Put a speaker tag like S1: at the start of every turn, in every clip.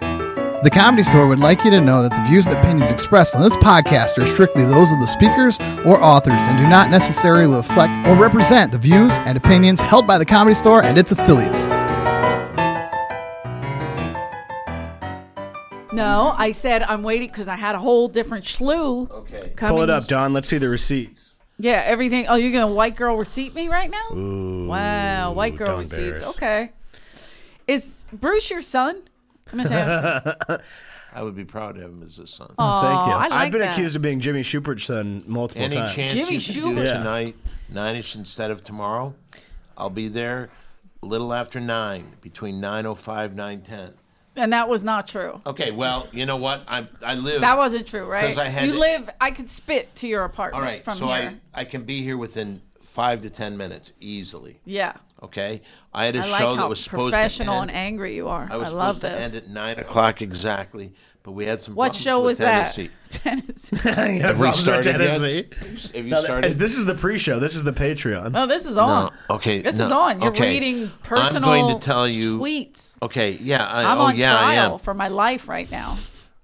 S1: The Comedy Store would like you to know that the views and opinions expressed on this podcast are strictly those of the speakers or authors and do not necessarily reflect or represent the views and opinions held by The Comedy Store and its affiliates.
S2: No, I said I'm waiting because I had a whole different slew.
S3: Okay.
S2: coming.
S4: Pull it up, Don. Let's see the receipts.
S2: Yeah, everything. Oh, you're gonna white girl receipt me right now? wow, white girl
S4: don't
S2: receipts.
S4: embarrass.
S2: Okay. Is Bruce your son? I'm gonna say I'm-
S3: I would be proud to have him as a son.
S4: Thank you.
S2: I like
S4: have been
S2: that.
S4: accused of being Jimmy Schubert's son multiple
S3: Any
S4: times.
S3: chance
S2: Jimmy
S3: you could do
S2: Schubert.
S3: it tonight, nine-ish instead of tomorrow? I'll be there a little after nine, oh between 9.05, 9.10.
S2: and that was not true.
S3: Okay, well, you know what? I, I live.
S2: That wasn't true, right?
S3: 'Cause I had
S2: you
S3: to-
S2: live. I could spit to your
S3: All
S2: apartment
S3: right,
S2: from
S3: so
S2: here.
S3: I, I can be here within five to 10 minutes easily.
S2: yeah.
S3: Okay? I had a
S2: I
S3: show
S2: like how
S3: that was supposed to end.
S2: professional and angry you are.
S3: I was
S2: love
S3: supposed to end
S2: this.
S3: at nine o'clock exactly, but we had some.
S2: What
S3: problems
S2: show
S3: with
S2: was that?
S3: Tennessee.
S2: Tennessee.
S4: Yeah,
S3: we
S4: Rob's in
S3: started yet?
S4: Tennessee.
S3: Have you
S4: Now,
S3: started?
S4: this is the pre-show. This is the Patreon.
S2: Oh, this is on.
S3: No, okay,
S2: This
S3: no,
S2: is on. You're
S3: okay.
S2: reading
S3: I'm going to
S2: personal
S3: tell you-
S2: tweets.
S3: okay, yeah. I,
S2: I'm
S3: oh,
S2: on
S3: yeah, I
S2: trial
S3: am.
S2: for my life right now.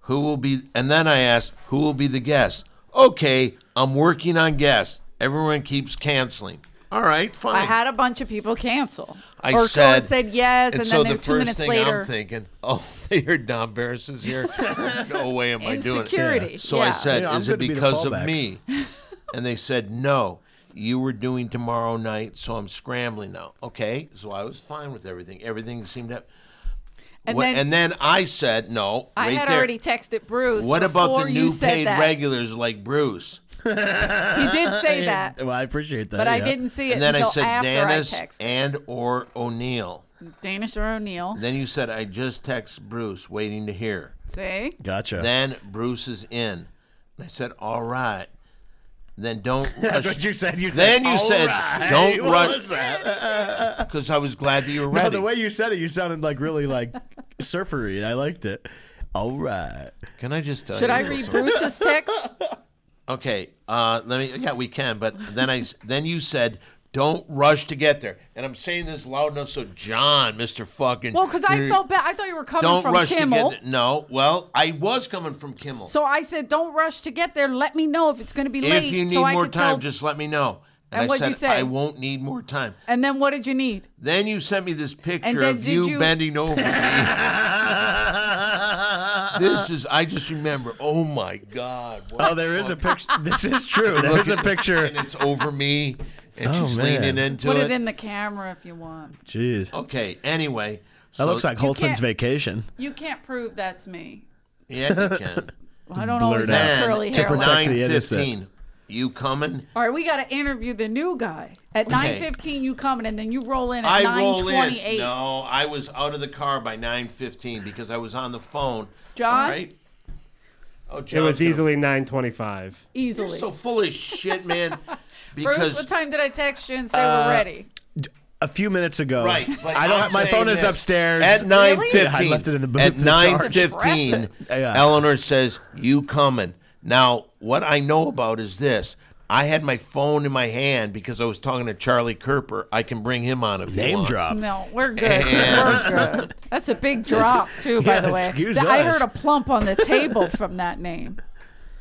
S3: Who will be? And then I asked, who will be the guest? Okay, I'm working on guests. Everyone keeps canceling. All right, fine.
S2: I had a bunch of people cancel.
S3: I
S2: or,
S3: said,
S2: or said yes, and,
S3: so
S2: then
S3: the
S2: they- two
S3: first
S2: minutes
S3: thing
S2: later,
S3: I'm thinking, oh, they heard Don Barris is here. no way am I doing it.
S2: insecurity.
S3: So I
S2: Yeah.
S3: said,
S4: You know, I'm
S3: "Is it
S4: gonna be the
S3: because of
S4: fallback."
S3: me?" and they said, "No, you were doing tomorrow night, so I'm scrambling now." Okay, so I was fine with everything. Everything seemed to.
S2: And
S3: Wha-
S2: then-
S3: and then I said, "No,
S2: I
S3: right
S2: had
S3: there.
S2: already texted Bruce.
S3: What about the
S2: before you
S3: new
S2: said
S3: paid
S2: that.
S3: regulars like Bruce?"
S2: He did say that,
S4: well, I appreciate that.
S2: but I
S4: yeah.
S2: didn't see it
S3: And then I
S2: until
S3: said
S2: after
S3: Dennis
S2: I texted
S3: and or O'Neill.
S2: Danish or O'Neill.
S3: Then you said, "I just text Bruce, waiting to hear."
S2: See,
S4: Gotcha.
S3: Then Bruce is in. And I said, all right. Then don't rush.
S4: That's what you said. You
S3: then
S4: said,
S3: you
S4: "All
S3: said,
S4: right."
S3: don't
S4: What was
S3: rush.
S4: that?
S3: Because I was glad that you were
S4: No,
S3: ready.
S4: the way you said it, you sounded like really like surfery. I liked it. All right.
S3: Can I just tell
S2: should
S3: you
S2: I
S3: this?
S2: read Bruce's text?
S3: Okay. Uh, let me. Yeah, we can. But then I. s- Then you said, don't rush to get there. And I'm saying this loud enough so John, Mr. fucking.
S2: Well, because I felt bad. I thought you were coming
S3: Don't
S2: from
S3: rush to
S2: Kimmel.
S3: get there. No. Well, I was coming from Kimmel.
S2: So I said, "Don't rush to get there. Let me know if it's going to be late."
S3: if you need
S2: so I
S3: more
S2: could
S3: time,
S2: tell-
S3: just let me know.
S2: And
S3: I
S2: what'd
S3: said,
S2: you say?
S3: I won't need more time.
S2: And then what did you need?
S3: Then you sent me this picture
S2: then
S3: of
S2: did
S3: you,
S2: you-
S3: bending over me. this is, I just remember, oh my God. what
S4: Oh, there is a
S3: fuck-
S4: picture. This is true. There is a picture.
S3: And it's over me, and
S4: Oh,
S3: she's
S4: man.
S3: leaning into
S2: Put
S3: it.
S2: it in the camera if you want.
S4: Jeez.
S3: Okay, anyway.
S4: That
S3: Oh, so-
S4: looks like
S2: can't-
S4: Holtzman's vacation.
S2: You can't prove that's me.
S3: Yeah, you can.
S2: I don't always
S4: Blurred out.
S2: have
S3: then,
S2: curly
S3: at
S2: hair.
S4: protect the
S3: 9.15, you coming?
S2: All right, we got to interview the new guy at nine fifteen. You coming, and then you roll in at
S3: I
S2: nine
S3: roll
S2: twenty
S3: in.
S2: eight.
S3: No, I was out of the car by 9.15 because I was on the phone.
S2: John?
S3: All right? Oh,
S5: It
S3: John's
S5: was
S3: gonna-
S5: easily 925.
S2: Easily.
S3: So full of shit, man.
S2: Bruce,
S3: Because Uh,
S2: what time did I text you and say we're ready?
S4: A few minutes ago.
S3: Right, but
S4: I don't.
S3: I'm
S4: have my phone
S3: saying
S4: is
S3: this.
S4: upstairs.
S3: At nine
S4: I
S3: fifteen,
S4: left it in the booth.
S3: at
S4: in the
S3: nine
S4: car.
S3: fifteen,
S4: Yeah.
S3: Eleanor says, "You coming?" Now, what I know about is this: I had my phone in my hand because I was talking to Charlie Kerper. I can bring him on if you
S4: Name
S3: want.
S4: drop.
S2: No, we're good. we're good. That's a big drop too, by
S4: Yeah,
S2: the way.
S4: excuse
S2: Th- I
S4: us.
S2: heard a plump on the table from that name.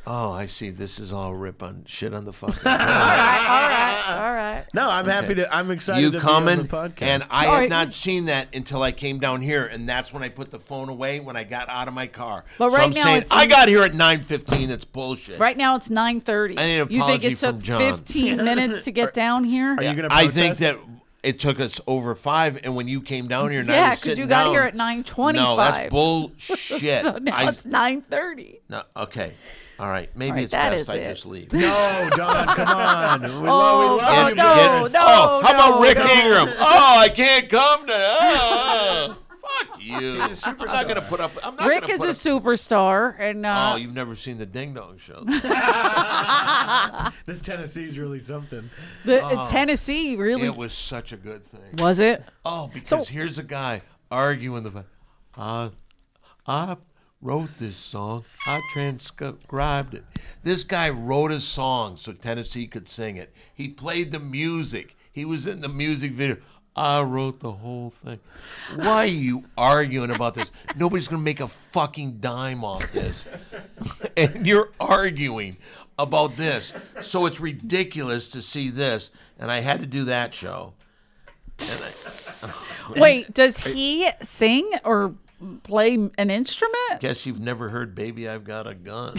S3: Oh, I see. This is all rip on shit on the fucking.
S2: All right, all right, all right.
S4: No, I'm happy to. I'm excited.
S3: you
S4: to
S3: coming?
S4: Be on the podcast.
S3: And I
S2: All
S3: had
S2: right.
S3: not seen that until I came down here, and that's when I put the phone away when I got out of my car.
S2: But
S3: so
S2: right
S3: I'm
S2: now
S3: saying,
S2: it's-
S3: I got here at nine fifteen. It's bullshit.
S2: Right now it's nine thirty.
S3: I need an
S2: You think
S3: apology
S2: it took
S3: from John.
S2: fifteen minutes to get down here?
S4: Are you gonna
S3: I think that
S4: protest?
S3: it took us over five, and when you came down here, and I
S2: Yeah,
S3: was
S2: 'cause you
S3: sitting
S2: got here
S3: down-
S2: at 9:25.
S3: No, that's bullshit.
S2: so now
S3: I-
S2: it's nine thirty.
S3: no, okay, all right, maybe
S2: right,
S3: it's
S2: that
S3: best
S2: is
S3: I
S2: it.
S3: just leave.
S4: No, Don, Oh, come on. We love,
S2: Oh,
S4: we love
S2: oh,
S4: you.
S2: no.
S4: man.
S3: Get- oh, how
S2: no,
S3: about Rick
S2: no.
S3: Ingram? Oh, I can't come to. Oh, fuck you! I'm not gonna put up. I'm not
S2: Rick
S3: gonna
S2: is a
S3: put
S2: superstar, and
S3: up.
S2: uh,
S3: Oh, you've never seen the Ding Dong Show.
S4: This Tennessee's really something.
S2: the
S3: oh.
S2: Tennessee really
S3: it was such a good thing.
S2: was it.
S3: Oh, because here's a guy arguing the. fa- Uh, I wrote this song. I transcribed it. This guy wrote a song so Tennessee could sing it. He played the music. He was in the music video. I wrote the whole thing. Why are you arguing about this? Nobody's going to make a fucking dime off this. and you're arguing about this. So it's ridiculous to see this. And I had to do that show. oh,
S2: Wait, does he sing or play an instrument?
S3: Guess you've never heard Baby I've Got a Gun.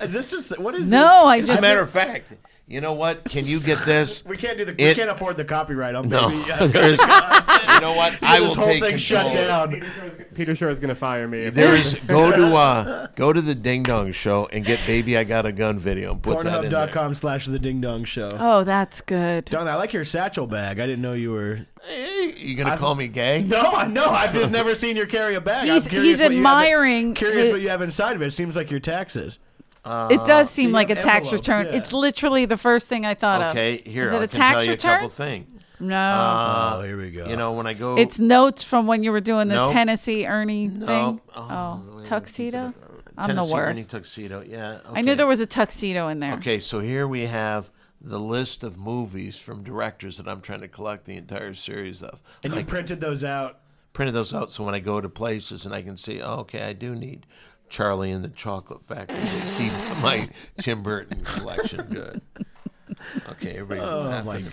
S4: Is this just what is
S2: No, I
S3: As a
S2: just
S3: matter of fact, you know what? Can you get this?
S4: We can't do the. we
S3: It-
S4: can't afford the copyright on
S3: No.
S4: baby.
S3: There's- you know what? I will
S4: this whole
S3: take
S4: thing shut
S3: control.
S4: down.
S5: Peter Shore is gonna fire me. if-
S3: There is go to uh go to the Ding Dong show and get Baby I Got a Gun video and put that in there.
S4: Pornhub.com slash the Ding Dong Show.
S2: Oh, that's good.
S4: Don, I like your satchel bag. I didn't know you were.
S3: Hey, you gonna call me gay?
S4: No, I know. I've just never seen you carry a bag. I'm
S2: He's- he's
S4: curious what you have-
S2: admiring
S4: Curious
S2: his-
S4: what you have inside of it. It seems like your taxes.
S2: it does seem
S4: you
S2: like a
S4: have
S2: tax
S4: envelopes,
S2: return.
S4: yeah.
S2: It's literally the first thing I thought
S3: Okay,
S2: of.
S3: here
S2: Is
S3: I
S2: it a
S3: can
S2: tax
S3: tell you
S2: return?
S3: a couple things.
S2: no.
S4: oh, here we go.
S3: You know when I go,
S2: it's notes from when you were doing the
S3: No.
S2: Tennessee Ernie thing.
S3: Oh,
S2: Oh,
S3: wait,
S2: tuxedo. I'm the
S3: Tennessee Ernie
S2: worst.
S3: tuxedo. Yeah,
S2: I knew there was a tuxedo in there.
S3: Okay, so here we have the list of movies from directors that I'm trying to collect the entire series of.
S4: and you
S3: I
S4: printed those out.
S3: printed those out so when I go to places and I can see, oh, okay, I do need Charlie and the Chocolate Factory to keep my Tim Burton collection good. Okay, everybody's
S4: Oh
S3: laughing.
S4: my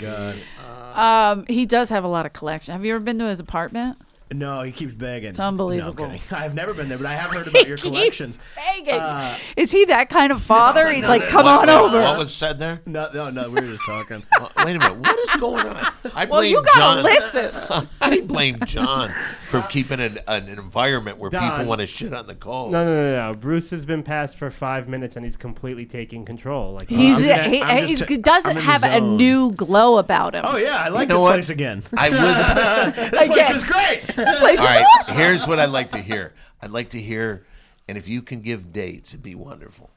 S4: god.
S2: Um, he does have a lot of collection. Have you ever been to his apartment?
S4: No, he keeps begging. It's
S2: unbelievable.
S4: I've never been there, but I have heard about your
S2: He keeps
S4: collections.
S2: begging.
S4: Uh,
S2: Is he that kind of father? He's like, come on
S3: What-
S2: over.
S3: What was said there?
S4: No, no, no. We were just talking.
S3: Uh, Wait a minute. What is going on? I blame
S2: well, you gotta
S3: John.
S2: listen.
S3: I blame John for keeping an, an environment where people
S4: Don.
S3: want to shit on the cold.
S5: No, no, no, no. Bruce has been passed for five minutes and he's completely taking control. Like uh,
S2: He's
S4: I'm just-
S2: he, uh,
S4: I'm
S2: he's-
S4: just-
S2: he
S4: I'm in
S2: doesn't
S4: the
S2: have a
S4: zone.
S2: new glow about him.
S4: Oh yeah, I like
S3: know
S4: this
S3: what?
S4: place again.
S3: I would.
S4: This place
S2: Again.
S4: is great.
S2: This place
S3: All
S2: is
S3: right.
S2: awesome.
S3: Here's what I'd like to hear. I'd like to hear, and if you can give dates, it'd be wonderful.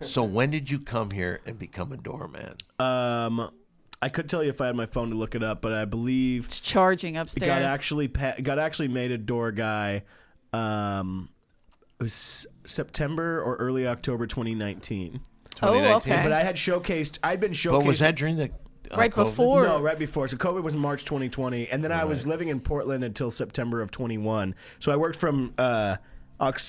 S3: So when did you come here and become a doorman?
S4: Um, I could tell you if I had my phone to look it up, but I believe
S2: It's charging
S4: it
S2: upstairs.
S4: got actually pa- got actually made a door guy. Um, it was September or early October 2019.
S2: oh,
S3: 2019.
S2: okay.
S4: But I had showcased. I'd been showcased.
S3: But was that during the uh,
S2: right
S3: COVID?
S2: before.
S4: No, right before. So COVID was March 2020, and then I was living in Portland until September of 21. So I worked from uh, Oc-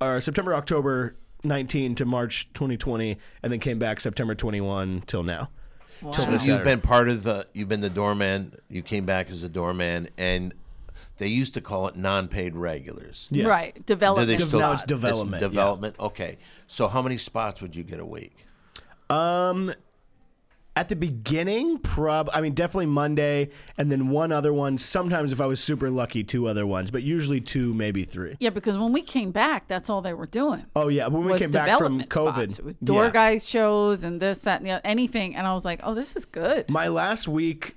S4: or September October 19 to March 2020, and then came back September 21 till now.
S3: So you've been part of the. You've been the doorman. You came back as a doorman, and they used to call it non-paid regulars.
S4: Yeah.
S2: Right.
S3: Do
S2: Development.
S3: they
S2: is
S3: still-
S4: now
S2: not.
S4: it's development, yeah.
S3: development. Okay. So how many spots would you get a week?
S4: At the beginning, prob I mean definitely Monday, and then one other one. Sometimes if I was super lucky, two other ones, but usually two, maybe three.
S2: yeah, because when we came back, that's all they were doing.
S4: Oh yeah, when we
S2: was
S4: came back from
S2: development
S4: COVID,
S2: spots. It was door
S4: yeah.
S2: guys shows and this, that, and the other, anything. And I was like, oh, this is good.
S4: my last week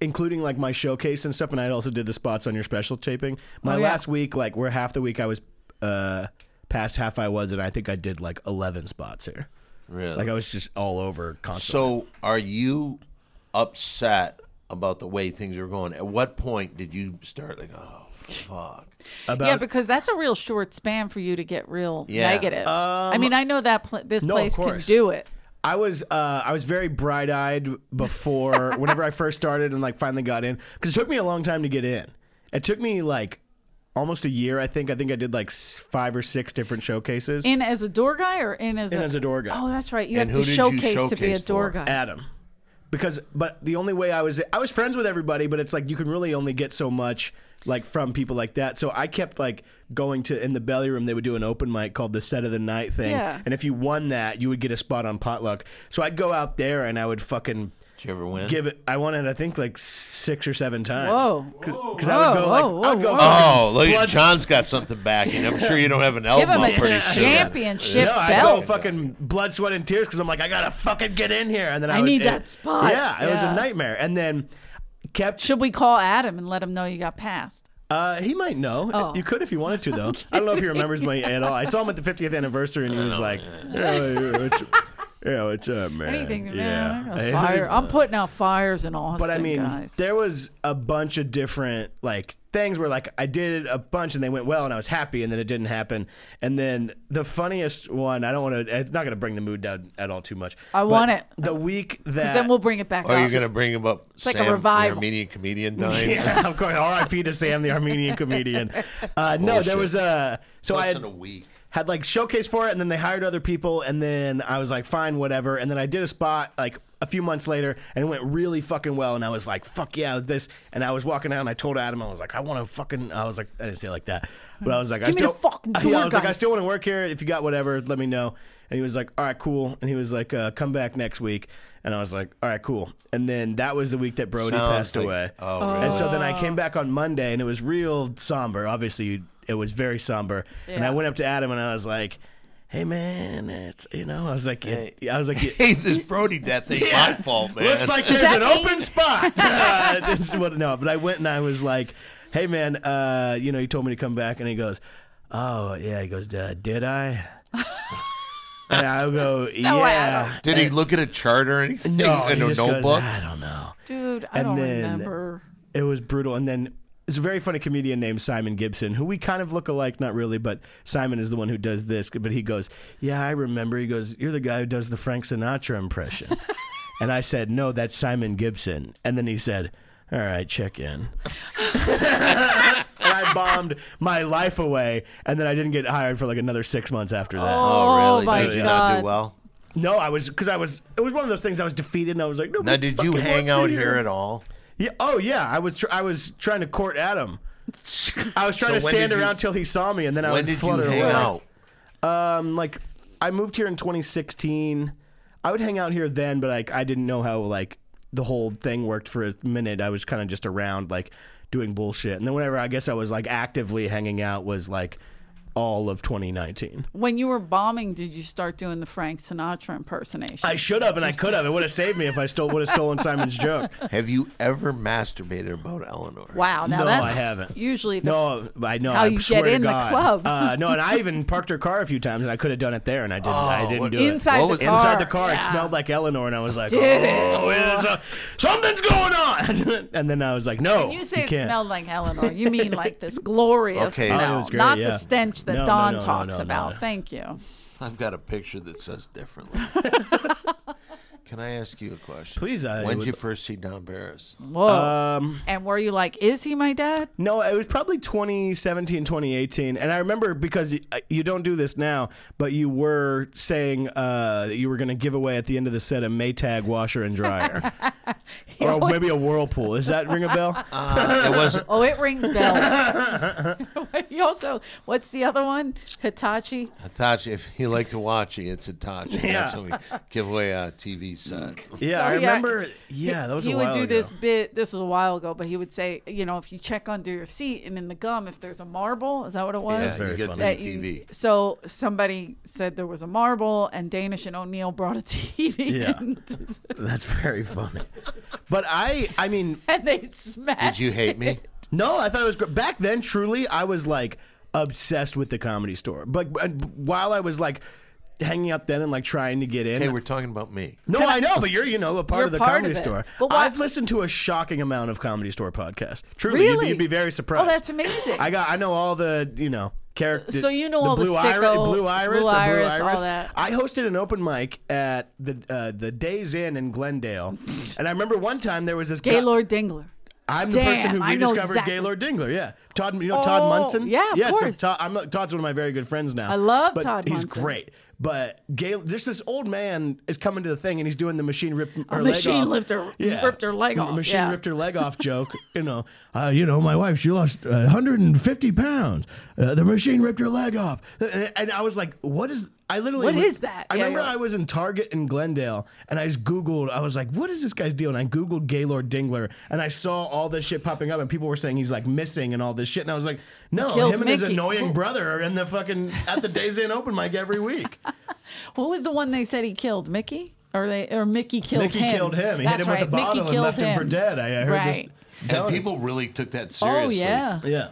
S4: including like my showcase and stuff and i also did the spots on your special taping my
S2: Oh, yeah.
S4: last week like where half the week i was uh past half i was and i think i did like 11 spots here
S3: Really?
S4: like i was just all over constantly
S3: So, are you upset about the way things are going? At what point did you start like, oh fuck?
S4: about
S2: yeah, because that's a real short span for you to get real
S3: Yeah.
S2: negative. I mean, I know that pl- this
S4: Um, no, of
S2: place can
S4: course.
S2: do it.
S4: I was uh, I was very bright eyed before whenever I first started and like finally got in because it took me a long time to get in. It took me like almost a year. I think I think I did like s- five or six different showcases.
S2: In as a door guy or in as
S4: In
S2: a,
S4: as a door guy.
S2: Oh, that's right. You
S3: And
S2: have
S3: who
S2: to
S3: did you
S2: showcase, to be a
S3: showcase
S2: door
S3: for?
S2: guy.
S4: Adam. Because but the only way I was I was friends with everybody, but it's like you can really only get so much like from people like that. So I kept like going to in the belly room they would do an open mic called the set of the night thing.
S2: Yeah.
S4: And if you won that, you would get a spot on potluck. So I'd go out there and I would fucking
S3: Did you ever win?
S4: give it I won it I think like six or seven times.
S2: Whoa.
S4: Because I would go like
S2: Whoa,
S4: I would
S2: whoa,
S4: go
S2: whoa.
S3: oh, look,
S4: Blood-
S3: John's got something back, and I'm sure you don't have an
S2: Give him
S3: elbow pretty
S2: a
S3: soon.
S2: championship
S4: no, I go
S2: belt.
S4: fucking blood, sweat, and tears because I'm like, I gotta fucking get in here, and then I,
S2: I
S4: would-
S2: need
S4: it-
S2: that spot.
S4: Yeah, it was
S2: Yeah.
S4: a nightmare, and then kept
S2: Should we call Adam and let him know you got passed?
S4: Uh, he might know.
S2: Oh.
S4: You could if you wanted to, though. I don't know if he remembers me at all. I saw him at the 50th anniversary, and he was like, "Yeah, it's- You know, it's uh, man.
S2: Anything, man. I'm
S4: yeah.
S2: gonna fire. I'm putting out fires in Austin,
S4: But I mean,
S2: guys.
S4: there was a bunch of different like things where like I did a bunch and they went well and I was happy and then it didn't happen. And then the funniest one, I don't want to. It's not going to bring the mood down at all too much.
S2: I
S4: but
S2: want it.
S4: The week that
S2: Then we'll bring it back.
S6: Oh, you're
S2: up.
S6: gonna bring him up?
S2: like a
S6: Sam, the
S2: revival.
S6: Armenian comedian dying.
S4: yeah, of course. R.I.P. to Sam, the Armenian comedian. Uh, no, there
S6: Bullshit.
S4: was a. So I
S6: Less
S4: had,
S6: than a week.
S4: had like showcase for it, and then they hired other people, and then I was like, fine, whatever. And then I did a spot like a few months later, and it went really fucking well. And I was like, fuck yeah, this. And I was walking out, and I told Adam, I was like, I want to fucking. I was like, I didn't say it like that, but I was like, I
S2: Give me the
S4: still,
S2: fucking
S4: Yeah,
S2: door,
S4: I was like, I
S2: guys.
S4: still want to work here. If you got whatever, let me know. And he was like, all right, cool. And he was like, uh, come back next week. And I was like, all right, cool. And then that was the week that Brody
S6: Sounds
S4: passed
S6: like-
S4: away.
S6: oh, really?
S4: And so then I came back on Monday and it was real somber. Obviously, it was very somber. And I
S2: Yeah.
S4: went up to Adam and I was like, "Hey, man, it's you know," I was like, "Yeah," "I was like, yeah,
S6: Hey, this Brody death ain't my fault, man.
S4: looks like
S2: Is
S4: there's an
S2: that eight?
S4: open spot." Uh, this is what- no, but I went and I was like, "Hey, man, uh, you know," he told me to come back, and he goes, "Oh, yeah," he goes, "Uh, "Did I?" and I go, "Yeah."
S6: Did he look at a chart or anything
S4: No,
S6: in
S4: he
S6: a
S4: just goes, "Ah."
S6: notebook?
S4: I don't know.
S2: dude. I
S4: And
S2: don't
S4: then-
S2: remember.
S4: It was brutal. And then it's a very funny comedian named Simon Gibson, who we kind of look alike, not really, but Simon is the one who does this. But he goes, Yeah, I remember. He goes, You're the guy who does the Frank Sinatra impression. and I said, No, that's Simon Gibson. And then he said, All right, check in. and I bombed my life away. And then I didn't get hired for like another six months after that.
S6: oh, really?
S2: my
S6: Did you not do
S2: God.
S6: well?
S4: No, I was, because I was, it was one of those things I was defeated and I was like, No,
S6: Now, did you hang out here at all?
S4: Yeah. Oh yeah. I was. Tr- I was trying to court Adam. I was trying
S6: So
S4: to
S6: when
S4: stand
S6: did you-
S4: around till he saw me, and then I
S6: When
S4: would
S6: did you
S4: flutter
S6: hang
S4: away.
S6: out?
S4: Um, like I moved here in 2016. I would hang out here then, but like I didn't know how like the whole thing worked for a minute. I was kind of just around like doing bullshit, and then whenever I guess I was like actively hanging out was like all of 2019.
S2: When you were bombing, did you start doing the Frank Sinatra impersonation?
S4: I should have, and I could have. It would have saved me if I still would have stolen Simon's joke.
S6: Have you ever masturbated about Eleanor?
S2: wow. Now
S4: No,
S2: that's
S4: I haven't.
S2: Usually, the
S4: No, I know.
S2: how
S4: I
S2: you
S4: swear
S2: get
S4: to
S2: in the
S4: God.
S2: club.
S4: Uh, no, and I even parked her car a few times, and I could have done it there, and I didn't. I
S6: Oh,
S4: didn't
S6: what-
S4: do it.
S2: inside
S6: What was-
S2: the car.
S4: Inside the car, it
S2: yeah.
S4: smelled like Eleanor, and I was like,
S2: Did it?
S4: "Oh, it's a- something's going on!" and then I was like, "No,
S2: You say it
S4: can't."
S2: smelled like Eleanor. You mean like this glorious
S6: Okay. Oh, it
S2: smell,
S4: was great,
S2: not
S4: yeah.
S2: the stench that
S4: No, no,
S2: Don
S4: no, no,
S2: talks
S4: no, no,
S2: about.
S4: no.
S2: Thank you.
S6: I've got a picture that says differently. Can I ask you a question?
S4: Please, I
S6: When did
S4: would-
S6: you first see Don Barris?
S2: Whoa.
S4: Um,
S2: and were you like, is he my dad?
S4: No, it was probably 2017, 2018. And I remember because you, you don't do this now, but you were saying uh, that you were going to give away at the end of the set a Maytag washer and dryer. or maybe a Whirlpool. Does that ring a bell?
S6: Uh, it was
S2: Oh, it rings bells. you also, what's the other one? Hitachi.
S6: Hitachi. If you like to watch it, it's Hitachi.
S4: Yeah.
S6: That's what we give away a TV set.
S4: Yeah, I
S2: So, yeah,
S4: remember. Yeah, that was
S2: he
S4: a
S2: would
S4: while
S2: do
S4: ago.
S2: this bit. This was a while ago, but he would say, you know, if you check under your seat and in the gum, if there's a marble, is that what it was?
S6: Yeah, you get
S2: that
S6: the
S2: you-
S6: TV.
S2: so somebody said there was a marble, and Danish and O'Neill brought a TV,
S4: Yeah.
S2: in,
S4: That's very funny. But I, I mean,
S2: and they
S6: Did
S2: smashed.
S6: you hate me?
S4: no, I thought it was great. Back then, truly, I was like obsessed with the comedy store. But, but while I was like hanging out then and like trying to get in,
S6: Hey, we're talking about me.
S4: no, I, know, but you're you know a part
S2: You're
S4: of the
S2: part
S4: comedy
S2: of it.
S4: store.
S2: But why-
S4: I've listened to a shocking amount of comedy store podcasts. Truly, you'd be-
S2: Really?
S4: you'd, be very surprised.
S2: Oh, that's amazing.
S4: I got I know all the you know characters.
S2: So you know
S4: the
S2: all the
S4: blue
S2: sicko,
S4: blue iris,
S2: Blue
S4: the
S2: Iris,
S4: blue
S2: all
S4: iris.
S2: that.
S4: I hosted an open mic at the uh, the Days Inn in Glendale, and I remember one time there was this guy-
S2: Gaylord Dingler.
S4: I'm the
S2: Damn,
S4: person who
S2: I know
S4: rediscovered
S2: exactly.
S4: Gaylord Dingler. Yeah, Todd. You know Todd
S2: Oh,
S4: Munson.
S2: yeah, of
S4: yeah. so
S2: course.
S4: Todd, I'm, Todd's one of my very good friends now.
S2: I love
S4: but
S2: Todd
S4: He's
S2: Munson.
S4: great. But Gail, just this old man is coming to the thing and he's doing the machine rip her leg
S2: machine
S4: off.
S2: lift her- ripped her leg
S4: M-
S2: off,
S4: Machine
S2: yeah.
S4: ripped her leg off joke. You know, uh, you know, my wife she lost uh, 150 pounds. Uh, the machine ripped her leg off, and, and I was like, what is? I literally
S2: What
S4: was-
S2: is that?
S4: I
S2: Yeah,
S4: remember
S2: you're-
S4: I was in Target in Glendale and I just Googled, I was like, what is this guy's deal? And I Googled Gaylord Dingler and I saw all this shit popping up and people were saying he's like missing and all this shit. And I was like, no,
S2: Killed
S4: him and his
S2: Mickey.
S4: annoying brother are in the fucking at the Days Inn open mic every week.
S2: Oh, What was the one they said he killed? Mickey? Or they or Mickey killed
S4: Mickey
S2: him.
S4: killed him. He
S2: That's
S4: hit him
S2: right.
S4: with a bottle
S2: Mickey
S4: and
S2: killed
S4: left him. for dead. I, I heard
S2: Right.
S6: And people really took that seriously.
S2: Oh yeah.
S4: this. Yeah.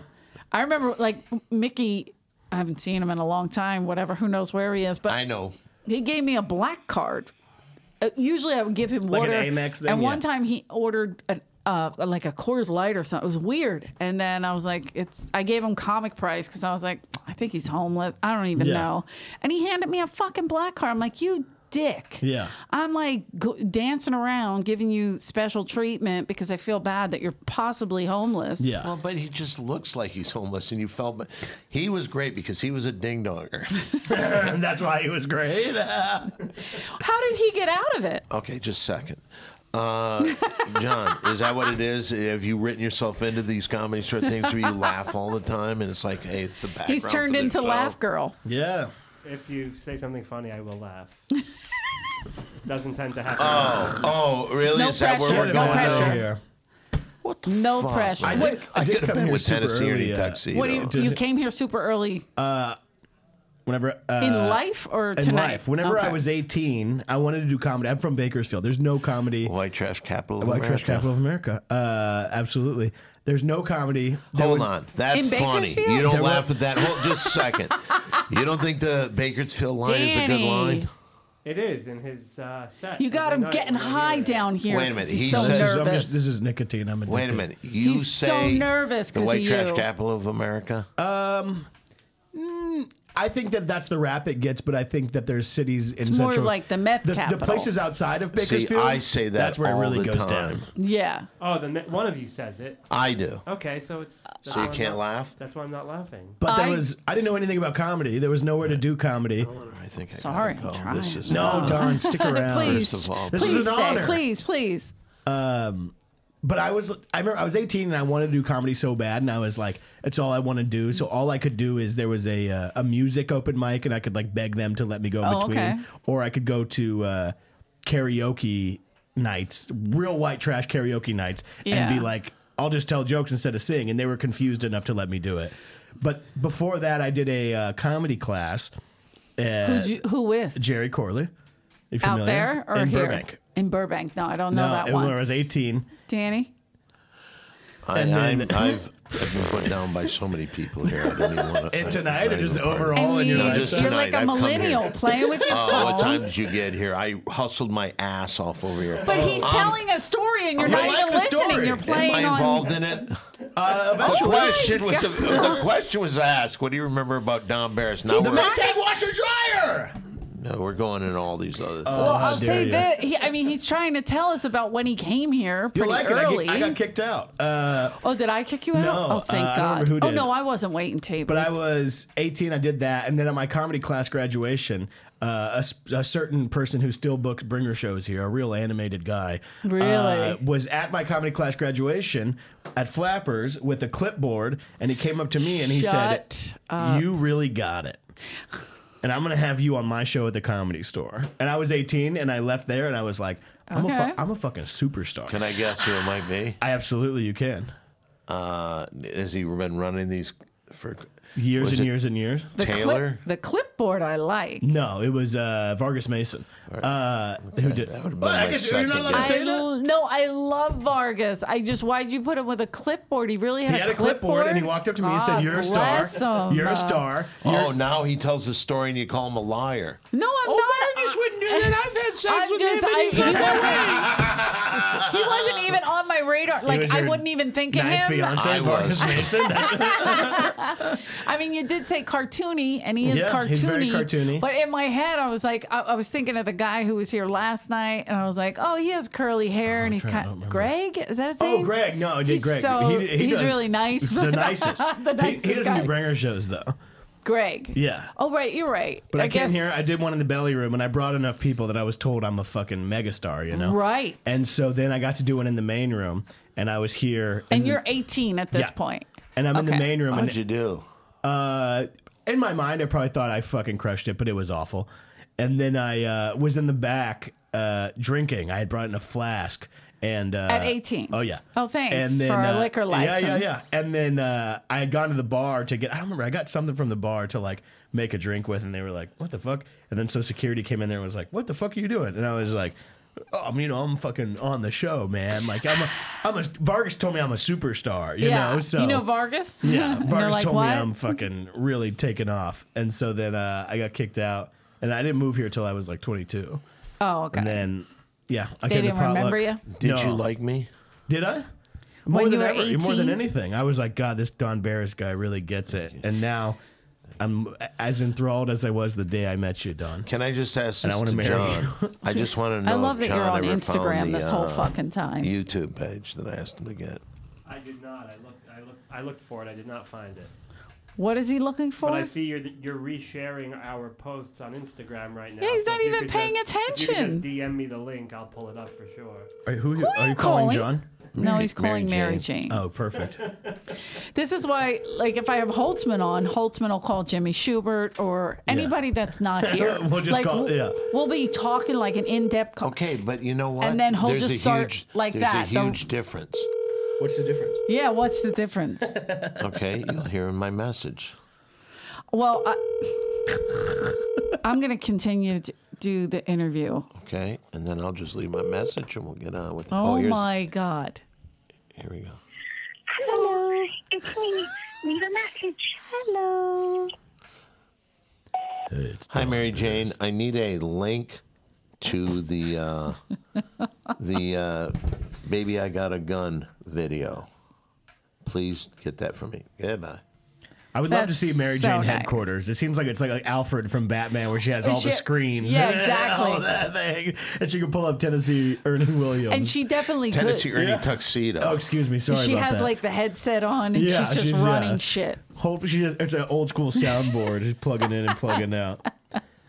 S2: I remember like Mickey I haven't seen him in a long time, whatever, who knows where he is, but
S6: I know.
S2: He gave me a black card. Uh, usually, I would give him
S4: Like an
S2: water.
S4: Amex thing?
S2: and one
S4: Yeah.
S2: time he ordered an. Uh, like a Coors Light or something. It was weird. And then I was like, "It's." I gave him comic price because I was like, "I think he's homeless. I don't even
S4: Yeah.
S2: know." And he handed me a fucking black card. I'm like, "You dick."
S4: Yeah.
S2: I'm like go- dancing around, giving you special treatment because I feel bad that you're possibly homeless.
S4: Yeah.
S3: Well, but he just looks like he's homeless, and you felt. But he was great because he was a ding donger.
S4: and that's why he was great.
S2: How did he get out of it?
S3: Okay, just a second. Uh, John, is that what it is? Have you written yourself into these comedy sort of things where you laugh all the time and it's like, hey, it's the background.
S2: He's turned
S3: for the
S2: into
S3: show?
S2: Laugh Girl.
S4: yeah.
S5: If you say something funny, I will laugh. Doesn't tend to happen.
S3: Oh, really?
S2: No
S3: is that where
S2: pressure,
S3: we're
S2: no
S3: going?
S2: pressure.
S3: now?
S4: here.
S3: What the
S2: No
S3: fuck?
S2: pressure.
S3: I,
S2: What-
S3: did, I,
S4: I did
S3: could have
S4: come
S3: been
S4: here
S3: with
S4: super
S3: Tennessee
S4: early,
S3: in
S4: uh,
S3: tuxedo.
S2: What do you, you came here super early
S4: Whenever uh,
S2: in life or
S4: in
S2: tonight?
S4: life, whenever
S2: Okay.
S4: I was 18, I wanted to do comedy. I'm from Bakersfield. There's no comedy.
S3: White trash capital of
S4: Black
S3: America.
S4: Trash Capital of America. Uh, absolutely. There's no comedy. There
S3: Hold
S4: was-
S3: on, that's
S2: In
S3: funny.
S2: Bakersfield?
S3: You don't
S4: There
S3: laugh at that. Hold just a second. You don't think the Bakersfield line is a good
S2: Danny.
S3: line?
S5: it is in his uh, set.
S2: You got
S5: every
S2: him
S5: night
S2: getting
S5: when I
S2: high
S5: hear it.
S2: down here.
S3: Wait a minute,
S2: He's
S3: he
S2: so
S4: This
S3: says-
S4: is,
S2: nervous.
S4: I'm just, this is nicotine. I'm addicted.
S3: Wait a minute. You
S2: He's so
S3: say
S2: nervous
S3: the
S2: 'cause
S3: white
S2: of
S3: trash
S2: you.
S3: capital of America.
S4: I think that that's the rap it gets, but I think that there's cities in
S2: It's more
S4: central,
S2: like the meth
S4: the,
S2: capital.
S4: places outside of
S3: See,
S4: Bakersfield.
S3: I say that
S4: That's where
S3: all
S4: it really
S3: the
S4: goes
S3: time.
S4: down.
S2: yeah.
S5: Oh, the, mi- one of you says it.
S3: I do.
S5: Okay, so it's. that's
S3: So you
S2: Oh,
S5: why I'm
S3: can't
S5: not-
S3: laugh?
S5: That's why I'm not laughing.
S4: But there
S2: I-
S4: was I didn't know anything about comedy. There was nowhere to do comedy.
S3: I think I
S2: Sorry,
S3: gotta
S2: I'm
S3: go. This
S2: trying.
S3: is
S4: No, Don, stick around.
S2: Please.
S3: First of all,
S4: This
S2: please
S4: is an
S2: stay.
S4: honor.
S2: Please, please.
S4: But I was I remember I was 18 and I wanted to do comedy so bad and I was like it's all I want to do. So all I could do is there was a uh, a music open mic and I could like beg them to let me go in
S2: Oh,
S4: between
S2: okay.
S4: or I could go to uh, karaoke nights, real white trash karaoke nights
S2: Yeah.
S4: and be like I'll just tell jokes instead of sing and they were confused enough to let me do it. But before that I did a uh, comedy class. Uh,
S2: Who'd you, who with?
S4: Jerry Corley. You
S2: Out
S4: familiar?
S2: there or
S4: in
S2: here?
S4: Burbank?
S2: In Burbank. No, I don't know
S4: No,
S2: that
S4: it-
S2: one.
S4: when I was 18.
S2: Danny?
S3: I,
S4: And then-
S3: I'm, I've, I've been put down by so many people here. I don't even want to.
S4: And tonight or just
S2: I
S4: overall
S2: mean,
S4: in your
S2: you're
S4: life?
S3: just
S2: like
S3: tonight.
S2: a
S3: I've come here.
S2: millennial playing with your
S3: Oh,
S2: phone.
S3: what time did you get here? I hustled my ass off over here. Um,
S2: But he's telling a story and you're
S4: I
S2: not
S4: like
S2: even
S4: the
S2: listening.
S4: story.
S2: You're
S4: Am
S2: playing
S3: Am I
S2: on.
S3: involved in it?
S4: Uh,
S3: the question was the question was asked. What do you remember about Don Barris? Now we're
S4: Take washer dryer.
S3: no, we're going in all these
S4: Uh,
S3: other things.
S2: Well, I'll
S4: Oh, dare
S2: say
S4: you.
S2: that. He, I mean, he's trying to tell us about when he came here
S4: You
S2: pretty
S4: like
S2: early.
S4: it? I, get- I got kicked out. Uh,
S2: oh, did I kick you out?
S4: No,
S2: oh, thank
S4: uh, I don't
S2: God.
S4: remember who
S2: Oh
S4: did.
S2: no, I wasn't waiting tables.
S4: but I was 18. I did that, and then at my comedy class graduation, uh, a s- a, certain person who still books bringer shows here, a real animated guy, uh,
S2: Really?
S4: was at my comedy class graduation at Flappers with a clipboard, and he came up to me and he said,
S2: Shut
S4: "You really got it." And I'm gonna have you on my show at the comedy store. And I was 18, and I left there, and I was like, "I'm a,
S2: Okay.
S4: fu- I'm a fucking superstar."
S3: Can I guess who it might be?
S4: I absolutely you can.
S3: Uh, has he been running these for
S4: Years
S3: Was
S4: and
S3: it-
S4: years and years.
S2: the
S3: Taylor?
S2: Clip, the clipboard I like.
S4: No, it was uh, Vargas Mason. Uh, who did?
S3: That would have been
S4: Well, I
S3: my
S4: guess you're
S3: second
S4: not allowed to
S3: guess.
S2: I
S4: say that.
S2: l- no, I love Vargas. I just why'd you put him with a clipboard? He really had,
S4: He had a clipboard and he walked up to me and said,
S2: God
S4: "You're a star.
S2: bless him.
S4: You're a star."
S3: Oh, now he tells the story and you call him a liar.
S2: No,
S4: Oh,
S2: I'm not.
S3: Vargas wouldn't do that. I've had sex
S2: I'm
S3: with
S2: just.
S3: him
S2: I,
S3: and
S2: he, wasn't, he wasn't even on my radar. Like
S4: was
S2: I
S4: your
S2: wouldn't even think of
S4: Ninth
S2: him.
S4: fiance,
S3: I
S4: Vargas
S3: was.
S4: Mason. That's-
S2: I mean, you did say cartoony, and he is
S4: Yeah,
S2: cartoony.
S4: he's very cartoony.
S2: But in my head, I was like, I, I was thinking of the guy who was here last night, and I was like, oh, he has curly hair, and he's
S4: trying to
S2: kind
S4: remember.
S2: Greg. Is that his
S4: oh,
S2: name?
S4: Greg. No, I did
S2: He's
S4: Greg.
S2: so-
S4: He- he
S2: he's
S4: does-
S2: really nice.
S4: The nicest.
S2: The
S4: He- he,
S2: nicest
S4: doesn't
S2: guy.
S4: do bringer shows though.
S2: Greg.
S4: Yeah.
S2: Oh right, you're right.
S4: But I, came
S2: guess,
S4: here. I did one in the belly room, and I brought enough people that I was told I'm a fucking megastar. You know.
S2: Right. And,
S4: And so then I got to do one in the main room, and I was here.
S2: you're 18 at this
S4: Yeah.
S2: point.
S4: and I'm in the
S2: Okay.
S4: main room. and
S3: How'd you do?
S4: uh, in my mind, I probably thought I fucking crushed it, but it was awful. And then I uh, was in the back uh, drinking. I had brought in a flask and uh,
S2: At 18?
S4: Oh yeah. uh,
S2: Oh, thanks for our liquor
S4: Yeah, yeah, yeah.
S2: license.
S4: And then uh, I had gone to the bar to get. I don't remember. I got something from the bar to like make a drink with, and they were like, "What the fuck?" And then so security came in there and was like, "What the fuck are you doing?" And I was like. Oh, I mean, you know, I'm fucking on the show, man. Like, I'm a, I'm a, Vargas told me I'm a superstar, you
S2: yeah.
S4: know, so.
S2: you know Vargas.
S4: Yeah,
S2: And they're
S4: Vargas
S2: like,
S4: told
S2: what?
S4: me I'm fucking really taking off, and so then uh, I got kicked out. and I didn't move here till I was like 22.
S2: Oh, okay.
S4: And then, yeah, I
S2: They
S4: came to
S2: didn't remember
S4: potluck.
S3: Did
S4: No.
S3: you like me?
S4: Did I? More
S2: When
S4: than
S2: you were
S4: ever, more
S2: 18?
S4: than anything, I was like, God, this Don Barris guy really gets it. And now, I'm as enthralled as I was the day I met you, Don.
S3: Can I just ask
S4: And
S3: this
S4: I wanna
S3: to
S4: marry
S3: John? I just want to know.
S2: I love
S3: if
S2: that you're
S3: John
S2: on
S3: ever found
S2: Instagram
S3: the,
S2: this whole
S3: uh,
S2: fucking time.
S3: YouTube page that I asked him to get.
S5: I did not. I looked. I looked. I looked for it. I did not find it.
S2: what is he looking for?
S5: But I see you're you're resharing our posts on Instagram right now.
S2: Yeah, he's
S5: so
S2: not
S5: if you
S2: even
S5: could
S2: paying
S5: just- if you could
S2: attention.
S5: just DM me the link. I'll pull it up for sure.
S4: Are, who,
S2: are
S4: are
S2: you
S4: you
S2: calling?
S4: calling John?
S2: no, he's calling
S3: Mary
S2: Mary Jane.
S4: Oh, perfect.
S2: This is why, like, if I have Holtzman on, Holtzman will call Jimmy Schubert or anybody that's not here.
S4: We'll just
S2: like,
S4: call-
S2: we'll-
S4: yeah.
S2: We'll be talking like an in-depth. call.
S3: Okay, but you know what?
S2: And then he'll
S3: There's
S2: just
S3: a
S2: start
S3: huge-
S2: like
S3: there's
S2: that,
S3: a
S2: though.
S3: huge difference.
S4: What's the difference?
S2: Yeah. What's the difference?
S3: Okay, you'll hear in my message.
S2: well, I, I'm going to continue to do the interview.
S3: Okay, and then I'll just leave my message and we'll get on with it.
S2: Oh,
S3: here's-
S2: my God.
S3: Here we go.
S7: Hello, it's me. Leave a message. Hello.
S3: Hi, Mary Jane. I need a link to the uh, the uh, "Baby I Got a Gun" video. Please get that for me. Goodbye.
S4: I would love to
S2: That's
S4: see Mary
S2: so
S4: Jane
S2: nice.
S4: headquarters. It seems like it's like, like Alfred from Batman, where she has all the
S2: she-
S4: screens.
S2: yeah,
S4: and
S2: exactly.
S4: all that thing, and she can pull up Tennessee Ernie Williams.
S2: And she definitely
S3: Tennessee
S2: could.
S3: Ernie tuxedo.
S4: oh, excuse me, sorry
S2: she
S4: about
S2: has
S4: that.
S2: like the headset on and
S4: Yeah,
S2: she's just
S4: she's, uh,
S2: running shit.
S4: Hope she just it's an old school soundboard, just plugging in and plugging out.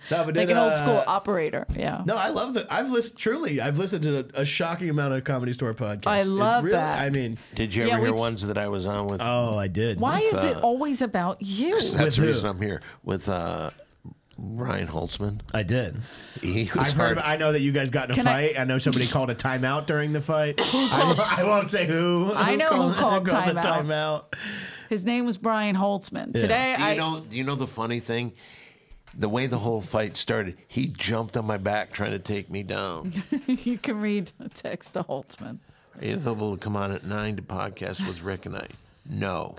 S4: No, but
S2: Like
S4: then,
S2: an old school
S4: uh,
S2: operator. Yeah.
S4: No, I love that. I've listened truly. I've listened to a, a shocking amount of comedy store podcasts.
S2: I
S4: It
S2: love that.
S4: I mean,
S3: Did you
S2: Yeah,
S3: ever
S2: we
S3: hear
S2: t-
S3: ones that I was on with?
S4: oh, I did.
S2: Why is it
S3: uh,
S2: always about you?
S3: That's the
S4: who?
S3: reason I'm here with uh, Ryan Holtzman.
S4: I did.
S3: He was
S4: I've heard.
S3: hard-
S4: I know that you guys got in a
S2: Can I-
S4: fight. I, know somebody called a timeout during the fight. I, I won't say who.
S2: I know who called
S4: the
S2: timeout. His name was Brian Holtzman. Today,
S3: Do you
S2: I
S3: know? Do you know the funny thing? The way the whole fight started, he jumped on my back trying to take me down.
S2: you can read a text to Holtzman.
S3: Are you available to come on at nine to podcast with Rick and I? No.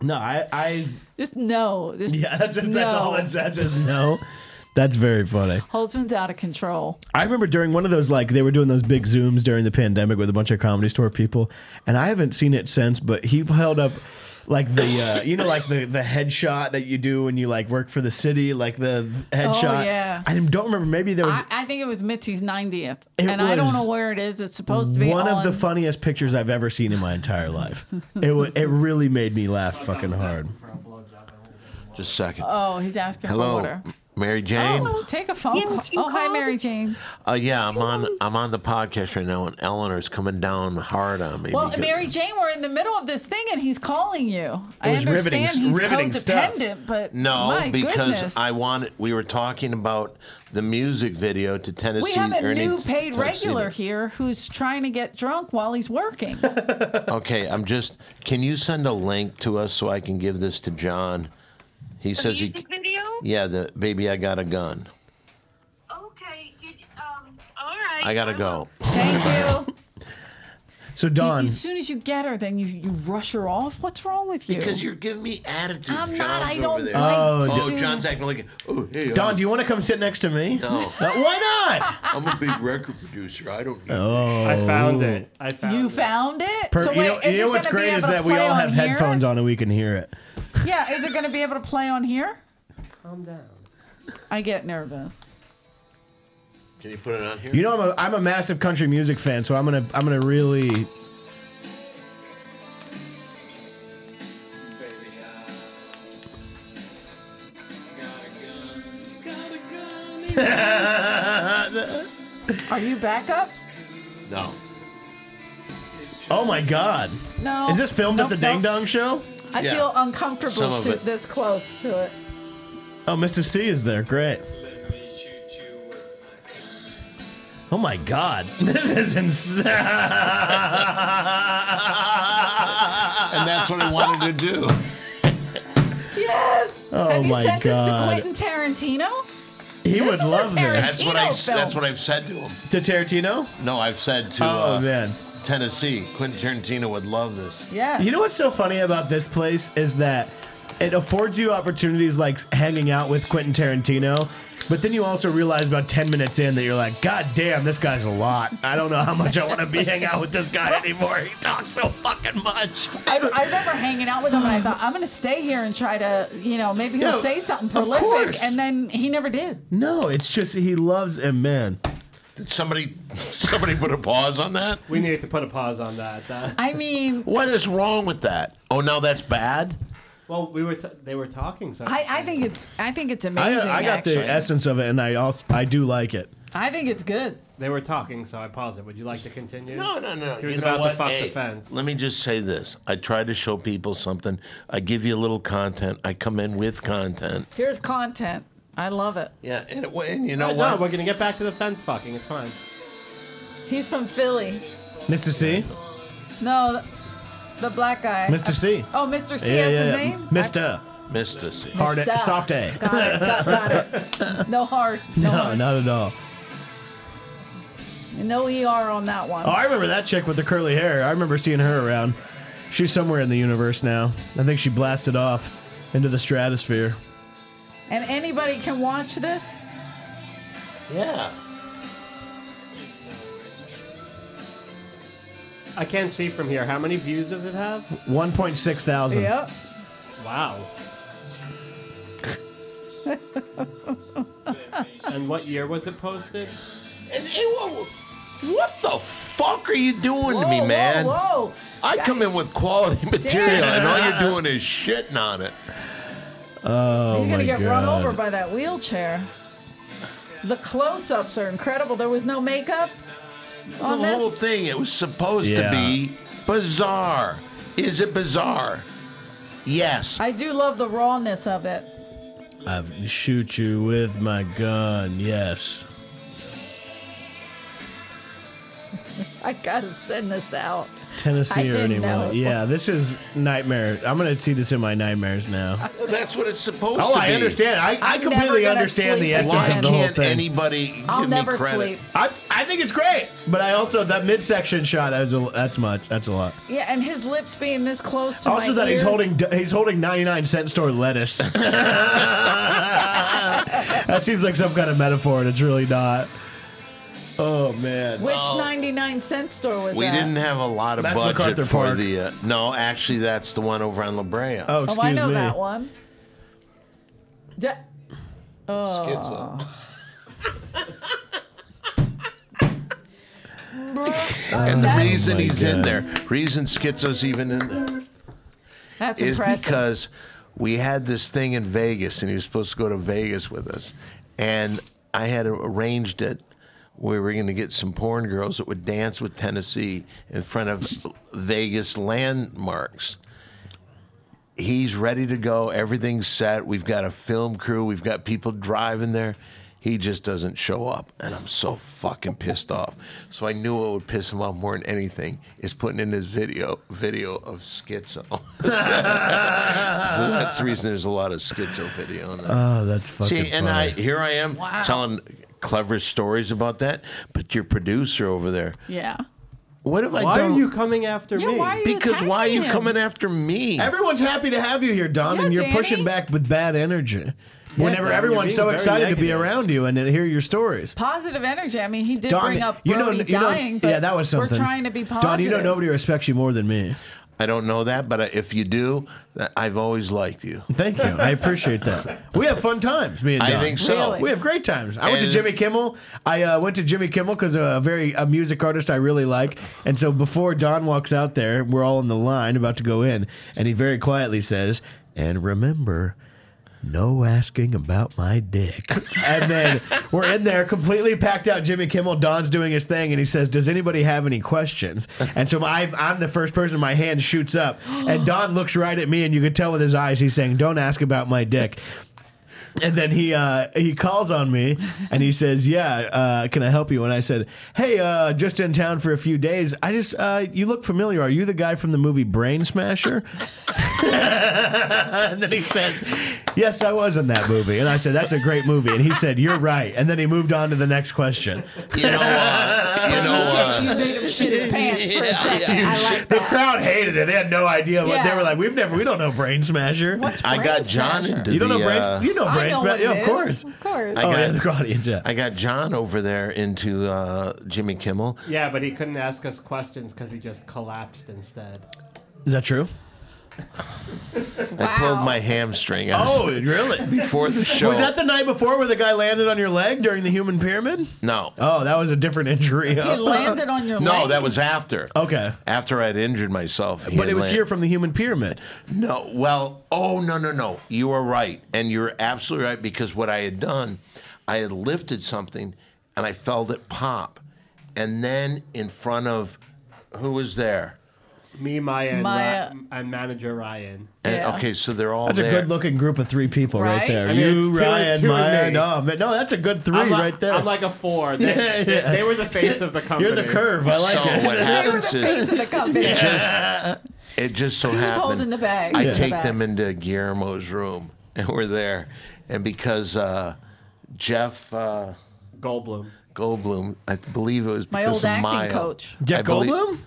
S4: No, I. I
S2: Just no. Just
S4: yeah, that's, that's
S2: no.
S4: all it says is no. That's very funny.
S2: Holtzman's out of control.
S4: I remember during one of those, like they were doing those big zooms during the pandemic with a bunch of comedy store people, and I haven't seen it since. But he held up like the uh, you know like the the headshot that you do when you like work for the city, like the
S2: Oh,
S4: headshot.
S2: yeah.
S4: I don't remember. Maybe there was.
S2: I, I think it was Mitzi's 90th,
S4: It
S2: and I don't
S4: was
S2: know where it is. It's supposed to be
S4: one
S2: on,
S4: of the funniest pictures I've ever seen in my entire life. it wa it really made me laugh fucking hard.
S5: For a blowjob. I won't get it.
S3: Just a second.
S2: Oh, he's asking for
S3: Hello,
S2: water.
S3: Mary Jane.
S2: Oh, take a phone
S7: Yes, you
S2: call. Oh, hi,
S7: called.
S2: Mary Jane.
S3: Uh, yeah, I'm on. I'm on the podcast right now, and Eleanor's coming down hard on me.
S2: Well,
S3: because-
S2: Mary Jane, we're in the middle of this thing, and he's calling you. I
S4: was riveting-
S2: understand he's
S4: riveting stuff.
S2: codependent, but
S3: No,
S2: my
S3: because
S2: goodness.
S3: I wanted. We were talking about the music video to
S2: We
S3: Tennessee.
S2: have a
S3: Ernie
S2: new paid
S3: Tuxedo.
S2: regular here who's trying to get drunk while he's working.
S3: Okay, I'm just. Can you send a link to us so I can give this to John? He says he.
S7: Music video?
S3: Yeah, the baby, I got a gun.
S7: Okay. Did um. All right.
S3: I gotta go.
S2: Thank you.
S4: So Don,
S2: As soon as you get her, then you, you rush her off. What's wrong with you?
S3: Because you're giving me attitude.
S2: I'm not.
S3: John's
S2: I
S3: over
S2: don't
S3: there.
S2: like
S4: Oh,
S2: to
S3: Oh,
S2: do-
S3: John's acting like. Oh, hey.
S4: Don, do you want to come sit next to me?
S3: No.
S4: Uh, why not?
S3: I'm a big record producer. I don't need
S4: Oh.
S5: I found it. I found.
S2: You
S5: it.
S2: found it.
S4: Per-
S2: so wait,
S4: you know, you
S2: is
S4: know
S2: it
S4: what's
S2: gonna be
S4: great
S2: able
S4: is
S2: to
S4: that we
S2: play
S4: all have
S2: here?
S4: headphones on and we can hear it.
S2: Yeah, is it going to be able to play on here?
S5: Calm down.
S2: I get nervous.
S3: Can you put it on here?
S4: You know, I'm a, I'm a massive country music fan, so I'm gonna I'm gonna really.
S2: Are you back up?
S3: no.
S4: Oh my God!
S2: No.
S4: Is this filmed
S2: Nope,
S4: at the
S2: nope.
S4: Dang Dong Show?
S2: I
S3: Yeah.
S2: feel
S3: Some
S2: uncomfortable
S3: of
S2: to
S3: it.
S2: this close to it.
S4: Oh, Mrs. C is there. Great. Oh my God! This is
S3: And
S4: insane.
S3: that's what I wanted to do.
S2: Yes.
S4: Oh
S2: have you
S4: my
S2: sent this
S4: God.
S2: to Quentin Tarantino?
S4: He
S2: This
S4: would
S2: is a
S4: love this.
S3: That's what
S2: Tino
S3: I.
S2: film.
S3: That's what I've said to him.
S4: To Tarantino?
S3: No, I've said to.
S4: Oh
S3: uh,
S4: man.
S3: Tennessee. Quentin Tarantino would love this.
S2: Yes.
S4: You know what's so funny about this place is that it affords you opportunities like hanging out with Quentin Tarantino. But then you also realize about 10 minutes in that you're like, God damn, this guy's a lot. I don't know how much I want to be hanging out with this guy anymore. He talks so fucking much.
S2: I, I remember hanging out with him, and I thought I'm going to stay here and try to, you know, maybe he'll
S4: Yeah,
S2: say something
S4: of
S2: prolific,
S4: course.
S2: and then he never did.
S4: No, it's just he loves him, man.
S3: Somebody, somebody put a pause on that.
S5: We need to put a pause on that. uh, That-
S2: I mean,
S3: What is wrong with that? Oh, now that's bad.
S5: well, we were t- they were talking. So
S2: I, I think it's I think it's
S4: I,
S2: amazing.
S4: I got
S2: actually.
S4: the essence of it, and I also I do like it.
S2: I think it's good.
S5: they were talking. So I paused it. Would you like to continue?
S3: No, no, no.
S5: He was
S3: you know
S5: about
S3: what?
S5: to fuck
S3: Hey,
S5: the fence.
S3: Let me just say this. I try to show people something. I give you a little content. I come in with content.
S2: Here's content. I love it.
S3: Yeah, and, it, and you know
S5: No,
S3: what?
S5: we're gonna get back to the fence fucking. It's fine.
S2: He's from Philly.
S4: Mr. C?
S2: No, th- the black guy.
S4: Mr. C.
S2: Oh, Mr. C. that's his name.
S4: Mr.
S3: Missed this.
S2: I-
S4: Hard A.
S2: Mr.
S4: Soft A.
S2: Got it. Got, got it. No hard. No,
S4: No,
S2: hard.
S4: not at all.
S2: no ER on that one.
S4: Oh, I remember that chick with the curly hair. I remember seeing her around. She's somewhere in the universe now. I think she blasted off into the stratosphere.
S2: And anybody can watch this.
S3: Yeah.
S5: I can't see from here. How many views does it have?
S4: 1.6 thousand.
S2: Yep.
S5: Wow. and what year was it posted?
S3: And, and wha- what the fuck are you doing to me,
S2: Whoa,
S3: man?
S2: Whoa. whoa.
S3: I come in with quality material, and all you're doing is shitting on it.
S4: Oh,
S2: He's
S4: my
S2: gonna get
S4: God.
S2: run over by that wheelchair. The close-ups are incredible. There was no makeup on
S3: the whole
S2: this.
S3: thing, it was supposed
S4: Yeah.
S3: to be bizarre. Is it bizarre? Yes.
S2: I do love the rawness of it.
S4: I shoot you with my gun, yes.
S2: I gotta send this out. I
S4: Tennessee or
S2: didn't
S4: anyone.
S2: know.
S4: Yeah, this is nightmare. I'm going to see this in my nightmares now.
S3: That's what it's supposed
S4: Oh,
S3: to be.
S4: I understand. I, I
S2: I'm never
S4: completely
S2: gonna
S4: understand the
S2: sleep
S4: essence
S3: Why
S2: again.
S4: of the whole
S3: can't
S4: thing.
S3: anybody
S2: I'll
S3: give
S2: never
S3: me credit?
S2: sleep.
S4: I, I think it's great, but I also that midsection shot that's a, that's much that's a lot.
S2: Yeah, and his lips being this close to
S4: Also
S2: my
S4: that he's
S2: ears.
S4: holding he's holding 99 cent store lettuce. that seems like some kind of metaphor, and it's really not. Oh man.
S2: Which
S3: Oh.
S2: 99 cent store was
S3: We
S2: that?
S3: didn't have a lot of
S4: That's
S3: budget
S4: MacArthur
S3: for
S4: Park.
S3: the. Uh, no, actually, that's the one over on La Brea.
S4: Oh,
S2: Oh,
S4: excuse
S2: I know
S4: me.
S2: that one. Da-
S3: Schizo. and the reason
S4: Oh my
S3: he's in
S4: God.
S3: there, reason Schizo's even in there,
S2: That's
S3: is
S2: impressive.
S3: because we had this thing in Vegas, and he was supposed to go to Vegas with us, and I had arranged it. We were going to get some porn girls that would dance with Tennessee in front of Vegas landmarks he's ready to go. Everything's set. We've got a film crew. We've got people driving there. He just doesn't show up, and I'm so fucking pissed off. So I knew what would piss him off more than anything is putting in this video video of schizo. so that's the reason there's a lot of schizo video on there.
S4: Oh, that's fucking
S3: See, and I
S4: funny.
S3: here I am
S2: Wow.
S3: telling clever stories about that, but your producer over there,
S2: yeah.
S3: what have I
S5: Why
S3: done?
S5: are you coming after
S2: Yeah,
S5: me?
S2: why are you
S3: because why are you
S2: attacking him?
S3: coming after me?
S4: Everyone's happy to have you here, Don,
S2: Yeah,
S4: and you're
S2: Danny.
S4: pushing back with bad energy. Whenever
S5: Don, you're
S4: everyone's
S5: being
S4: so
S5: very
S4: excited to be
S5: negative.
S4: around you and to hear your stories.
S2: Positive energy. I mean, he did
S4: Don,
S2: bring up
S4: you
S2: Brody
S4: don't, you
S2: dying,
S4: don't,
S2: but
S4: yeah, that was something.
S2: we're trying to be positive.
S4: Don, you know nobody respects you more than me.
S3: I don't know that, but I- if you do, th- I've always liked you.
S4: Thank you. I appreciate that. We have fun times, me and
S3: I
S4: Don.
S3: think so.
S2: Really?
S4: We have great times. I went to
S3: And-
S4: Jimmy Kimmel. I uh, went to Jimmy Kimmel because a very a music artist I really like. And so before Don walks out there, we're all in the line about to go in, and he very quietly says, "And remember." No asking about my dick. And then we're in there completely packed out. Jimmy Kimmel, Don's doing his thing, and he says, Does anybody have any questions? And so I, I'm the first person, my hand shoots up, and Don looks right at me, and you could tell with his eyes, he's saying, Don't ask about my dick. And then he uh, he calls on me and he says, "Yeah, uh, can I help you?" And I said, "Hey, uh, just in town for a few days. I just uh, you look familiar. Are you the guy from the movie Brain Smasher?" and then he says, "Yes, I was in that movie." And I said, "That's a great movie." And he said, "You're right." And then he moved on to the next question.
S3: You know, uh, you know, uh,
S2: You made him shit his pants for a second. I like
S4: The
S2: that.
S4: crowd hated it. They had no idea what they
S2: Yeah.
S4: were like. We've never, we don't know Brain Smasher.
S2: What's
S3: I got
S2: Brain
S3: John
S2: Smasher?
S3: into
S4: You don't
S3: the,
S4: know Brain?
S3: uh,
S4: you know
S2: I
S4: Brain
S2: know
S4: Smasher?
S2: what it
S4: Yeah, of
S2: is.
S4: course.
S2: Of course.
S4: oh
S3: got-
S4: yeah, the audience. Yeah.
S3: I got John over there into uh, Jimmy Kimmel.
S5: Yeah, but he couldn't ask us questions because he just collapsed instead.
S4: Is that true?
S3: I pulled
S2: Wow.
S3: my hamstring. I was-
S4: Oh, really?
S3: before the show.
S4: Was that the night before where the guy landed on your leg during the human pyramid?
S3: no?
S4: Oh, that was a different injury. Oh.
S2: He landed on your
S3: no,
S2: leg?
S3: that was after.
S4: Okay.
S3: After I'd injured myself. he
S4: But
S3: had
S4: it was
S3: land-
S4: here from the human pyramid.
S3: No, well, oh no, no, no. You are right, and you're absolutely right because what I had done, I had lifted something, and I felt it pop, and then in front of who was there?
S5: Me, Maya, and,
S2: Maya.
S5: Ra- and manager Ryan.
S3: And,
S2: Yeah.
S3: Okay, so they're all
S4: That's a
S3: there.
S4: good looking group of three people right,
S2: Right?
S4: there.
S5: I mean,
S4: you,
S5: it's two and-
S4: Ryan,
S5: two and
S4: Maya.
S5: me.
S4: No, man, no, that's a good 3
S5: I'm like,
S4: right there.
S5: I'm like a four. They,
S4: Yeah,
S5: they-
S4: yeah.
S5: they were the face of the company.
S4: You're the curve. I like
S3: so
S4: it.
S3: what
S2: They were the
S3: happens
S2: face
S3: is
S2: of the company.
S3: it just it just so
S2: He was
S3: happened
S2: holding the bag.
S3: I
S2: He was
S3: take
S2: the bag.
S3: them into Guillermo's room, and we're there, and because uh, Jeff. Uh,
S5: Goldblum.
S3: Goldblum. I believe it was
S2: My
S3: because
S2: old
S3: of
S2: acting
S3: Maya.
S2: coach.
S3: I
S4: Jeff
S3: believe-
S4: Goldblum?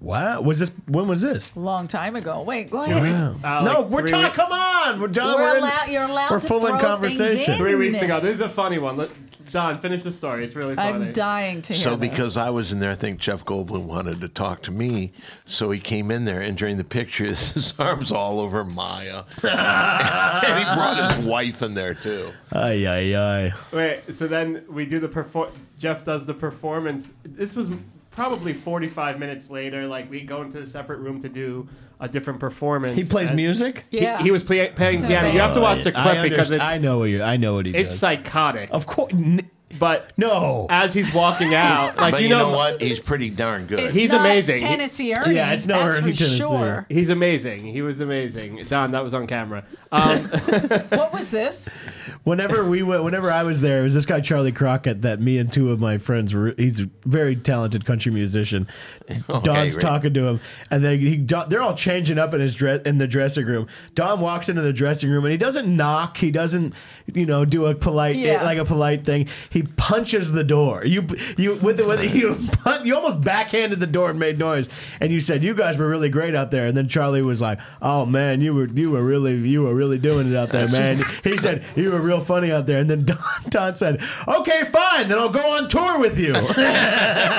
S4: Wow. Was this when was this?
S2: a long time ago. Wait, go ahead.
S5: Uh,
S4: no,
S5: like
S4: we're
S5: three
S4: talking.
S5: weeks-
S4: Come on, we're done.
S2: We're
S4: We're in-
S2: allowed, you're allowed
S4: we're
S2: to
S4: full in
S2: throw things
S4: conversation.
S5: Three weeks ago. This is a funny one. Let, Don, finish the story. It's really funny.
S2: I'm dying to hear
S3: So
S2: that.
S3: because I was in there, I think Jeff Goldblum wanted to talk to me, so he came in there, and during the pictures, his arms all over Maya, and he brought his wife in there too.
S4: Ay ay ay.
S5: Wait, so then we do the perform. Jeff does the performance. This was probably 45 minutes later. Like we go into a separate room to do a different performance.
S4: He plays
S5: and-
S4: music.
S5: He,
S2: Yeah.
S5: he was play- playing
S2: So
S5: piano. You have to watch the
S4: I
S5: clip because
S4: understand-
S5: it's
S4: I know what you. I know what he
S5: it's
S4: does.
S5: psychotic.
S4: of course. n-
S5: But
S4: No.
S5: as he's walking out, like
S3: but
S5: you, know,
S3: what? He's pretty darn good.
S2: It's
S5: He's
S2: not
S5: amazing. He-
S2: Tennessee Ernie.
S4: Yeah, it's no
S2: that's
S4: Ernie
S2: for
S4: Tennessee.
S2: sure.
S5: he's amazing. He was amazing. Don, that was on camera. Um,
S2: What was this?
S4: Whenever we went, whenever I was there, it was this guy Charlie Crockett that me and two of my friends were. He's a very talented country musician. Don's
S3: great.
S4: talking to him, and then he Don, they're all changing up in his dress in the dressing room. Don walks into the dressing room and he doesn't knock. He doesn't, you know, do a polite
S2: Yeah.
S4: like a polite thing. He punches the door. You you with the, with you pun, you almost backhanded the door and made noise. And you said you guys were really great out there. And then Charlie was like, "Oh man, you were you were really you were really doing it out there, man." he said you were real funny out there. And then Don, Don said, "Okay, fine, then I'll go on tour with you."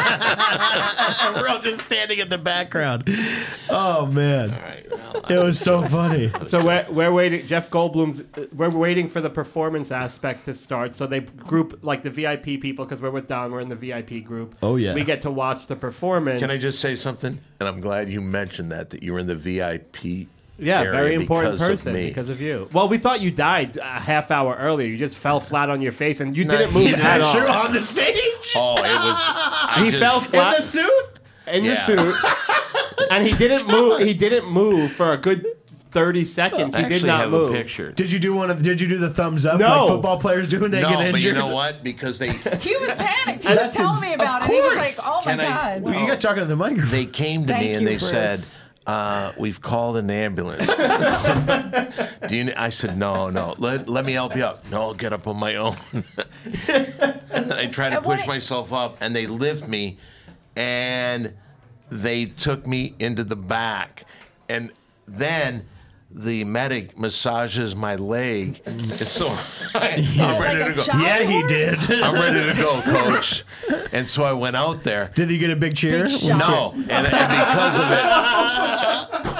S4: And we're all just standing in the background. Oh man,
S3: All right, well, uh,
S4: it was so funny.
S5: so we're, we're waiting. Jeff Goldblum's. uh, We're waiting for the performance aspect to start. So they group like the VIP people because we're with Don. We're in the VIP group.
S4: Oh, yeah.
S5: We get to watch the performance.
S3: Can I just say something? And I'm glad you mentioned that that you were in the VIP.
S5: Yeah,
S3: area
S5: very important
S3: because
S5: person
S3: of me.
S5: because of you. Well, we thought you died a half hour earlier. You just fell flat on your face and you
S3: No,
S5: didn't move
S3: he's
S5: at all.
S4: Sure, on the stage
S3: oh, it was. I
S5: He
S3: just-
S5: fell
S4: in
S5: flat
S4: the suit.
S5: in the
S3: Yeah.
S5: suit, and he didn't move. He didn't move for a good thirty seconds.
S3: I
S5: He
S3: actually
S5: did not
S3: have
S5: move.
S3: a picture.
S4: Did you do one of? Did you do the thumbs up?
S5: No.
S4: like football players do when they
S3: no,
S4: get
S3: but
S4: injured.
S3: you know what? Because they
S2: He was panicked. He was telling me about it. He was like,
S4: course.
S2: "Oh my
S3: Can I-
S2: god."
S4: Well, you got talking to the microphone.
S3: they came to
S2: Thank
S3: me and
S2: you,
S3: they
S2: Bruce.
S3: said, uh, "We've called an ambulance." Do you? kn- I said, "No, no. Let, let me help you up." No, I'll get up on my own. and then I try to
S2: And what
S3: push
S2: I-
S3: myself up, and they lift me, and they took me into the back, and then. The medic massages my leg, and so I'm
S2: like
S3: ready
S2: a
S3: to go.
S2: child
S4: yeah, he did.
S2: horse?
S3: I'm ready to go, coach. And so I went out there,
S4: Did you get a big cheer?
S2: Big shot.
S3: no, and, and because of it,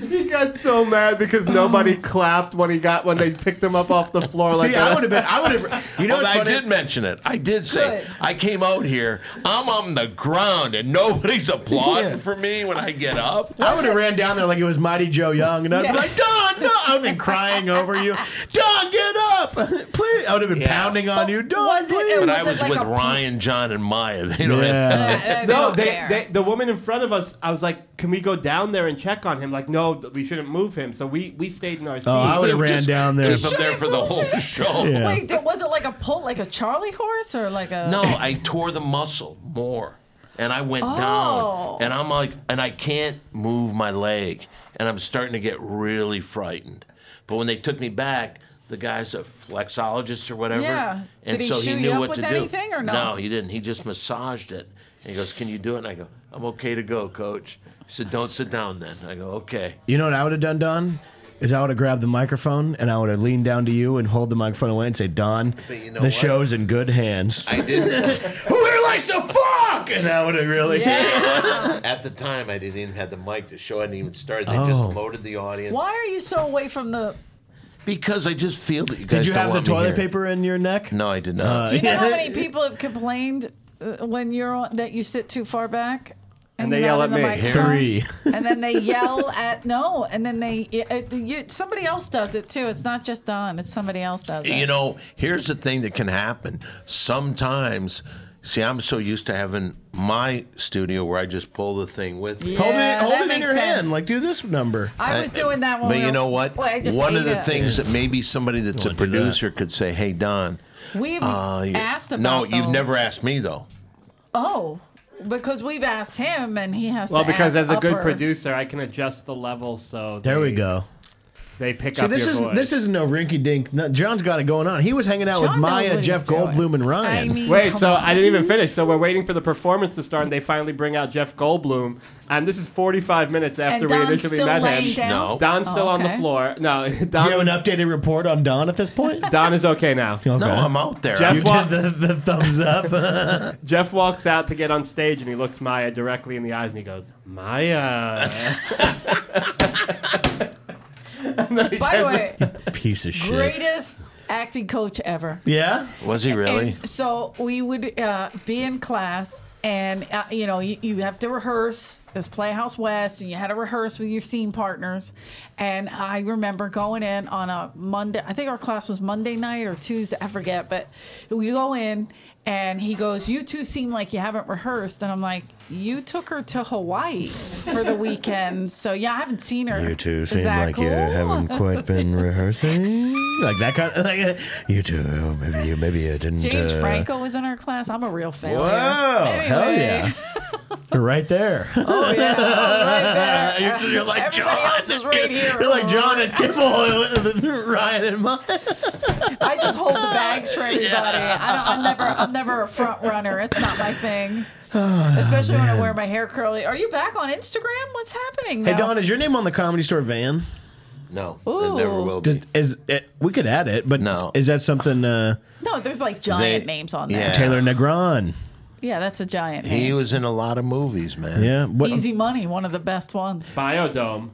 S5: He got so mad because nobody clapped when he got when they picked him up off the floor.
S4: See,
S5: like
S4: I
S5: that.
S4: would have been. I would have. You know,
S3: well,
S4: what's
S3: I
S4: funny?
S3: did mention it. I did say
S2: Good.
S3: I came out here. I'm on the ground, and nobody's applauding for me when I get up.
S4: I would have ran down there like it was Mighty Joe Young, and I'd
S2: Yeah.
S4: be like, "Don, no!" I've been crying over you. Don, get up, please. I would have been
S3: Yeah.
S4: pounding on you, Don.
S2: was it-
S4: please.
S3: But
S2: Was
S3: I
S2: it
S3: was
S2: like
S3: with
S2: a-
S3: Ryan, John, and Maya. They don't have,
S2: Uh,
S5: No,
S2: don't
S5: they,
S2: care.
S5: they, the woman in front of us. I was like, "Can we go down there and check on him?" Like, no, we shouldn't move him. So we we stayed in our seat.
S4: Oh, I would have
S3: Just
S4: ran down there.
S3: keep them there for the whole show.
S4: Yeah.
S2: Wait, did- was it like a pull, like a Charlie horse, or like a?
S3: No, I tore the muscle more, and I went
S2: Oh.
S3: down, and I'm like, and I can't move my leg, and I'm starting to get really frightened. But when they took me back, the guy's a flexologist or whatever.
S2: Yeah.
S3: And
S2: Did he
S3: so he
S2: shoot you
S3: knew
S2: up
S3: what
S2: with
S3: to
S2: anything
S3: do.
S2: or no?
S3: he didn't. He just massaged it. And he goes, Can you do it? And I go, I'm okay to go, coach. He said, Don't sit down then. I go, Okay.
S4: You know what I would have done, Don? Is I would have grabbed the microphone and I would have leaned down to you and hold the microphone away and say, Don,
S3: But you know
S4: the
S3: what?
S4: show's in good hands.
S3: I didn't. Who here likes to fuck? And I would have really.
S2: Yeah.
S3: At the time, I didn't even have the mic. The show hadn't even started. They
S4: Oh.
S3: just loaded the audience.
S2: Why are you so away from the?
S3: Because I just feel that you guys
S4: Did you
S3: don't
S4: have the
S3: want me
S4: toilet
S3: here.
S4: paper Uh, in your neck?
S3: No, I did not.
S2: Do you know how many people have complained uh, when you're on, that you sit too far back?
S5: And they
S2: you're
S5: yell
S2: not in
S5: at
S2: the
S5: me.
S2: microphone?
S4: Three.
S2: and then they yell at no, and then they it, it- you, somebody else does it too. It's not just Don; it's somebody else does it.
S3: You know, here's the thing that can happen. Sometimes, see, I'm so used to having my studio where I just pull the thing with me.
S2: Yeah,
S4: Hold it, hold
S2: that
S4: it in
S2: makes
S4: your
S2: sense.
S4: hand. Like, do this number.
S2: I was doing that one.
S3: But you know what? One of the things that maybe somebody that's a
S4: Don't do that.
S3: producer could say, "Hey Don,
S2: we've
S3: uh, you-
S2: asked about.
S3: no, you've
S2: those.
S3: never asked me though.
S2: Oh, because we've asked him, and he has.
S5: Well,
S2: to
S5: because
S2: ask
S5: as a good
S2: upper.
S5: producer, I can adjust the level so
S4: There we
S5: they-
S4: go.
S5: They pick
S4: See,
S5: up
S4: this
S5: your
S4: is
S5: voice.
S4: this is no rinky dink. No, John's got it going on. He was hanging
S2: John
S4: out with
S2: knows what
S4: Maya,
S2: he's
S4: Jeff
S2: doing.
S4: Goldblum, and
S2: I
S4: Ryan.
S2: mean,
S5: Wait,
S2: come
S5: so
S2: on.
S5: I didn't even finish. So we're waiting for the performance to start, and they finally bring out Jeff Goldblum, and this is 45 minutes after
S2: and
S5: we
S2: Don's
S5: initially
S2: still
S5: met
S2: laying
S5: him.
S2: Down?
S3: No.
S5: Don's
S2: Oh,
S5: still on the
S2: okay.
S5: floor. No,
S4: do you have
S5: Don.
S4: an updated report on Don at this point?
S5: Don is okay now.
S4: Okay.
S3: No, I'm out there.
S5: Jeff-
S4: You did the, the thumbs up.
S5: Jeff walks out to get on stage, and he looks Maya directly in the eyes, and he goes, "Maya." And then he
S2: By the
S5: turns-
S2: way,
S4: Piece of shit.
S2: greatest acting coach ever.
S4: Yeah.
S3: was he really?
S2: And so we would uh, be in class, and uh, you know, you, you have to rehearse this Playhouse West, and you had to rehearse with your scene partners. And I remember going in on a Monday. I think our class was Monday night or Tuesday. I forget, but we go in. And he goes, You two seem like you haven't rehearsed. And I'm like, You took her to Hawaii for the weekend. So, yeah, I haven't seen her. Is that cool?
S4: quite been rehearsing. like that kind. Of, like, uh, you two, oh, maybe you, maybe you didn't.
S2: James
S4: uh,
S2: Franco was in our class. I'm a real fan.
S4: Wow! Hell yeah! You're right there.
S2: Oh yeah, right there.
S4: You're- you're like
S2: Everybody
S4: John.
S2: else is right here.
S4: You're like John and Kimball, Ryan and Mike.
S2: I just hold the bags for everybody. I don't, I'm never, I'm never a front runner. It's not my thing. Especially when I wear my hair curly. Are you back on Instagram? What's happening?
S4: Oh, Hey
S2: now?
S4: Don, is your name on the Comedy Store van?
S3: No,
S2: Ooh.
S3: it never will be.
S4: Does, is it, we could add it, but
S3: No.
S4: is that something? Uh,
S2: no, there's like giant
S3: They-
S2: names on there.
S3: yeah.
S4: Taylor Negron.
S2: Yeah, that's a giant
S3: He
S2: name.
S3: was in a lot of movies, man.
S4: Yeah. What,
S2: Easy Money, one of the best ones.
S5: Biodome.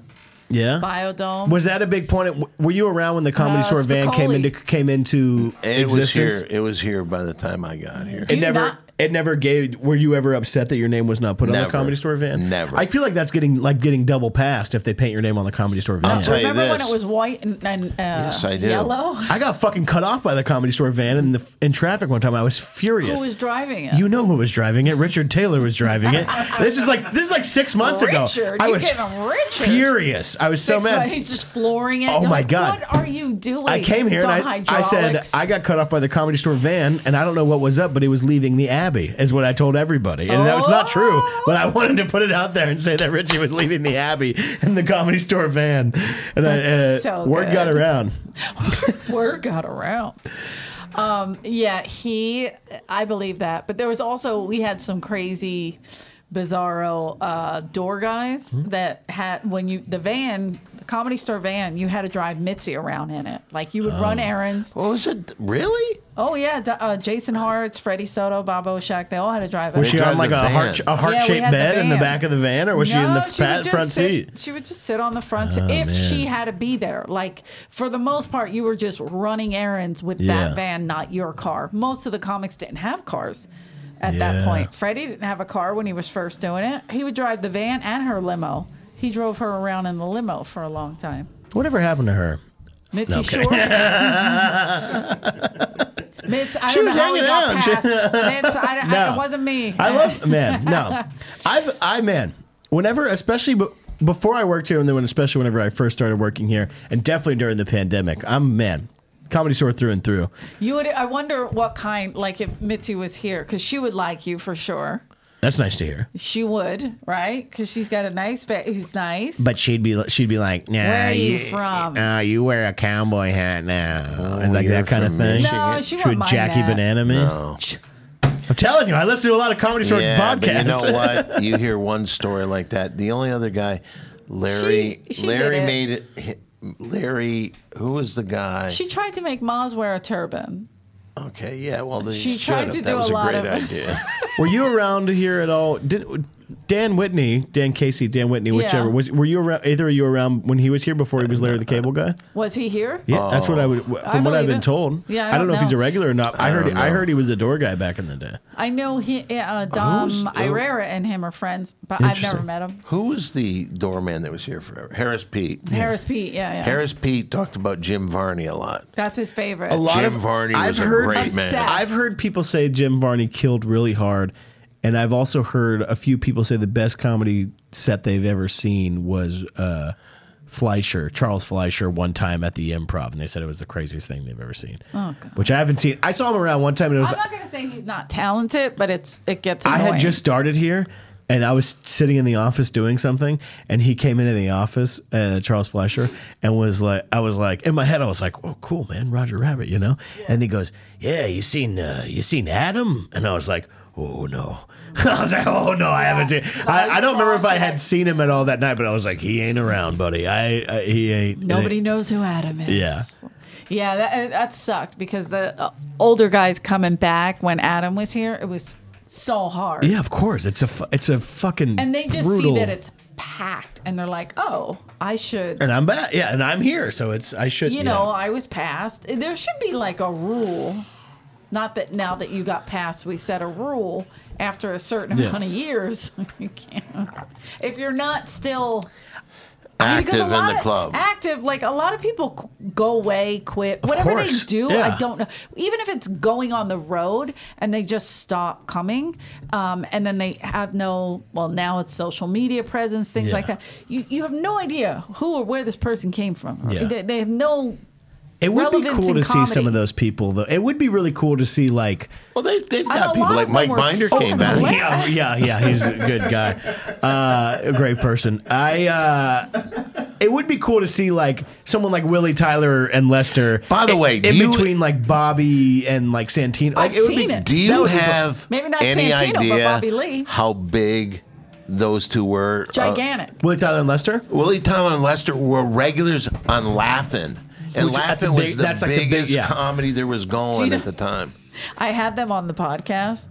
S4: Yeah.
S2: Biodome.
S4: Was that a big point? at- Were you around when the Comedy
S2: Uh,
S4: Store van came
S2: Spicoli.
S4: into came into
S3: It
S4: existence?
S3: was here. It was here by the time I got here.
S4: It
S2: you
S4: never.
S2: not-
S4: It never gave. Were you ever upset that your name was not put on the
S3: Never.
S4: Comedy Store van?
S3: Never.
S4: I feel like that's getting like getting double passed if they paint your name on the Comedy Store van.
S3: tell you
S2: Remember when
S3: this.
S2: it was white and, and uh,
S3: I do.
S2: yellow?
S4: I got fucking cut off by the Comedy Store van in the in traffic one time. I was furious.
S2: Who was driving it?
S4: you know who was driving it? Richard Taylor was driving it. This is like this is like six months
S2: Richard,
S4: ago. I
S2: you
S4: was
S2: gave him Richard.
S4: furious. I was so
S2: Six
S4: mad.
S2: months, He's just flooring it.
S4: Oh,
S2: You're
S4: my
S2: like,
S4: God.
S2: What are you doing?
S4: I came here
S2: It's
S4: and
S2: on
S4: I, I said
S2: hydraulics.
S4: I got cut off by the comedy store van, and I don't know what was up, but it was leaving the Abbey, is what I told everybody, and that was not true.
S2: Oh.
S4: But I wanted to put it out there and say that Richie was leaving the Abbey in the comedy store van, and
S2: That's
S4: I, uh,
S2: so
S4: word
S2: good.
S4: got around.
S2: word got around. Um, yeah, he. I believe that. But there was also we had some crazy, bizarro uh, door guys that had when you the van, the comedy store van, you had to drive Mitzi around in it. Like you would run errands.
S3: What was it? Really?
S2: Oh yeah, D- uh, Jason Hartz, Freddie Soto, Bob Oshak, they all had to drive.
S4: Was
S2: it.
S4: she
S3: drive
S4: on like
S3: the
S4: a
S3: van.
S4: heart a heart shaped
S2: had the
S4: bed in the
S2: van.
S4: back of the van, or was she in the
S2: No, would
S4: fat
S2: just
S4: front
S2: sit-
S4: seat? Ah,
S2: She would just sit on the front seat if
S4: man.
S2: she had to be there. Like for the most part, you were just running errands with
S4: Yeah.
S2: that van, not your car. Most of the comics didn't have cars at
S4: Yeah.
S2: that point. Freddie didn't have a car when he was first doing it. He would drive the van and her limo. He drove her around in the limo for a long time.
S4: Whatever happened to her?
S2: Mitzi Shore. Mitz, I
S4: She
S2: don't
S4: was
S2: know how we
S4: hanging
S2: got
S4: out. She-
S2: past. Mitz, I, I-
S4: No.
S2: it wasn't me.
S4: I love man. No, I've I man. Whenever, especially b- before I worked here, and then when, especially whenever I first started working here, and definitely during the pandemic, I'm man. Comedy store through and through.
S2: You would. I wonder what kind. Like if Mitzi was here, because she would like you for sure.
S4: That's nice to hear.
S2: She would, right? Because she's got a nice bag. He's nice.
S4: But she'd be she'd be like, "Nah,
S2: Where are you from?"
S4: Uh, you wear a cowboy hat now, and like
S3: you're
S4: that kind of
S3: from
S4: thing.
S2: No, she won't
S4: would
S2: mind
S4: Jackie
S2: that.
S4: Banana me. I'm telling you, I listen to a lot of comedy store
S3: yeah,
S4: podcasts.
S3: but you know what? You hear one story like that. The only other guy, Larry.
S2: She- she
S3: Larry
S2: did it.
S3: made it. Larry, who was the guy?
S2: she tried to make Maz wear a turban.
S3: okay, yeah. Well, they
S2: She
S3: should
S2: tried
S3: have.
S2: to
S3: that
S2: do a
S3: was a,
S2: lot
S3: great
S2: of-
S3: idea.
S4: were you around here at all? Did Dan Whitney, Dan Casey, Dan Whitney, whichever
S2: Yeah.
S4: was? Were you around? Either of you around when he was here before he was Larry the Cable Guy?
S2: Was he here?
S4: Uh, Yeah, that's what I would. From what I've
S2: believe
S4: been
S2: it.
S4: told.
S2: Yeah, I
S4: I don't
S2: don't
S4: know if he's a
S2: know.
S4: regular or not. I, heard.
S3: don't
S4: I
S3: know.
S4: heard he was a door guy back in the day.
S2: I know he, uh, Dom
S3: Who's- who-
S2: Irera and him are friends, but I've never
S4: Oh, Interesting.
S2: met him.
S3: who was the doorman that was here forever? Harris Pete.
S2: Harris Pete, yeah, yeah.
S3: Harris Pete talked about Jim Varney a lot.
S2: That's his favorite.
S4: A lot
S3: Jim
S4: of,
S3: Varney
S4: I've
S3: was a
S4: heard,
S3: great man.
S2: Obsessed.
S4: I've heard people say Jim Varney killed really hard, and I've also heard a few people say the best comedy set they've ever seen was uh, Fleischer, Charles Fleischer, one time at the Improv, and they said it was the craziest thing they've ever seen. Which I haven't seen. I saw him around one time, and it was
S2: I'm not gonna say he's not talented, but it's it gets.
S4: I
S2: Annoying.
S4: had just started here and I was sitting in the office doing something and he came into the office, uh, Charles Fleischer, and was like, I was like, in my head, I was like, oh, cool, man, Roger Rabbit, you know? And he goes, yeah, you seen, uh, you seen Adam? And I was like, oh no. I was like, oh no, I haven't seen. I, I don't remember if I had seen him at all that night, but I was like, he ain't around, buddy. I, I he ain't.
S2: Nobody knows who Adam is.
S4: Yeah.
S2: Yeah, that, uh, that sucked because the uh, older guys coming back when Adam was here, it was so hard.
S4: Yeah, of course. It's a, fu- it's a fucking.
S2: And they just
S4: brutal-
S2: see that it's packed and they're like, oh, I should.
S4: And I'm back. Yeah, and I'm here, so it's I should.
S2: You
S4: yeah.
S2: know, I was passed. There should be like a rule. Not that now that you got passed, we set a rule after a certain
S4: Yeah.
S2: amount of years. you can't. If you're not still
S3: Active
S2: because Oh, a
S3: in
S2: lot
S3: the
S2: of-
S3: club.
S2: Active, like a lot of people c- go away, quit, whatever
S4: course,
S2: they do.
S4: yeah.
S2: I don't know. Even if it's going on the road and they just stop coming, um, and then they have no. Well, now it's social media presence, things
S4: Yeah.
S2: like that. You you have no idea who or where this person came from.
S4: Yeah.
S2: They, they have no.
S4: It would be
S2: relevance in
S4: cool to see some
S2: comedy.
S4: of those people, though. It would be really cool to see, like,
S3: Well, they, they've
S2: I know
S3: got
S2: a
S3: people
S2: lot
S3: like
S2: of them
S3: Mike
S2: were
S3: Binder
S2: fucking
S3: came back.
S2: away.
S4: yeah, yeah, yeah, he's a good guy, uh, a great person. I, uh, it would be cool to see like someone like Willie Tyler and Lester.
S3: By the
S4: in-
S3: way,
S4: in,
S3: do you-
S4: between like Bobby and like Santino, like,
S2: I've
S4: it would
S2: seen
S4: be-
S2: it.
S3: Do
S4: That
S3: you
S4: would be-
S3: have
S2: Maybe not
S3: any
S2: Santino, but
S3: idea
S2: Bobby Lee.
S3: how big those two were? Uh,
S2: Gigantic.
S4: Willie Tyler and Lester.
S3: Willie Tyler and Lester were regulars on Laughing, and
S4: Which-
S3: Laughing
S4: big-
S3: was the
S4: that's like the big-
S3: biggest
S4: yeah.
S3: comedy there was going at the time.
S2: I had them on the podcast,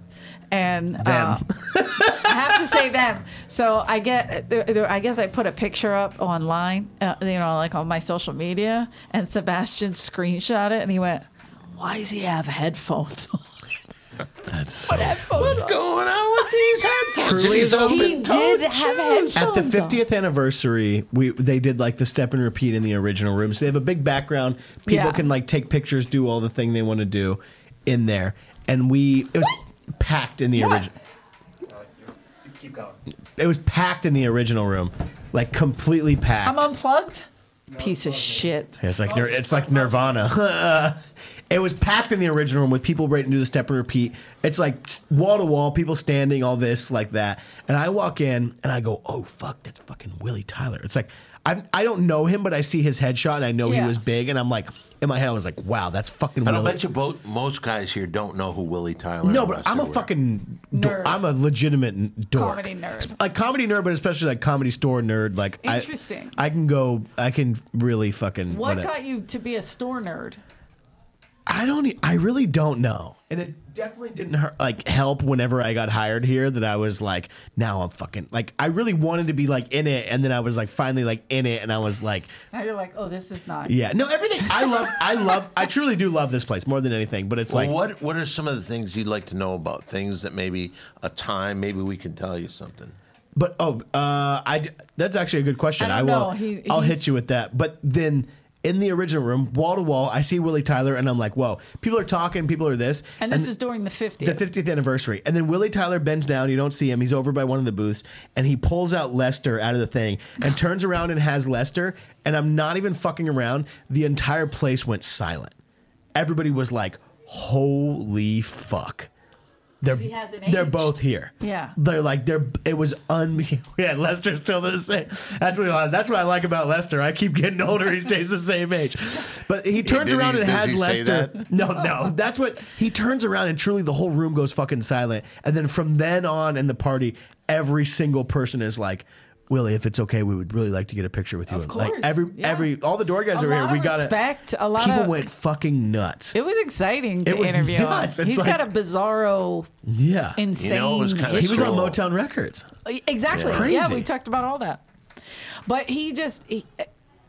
S2: and uh, I have to say them. So I get, there, there, I guess I put a picture up online, uh, you know, like on my social media, and Sebastian screenshot it, and he went, "Why does he have headphones?" on?"
S4: That's so
S2: Headphones on.
S3: Going on with these headphones?
S4: Truly,
S3: These
S4: though,
S2: He
S3: open-toed
S2: did have
S3: shoes.
S2: headphones.
S4: At the
S2: on.
S4: 50th anniversary, we they did like the step and repeat in the original room. So they have a big background. People
S2: Yeah.
S4: can like take pictures, do all the thing they want to do in there. And we it was packed in the
S2: What?
S4: original. It was packed in the original room, like completely packed.
S2: I'm unplugged. Piece of shit.
S4: It's like nir- it's like Nirvana. it was packed in the original room with people ready to do the step and repeat. It's like wall to wall, people standing, all this like that. And I walk in and I go, "Oh fuck, that's fucking Willie Tyler." It's like I I don't know him, but I see his headshot and I know he
S2: Yeah.
S4: was big, and I'm like in my head I was like, "Wow, that's fucking."
S3: And I
S4: Willie.
S3: bet you both, most guys here don't know who Willie Tyler.
S4: No,
S3: and
S4: but
S3: Lester
S4: I'm a
S3: were.
S4: fucking dork.
S2: Nerd.
S4: I'm a legitimate n- dork.
S2: Comedy nerd.
S4: Like comedy nerd, but especially like comedy store nerd. Like I-
S2: Interesting.
S4: I, can go. I can really fucking.
S2: What
S4: whatever.
S2: got you to be a store nerd?
S4: I don't. e- I really don't know. And it definitely didn't hurt, like help whenever I got hired here that I was like, now I'm fucking like I really wanted to be like in it, and then I was like finally like in it, and I was like,
S2: Now you're like, oh, this is not.
S4: yeah, no, everything. I love. I love. I truly do love this place more than anything. But it's
S3: Well,
S4: like
S3: what What are some of the things you'd like to know about? Things that maybe a time, maybe we can tell you something.
S4: But oh, uh, I d- that's actually a good question. I,
S2: I don't
S4: will.
S2: know. He-
S4: I'll hit
S2: he's-
S4: you with that. But then in the original room, wall to wall, I see Willie Tyler, and I'm like, whoa. People are talking. People are this.
S2: And this is during the 50th.
S4: the 50th anniversary. And then Willie Tyler bends down. You don't see him. He's over by one of the booths, and he pulls out Lester out of the thing and turns around and has Lester. And I'm not even fucking around. The entire place went silent. Everybody was like, holy fuck. They're,
S2: He hasn't
S4: they're
S2: aged.
S4: both here.
S2: Yeah.
S4: They're like they're. It was un. Yeah, Lester's still the same. That's what I- that's what I like about Lester. I keep getting older. He stays the same age, but he turns
S3: did he-
S4: around and
S3: does
S4: has
S3: he say
S4: Lester.
S3: that?
S4: No, no, that's what he turns around and truly the whole room goes fucking silent. And then from then on in the party, every single person is like. Willie, if it's okay, we would really like to get a picture with you.
S2: Of
S4: And, like
S2: course,
S4: every
S2: yeah.
S4: every all the door guys
S2: A
S4: are
S2: lot
S4: here. We
S2: of
S4: got
S2: respect, a lot
S4: people
S2: of-
S4: went fucking nuts.
S2: It was exciting to
S4: It was
S2: interview
S4: nuts.
S2: him. He's
S4: It's like-
S2: got a bizarro,
S4: yeah,
S2: insane.
S3: it was kinda
S4: he was on
S3: cool.
S4: Motown Records.
S2: Uh, Exactly.
S4: It's
S2: Yeah,
S4: crazy.
S2: we talked about all that. But he just he,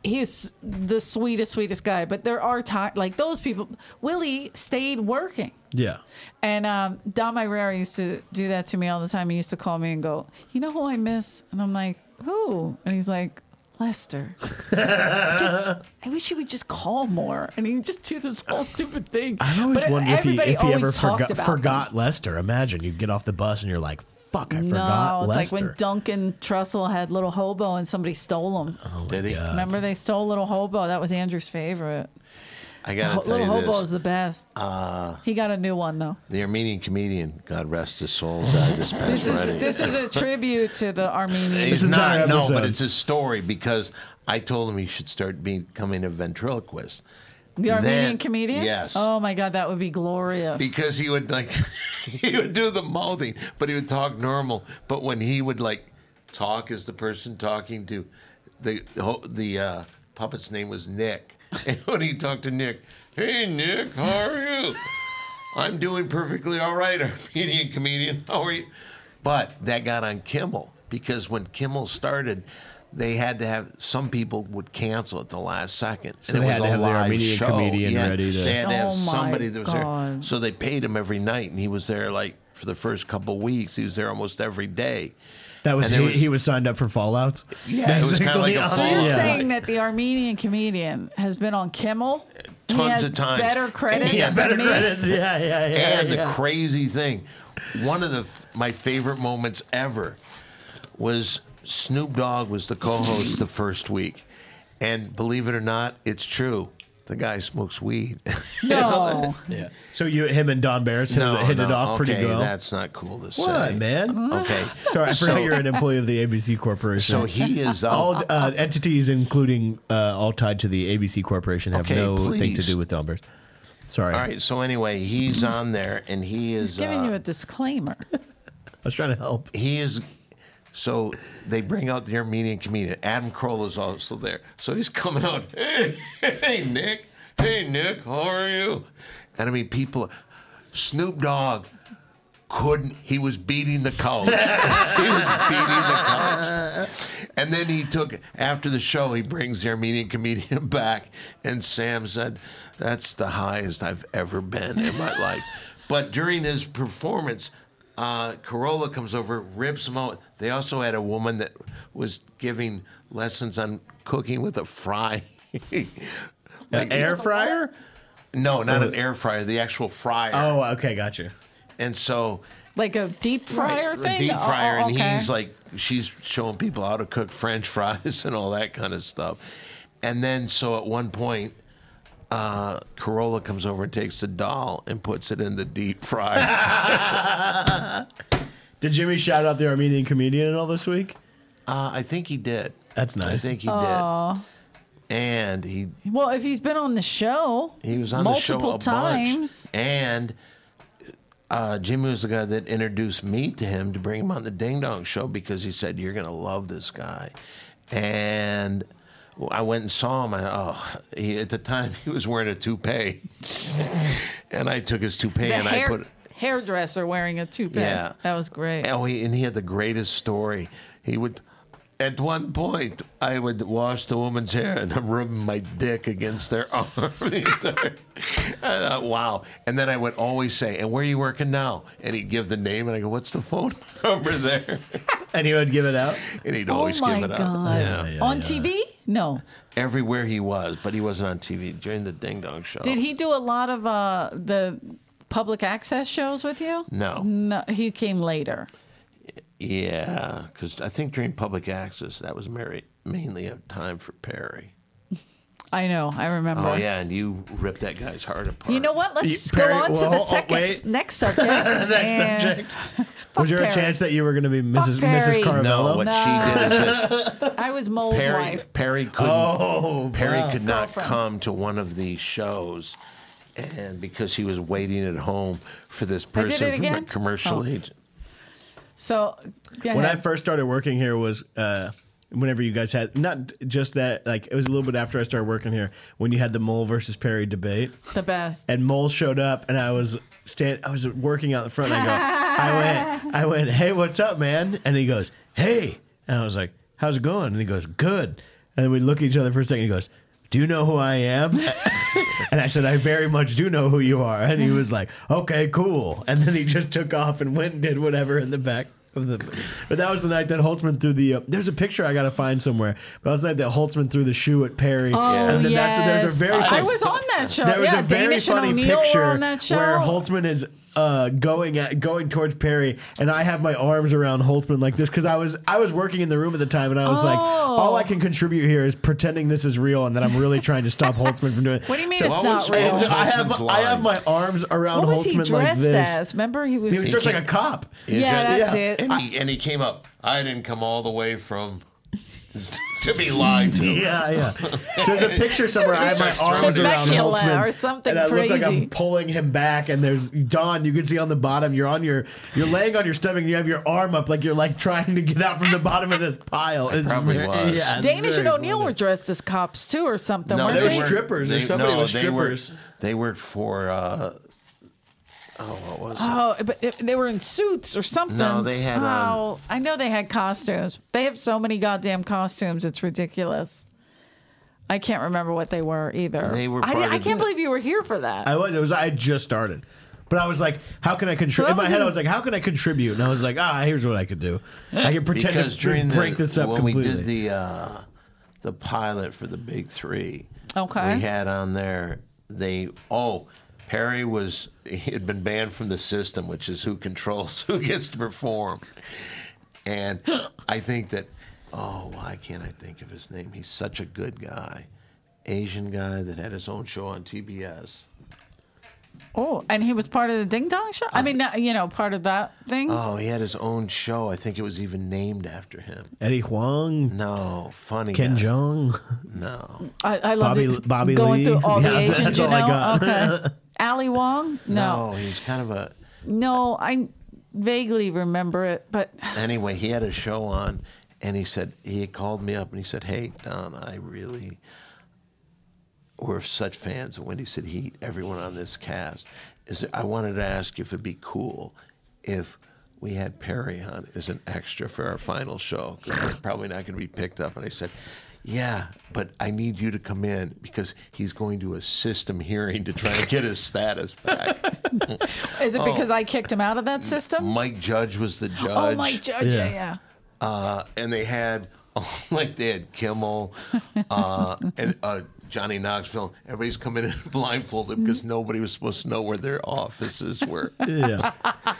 S2: he's the sweetest, sweetest guy. But there are times like those people. Willie stayed working,
S4: Yeah.
S2: and um, Don Myrera used to do that to me all the time. He used to call me and go, "You know who I miss?" And I'm like, "Who?" And he's like. Lester, just, I wish he would just call more, and he would just do this whole stupid thing.
S4: I always
S2: But
S4: wonder if he,
S2: everybody
S4: if he
S2: always
S4: ever
S2: talked
S4: forgot,
S2: about him.
S4: forgot Lester. Imagine you get off the bus and you're like, fuck, I
S2: No,
S4: forgot
S2: it's
S4: Lester.
S2: like when Duncan Trussell had Little Hobo and somebody stole him.
S4: Oh,
S3: Did he?
S2: Remember they stole Little Hobo? That was Andrew's favorite.
S3: I gotta tell
S2: Little
S3: you
S2: Hobo
S3: this. Uh,
S2: is the best. he got a new one though.
S3: The Armenian comedian, God rest his soul, died this past
S2: This is
S3: Friday.
S2: this is a tribute to the Armenian.
S3: He's
S4: This entire
S3: not, no,
S4: episode.
S3: but it's his story because I told him he should start becoming a ventriloquist.
S2: The Armenian
S3: That-
S2: comedian?
S3: Yes.
S2: Oh my god, that would be glorious.
S3: because he would like he would do the mouthing, but he would talk normal. But when he would like talk as the person talking to the the uh, puppet's name was Nick, and when he talked to Nick, hey Nick, how are you? I'm doing perfectly all right, Armenian comedian. How are you? But that got on Kimmel because when Kimmel started. They had to have some people would cancel at the last second.
S4: So they had to have the
S3: live
S4: Armenian comedian ready to-
S3: They had to have
S2: Oh my
S3: somebody that was there.
S2: God.
S3: So they paid him every night, and he was there like for the first couple weeks. He was there almost every day.
S4: that was
S3: and
S4: he,
S3: there was-
S4: he was signed up for Fallouts.
S3: Yeah, it was kinda like a
S4: Basically.
S2: so you're
S3: Yeah.
S2: saying that the Armenian comedian has been on Kimmel? he
S3: Tons
S2: has
S3: of times.
S2: Better credits.
S3: Yeah,
S2: than
S4: better
S2: me?
S4: credits. Yeah, yeah, yeah.
S3: And the
S4: yeah.
S3: crazy thing, one of the f- my favorite moments ever was Snoop Dogg was the co-host the first week, and believe it or not, it's true. The guy smokes weed.
S2: No.
S4: Yeah. So you, him and Don Barris hit, it- hit it off
S3: okay,
S4: pretty well.
S3: That's not cool to say.
S4: what, man?
S3: Okay,
S4: Sorry, I forgot you're an employee of the ABC Corporation.
S3: so he is
S4: all
S3: out.
S4: uh, entities, including uh, all tied to the ABC Corporation, have
S3: Okay,
S4: no thing to
S3: please.
S4: do with Don Barris. Sorry,
S3: All right, so anyway, he's on there, and he is
S2: Giving
S3: uh,
S2: you a disclaimer.
S4: I was trying to help.
S3: he is so they bring out the Armenian comedian. Adam Carolla is also there. So he's coming out, hey, hey Nick, hey Nick, how are you? And I mean people Snoop Dogg couldn't he was beating the couch. he was beating the couch. And then he took after the show he brings the Armenian comedian back and Sam said, That's the highest I've ever been in my life. But during his performance, uh, Corolla comes over, rips him out. They also had a woman that was giving lessons on cooking with a fry.
S4: An air fryer?
S3: no, not an air fryer, the actual fryer.
S4: Oh, okay, gotcha.
S3: And so
S2: Like a deep fryer
S3: Right,
S2: thing?
S3: Deep
S2: Oh,
S3: fryer,
S2: okay.
S3: and he's like, she's showing people how to cook French fries and all that kind of stuff. And then, so at one point, uh, Corolla comes over and takes the doll and puts it in the deep fryer.
S4: Did Jimmy shout out the Armenian comedian at all this week?
S3: uh, I think he did.
S4: That's
S3: I
S4: nice.
S3: think he did. And he
S2: Well, if he's been on the show,
S3: he was on
S2: multiple
S3: the show a
S2: times.
S3: bunch. And uh, Jimmy was the guy that introduced me to him to bring him on the Ding Dong Show because he said you're gonna love this guy, and I went and saw him. And oh, he, at the time he was wearing a toupee, and I took his toupee
S2: The
S3: and
S2: hair,
S3: I put.
S2: hairdresser wearing a toupee.
S3: Yeah.
S2: That was great.
S3: Oh, he, and he had the greatest story. He would, at one point, I would wash the woman's hair and I'm rubbing my dick against their arm. I thought, wow. And then I would always say, and where are you working now? And he'd give the name and I go, what's the phone number there?
S4: And he would give it out.
S3: And he'd
S2: Oh
S3: always
S2: my
S3: give it up.
S2: God.
S3: Yeah.
S2: on TV? No.
S3: Everywhere he was, but he wasn't on TV during the Ding Dong show.
S2: Did he do a lot of uh, the public access shows with you?
S3: No.
S2: No, he came later.
S3: Yeah, because I think during public access, that was mary- mainly a time for Perry.
S2: I know. I remember.
S3: Oh yeah, and you ripped that guy's heart apart.
S2: You know what? Let's
S4: Perry-
S2: go on to
S4: well,
S2: the
S4: oh,
S2: second
S4: wait.
S2: next subject.
S4: Next
S2: And-
S4: subject.
S2: Fuck
S4: Was there
S2: Perry.
S4: a chance that you were going to be Mrs. Mrs.
S2: Perry.
S4: Carvello?
S3: No, what she did is this.
S2: I was Mole's
S3: Perry,
S2: wife.
S3: Perry couldn't.
S4: Oh,
S3: Perry could not come to one of these shows, and because he was waiting at home for this
S2: I did
S3: person
S2: it
S3: from a
S2: again?
S3: commercial
S2: Oh.
S3: agent.
S2: So go
S4: when I
S2: ahead.
S4: first started working here was uh, whenever you guys had not just that like it was a little bit after I started working here when you had the Mole versus Perry debate
S2: the best.
S4: and Mole showed up and I was stand I was working out in front and I go I went I went hey what's up man and he goes hey and I was like how's it going and he goes good and then we look at each other for a second and he goes do you know who I am? and I said, I very much do know who you are. And he was like, okay, cool. And then he just took off and went and did whatever in the back of the. But that was the night that Holtzman threw the. Uh, there's a picture I got to find somewhere. But that was the night that Holtzman threw the shoe at Perry.
S2: Oh,
S4: and then
S2: yes.
S4: that's, there's a very.
S2: I
S4: funny-
S2: was on that show.
S4: there was
S2: yeah,
S4: a very
S2: Danish
S4: funny
S2: and O'Neill
S4: picture
S2: were on that show.
S4: where Holtzman is uh, going at going towards Perry, and I have my arms around Holtzman like this because I was I was working in the room at the time, and I was like,
S2: Oh.
S4: all I can contribute here is pretending this is real, and that I'm really trying to stop Holtzman from doing it.
S2: What do you mean
S4: So-
S2: it's
S3: what
S2: not
S3: was
S2: real?
S4: And so I have
S3: Holtzman's
S4: I have
S3: line?
S4: my arms around
S2: what was he
S4: Holtzman like
S2: dressed
S4: this.
S2: as? Remember, he was.
S4: He was dressed like a cop.
S2: yeah,
S4: Yeah.
S2: that's it.
S3: And he, and he came up. I didn't come all the way from to be lied to.
S4: Yeah, yeah. There's a picture somewhere. I have my arms around
S2: Temecula
S4: Holtzman,
S2: or something
S4: and I look like
S2: crazy.
S4: I'm pulling him back. And there's Don. You can see on the bottom. You're on your. You're laying on your stomach. and You have your arm up, like you're like trying to get out from the bottom of this pile. It's
S3: probably
S4: very-
S3: was.
S4: yeah, it's
S2: Danish and
S4: very
S2: O'Neill were
S4: funny.
S2: dressed as cops too, or something. weren't
S4: they were
S2: they?
S4: weren't. strippers. There's somebody with
S3: they
S4: strippers.
S3: Worked, they worked for. Uh, oh, what was it?
S2: Oh, but they- they were in suits or something.
S3: No, they had, um,
S2: Oh, I know they had costumes. They have so many goddamn costumes. It's ridiculous. I can't remember what they were either.
S3: They were
S2: I,
S3: part
S2: I
S3: of
S2: can't
S3: the-
S2: believe you were here for that.
S4: I was. It was. I had just started. But I was like, how can I
S2: So
S4: contribute?
S2: that
S4: In my
S2: was
S4: head, I
S2: in-
S4: was like, how can I contribute? And I was like, ah, here's what I could do. I can pretend
S3: because
S4: to
S3: during
S4: break
S3: the,
S4: this up
S3: when
S4: completely.
S3: we did the uh, the pilot for the big three
S2: Okay.
S3: we had on there they oh perry was he had been banned from the system which is who controls who gets to perform and i think that oh why can't i think of his name he's such a good guy asian guy that had his own show on tbs
S2: oh, and he was part of the Ding Dong show. I mean, not- you know, part of that thing.
S4: Uh,
S3: oh he had his own show i think it was even named after him
S4: Eddie Huang,
S3: no funny
S4: Ken
S3: guy.
S4: Jong.
S3: no
S2: I, I love
S4: Bobby-
S2: it.
S4: Bobby
S2: going
S4: Lee.
S2: through all
S4: Yeah,
S2: the
S4: that's-
S2: Asians.
S4: that's
S2: you
S4: all
S2: know,
S4: I got.
S2: okay. Ali Wong?
S3: no
S2: No,
S3: he's kind of a
S2: no, I vaguely remember it, but
S3: anyway, he had a show on, and he said he had called me up and he said, "Hey, Don, I really we're such fans of Windy City Heat. Everyone on this cast is. I wanted to ask if it'd be cool if." We had Perry on as an extra for our final show. 'cause We're probably not going to be picked up. And I said, "Yeah, but I need you to come in because he's going to a system hearing to try and get his status back."
S2: is
S3: Oh.
S2: it because I kicked him out of that system?
S3: Mike Judge was the
S2: Oh,
S3: judge
S2: my judge. Yeah,
S4: Yeah.
S2: yeah.
S3: uh, and they had oh, like they had Kimmel uh, and uh, Johnny Knoxville. Everybody's coming in blindfolded because
S2: Mm-hmm.
S3: nobody was supposed to know where their offices were.
S4: Yeah.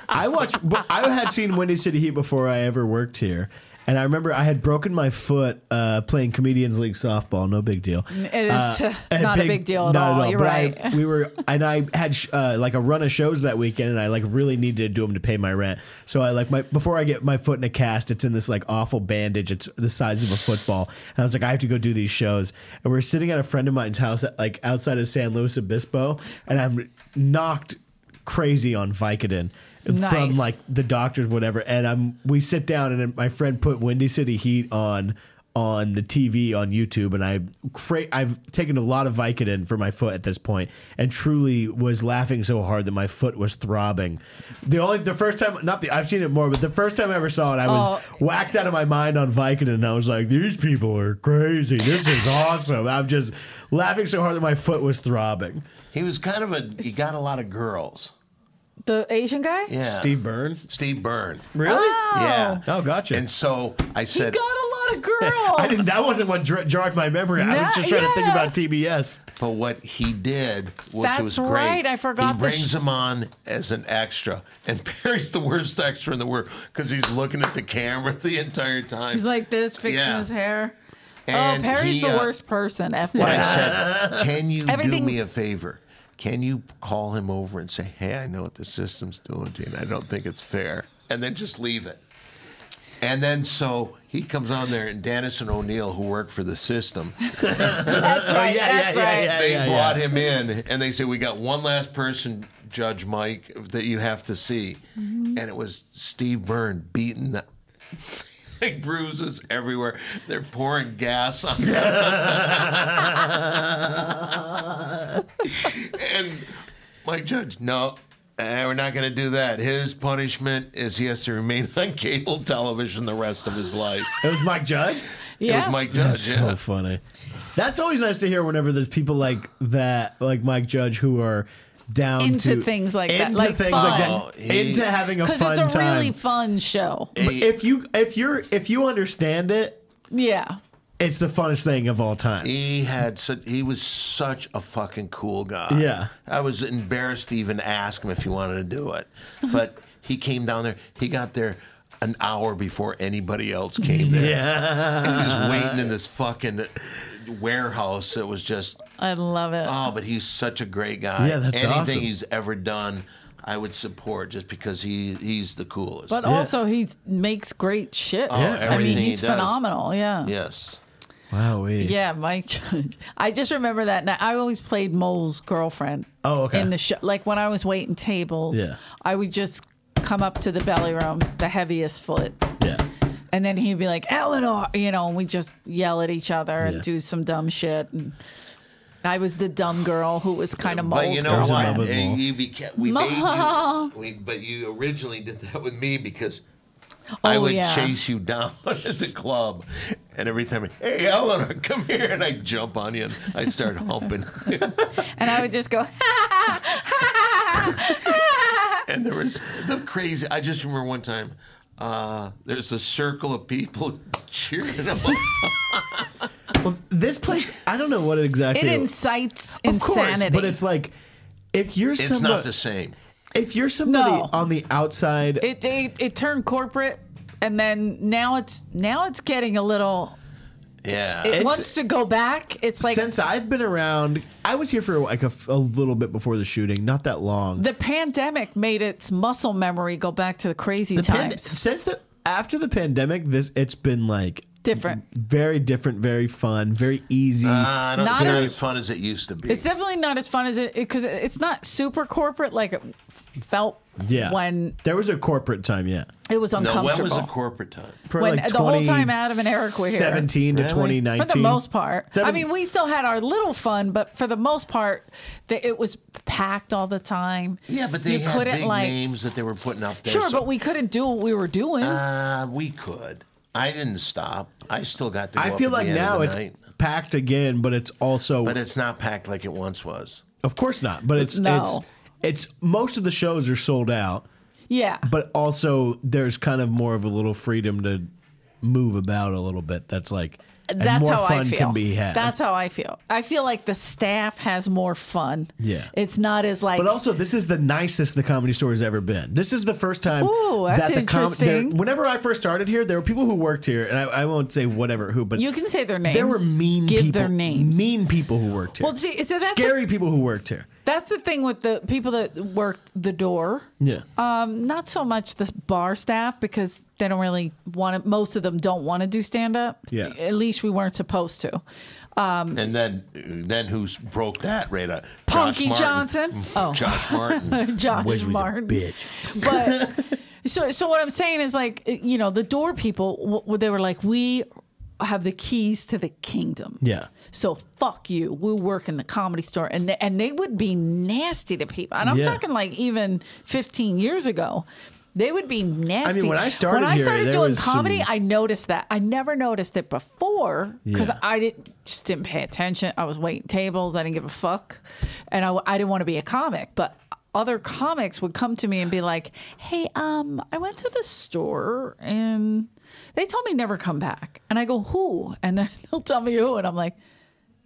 S4: I watched, but I had seen Windy City Heat before I ever worked here. And I remember I had broken my foot uh, playing Comedians League softball. No big deal.
S2: It is, uh, not a big deal at
S4: not
S2: all, you're
S4: But I-
S2: right.
S4: we were, and I had sh- uh, like a run of shows that weekend, and I like really needed to do them to pay my rent. So I like my before I get my foot in a cast, it's in this like awful bandage. It's the size of a football, and I was like, I have to go do these shows. And we're sitting at a friend of mine's house, at, like outside of San Luis Obispo, and I'm knocked crazy on Vicodin. From
S2: Nice.
S4: like the doctors, whatever, and I'm we sit down and then my friend put Windy City Heat on on the TV on YouTube, and I cra- I've taken a lot of Vicodin for my foot at this point, and truly was laughing so hard that my foot was throbbing. The only the first time, not the I've seen it more, but the first time I ever saw it, I was
S2: Oh.
S4: whacked out of my mind on Vicodin, and I was like, these people are crazy. This is awesome. I'm just laughing so hard that my foot was throbbing.
S3: He was kind of a he got a lot of girls.
S2: The Asian guy?
S3: Yeah,
S4: Steve Byrne,
S3: Steve Byrne.
S4: really?
S3: Yeah.
S4: Oh, gotcha.
S3: And so I
S2: He
S3: said,
S2: got a lot of girls.
S4: I didn't. That wasn't what dr- jarred my memory. I was
S2: Oh. Nah,
S4: just trying to think
S2: yeah.
S4: about TBS.
S3: but what he did, which
S2: That's
S3: was great.
S2: right, I forgot
S3: He
S2: the
S3: brings
S2: sh-
S3: him on as an extra, and Perry's the worst extra in the world because he's looking at the camera the entire time.
S2: He's like this, fixing
S3: Yeah.
S2: his hair. Oh,
S3: And
S2: Perry's
S3: he,
S2: the
S3: uh,
S2: worst person.
S3: I
S2: FYI.
S3: said, "Can you
S2: Everything-
S3: do me a favor? Can you call him over and say, "Hey, I know what the system's doing to you, and I don't think it's fair." And then just leave it. And then so he comes on there and Dennis and O'Neill who work for the system,
S2: That's right.
S4: yeah, yeah,
S2: that's
S4: yeah,
S2: right.
S4: yeah.
S3: they brought him in and they say, "We got one last person, Judge Mike, that you have to see."
S4: Mm-hmm.
S3: And it was Steve Byrne beaten the Big bruises everywhere. They're pouring gas on him. and Mike Judge, no, eh, we're not going to do that. His punishment is he has to remain on cable television the rest of his life.
S4: It was Mike Judge.
S3: It
S2: Yeah.
S3: was Mike
S4: That's
S3: Judge. yeah.
S4: so funny. That's always nice to hear whenever there's people like that, like Mike Judge, who are down
S2: Into
S4: to,
S2: things like that,
S4: into
S2: like
S4: things like that,
S3: fun. He-
S4: into having a
S2: Because
S4: fun
S2: it's a
S4: time.
S2: really fun show.
S4: But if you if you're if you understand it,
S2: Yeah.
S4: it's the funnest thing of all time.
S3: He had such, he was such a fucking cool guy.
S4: Yeah.
S3: I was embarrassed to even ask him if he wanted to do it. But he came down there. He got there an hour before anybody else came there.
S4: Yeah.
S3: He was waiting in this fucking warehouse that was just
S2: I love it.
S3: oh, but he's such a great guy.
S4: Yeah, that's
S3: Anything
S4: awesome.
S3: he's ever done, I would support just because he he's the coolest.
S2: but also, he makes great shit. I mean,
S3: Oh, everything he
S2: he's
S3: does.
S2: phenomenal. Yeah.
S3: yes.
S4: Wow.
S2: Yeah, Mike. Judge. I just remember that. night. I always played Mole's girlfriend.
S4: Oh, okay.
S2: In the show, like when I was waiting tables,
S4: Yeah.
S2: I would just come up to the belly room, the heaviest foot,
S4: Yeah.
S2: and then he'd be like, "Eleanor," you know, and we just yell at each other
S4: Yeah.
S2: and do some dumb shit. And I was the dumb girl who was kind of Mole's
S3: But you know
S4: was in
S3: what?
S4: love with
S3: And
S4: Mole.
S3: you beca- we
S2: Mole.
S3: made you, we, but you originally did that with me because I
S2: Oh,
S3: would
S2: yeah.
S3: chase you down at the club, and every time, hey Eleanor, come here, and I jump on you, and I would start humping,
S2: and I would just go,
S3: and there was the crazy. I just remember one time, uh, there's a circle of people cheering him on.
S4: Well, this place, I don't know what
S2: "It
S4: exactly.
S2: incites
S4: of
S2: insanity."
S4: course, but it's like if you're
S3: It's
S4: somebody,
S3: not the same.
S4: if you're somebody
S2: No.
S4: on the outside,
S2: it, it it turned corporate, and then now it's now it's getting a little.
S3: Yeah.
S2: it
S4: It's-
S2: wants to go back. It's like
S4: since I've been around, I was here for like a, f- a little bit before the shooting, not that long.
S2: the pandemic made its muscle memory go back to the crazy
S4: Pand-
S2: times.
S4: since the after the pandemic, this it's been like
S2: Different. Uh,
S4: very different, very fun, very easy.
S3: Uh, I don't,
S2: Not
S3: it's not
S2: as-
S3: as fun as it used to be.
S2: It's definitely not as fun as it because it's not super corporate like it felt
S4: yeah,
S2: when
S4: there was a corporate time, yeah,
S2: it was
S3: no,
S2: uncomfortable.
S3: when was the corporate time?
S2: When- the whole time Adam and Eric were here.
S4: seventeen to twenty
S2: for
S4: nineteen.
S2: the most part, I
S4: Seven-
S2: mean, we still had our little fun, but for the most part, that it was packed all the time.
S3: Yeah, but they
S2: you
S3: had
S2: couldn't
S3: big
S2: like
S3: names that they were putting up there.
S2: sure,
S3: so-
S2: but we couldn't do what we were doing.
S3: Uh, we could. I didn't stop. I still got to. Go
S4: I
S3: up
S4: feel
S3: at the
S4: like
S3: end of
S4: now
S3: the
S4: it's
S3: night.
S4: packed again, but it's also
S3: but it's not packed like it once was.
S4: of course not. But it's
S2: No.
S4: it's it's most of the shows are sold out,
S2: yeah,
S4: but also there's kind of more of a little freedom to move about a little bit. That's like and
S2: That's
S4: more
S2: how
S4: fun
S2: I feel.
S4: can be had.
S2: That's how I feel. I feel like the staff has more fun.
S4: Yeah.
S2: It's not as like
S4: But also, this is the nicest the comedy store has ever been. This is the first time.
S2: Ooh, that's
S4: that the com- there-
S2: interesting.
S4: whenever I first started here, there were people who worked here, and I, I won't say whatever who, but
S2: you can say their names.
S4: there were mean
S2: Give
S4: people,
S2: their names.
S4: mean people who worked here.
S2: Well, see, so that's
S4: scary people who worked here.
S2: that's the thing with the people that work the door.
S4: Yeah,
S2: Um, not so much the bar staff because they don't really want to. Most of them don't want to do stand up.
S4: Yeah.
S2: At least we weren't supposed to.
S3: And then, then who broke that right up?
S2: Punky
S3: Josh Martin.
S2: Johnson. Oh.
S3: Josh Martin.
S2: Josh
S4: Wish was a
S2: Martin.
S4: bitch.
S2: but so so what I'm saying is like you know the door people w- they were like we have the keys to the kingdom.
S4: Yeah.
S2: So fuck you. We work in the comedy store, and they, and they would be nasty to people. And I'm
S4: Yeah.
S2: talking like even 15 years ago. They would be nasty.
S4: when I started
S2: when I
S4: here,
S2: started
S4: there
S2: doing
S4: was
S2: comedy,
S4: some-
S2: I noticed that. I never noticed it before because
S4: Yeah.
S2: I didn't just didn't pay attention. I was waiting tables. I didn't give a fuck, and I, I didn't want to be a comic. But other comics would come to me and be like, "Hey, um, I went to the store and they told me never come back." And I go, "Who?" And then they'll tell me who, and I'm like,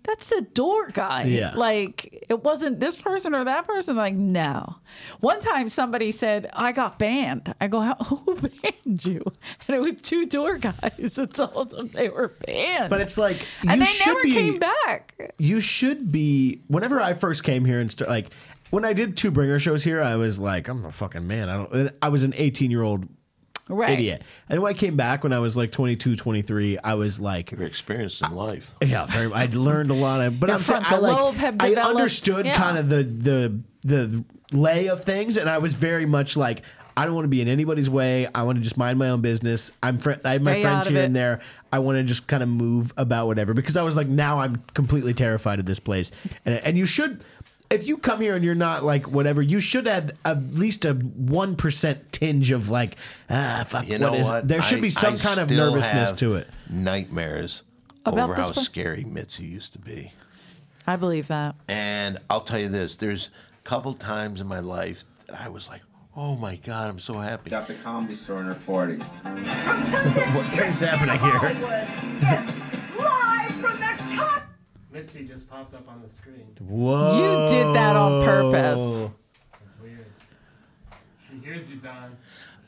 S2: that's the door guy.
S4: Yeah.
S2: Like it wasn't this person or that person. Like no. One time somebody said I got banned. I go, "How- who banned you? And it was two door guys that told them they were banned.
S4: But it's like you
S2: and they
S4: should
S2: never
S4: be,
S2: came back.
S4: You should be. Whenever I first came here and start, like when I did two bringer shows here, I was like, I'm a fucking man. I don't. I was an 18 year old
S2: Right.
S4: idiot. And when I came back when I was like 22, 23, I was like,
S3: Your experience in life.
S4: yeah, very, I'd learned a lot. Of, but
S2: Your
S4: I'm saying,
S2: frontal
S4: I, like,
S2: lobe had
S4: I
S2: developed,
S4: understood
S2: yeah.
S4: kind of the the the lay of things, and I was very much like. I don't want to be in anybody's way. I want to just mind my own business. I'm fri I have my
S2: Stay out
S4: friends
S2: of
S4: here
S2: it.
S4: and there. I want to just kind of move about whatever because I was like, now I'm completely terrified of this place. And, and you should, if you come here and you're not like whatever, you should add at least a one percent tinge of like, ah, fuck.
S3: You know
S4: what is?
S3: what?
S4: There should
S3: I-
S4: be some
S3: I
S4: kind of
S3: still
S4: nervousness
S3: have
S4: to it.
S3: Nightmares
S2: About
S3: over
S2: this
S3: how
S2: one?
S3: scary Mitzi used to be.
S2: I believe that.
S3: And I'll tell you this: there's a couple times in my life that I was like, "Oh my god, I'm so happy."
S8: Got the comedy store in her 40s.
S4: What is happening here?
S9: Live from the top.
S5: Mitzi just popped up on the screen.
S4: Whoa.
S2: You did that on purpose.
S5: Weird. She hears you, Don.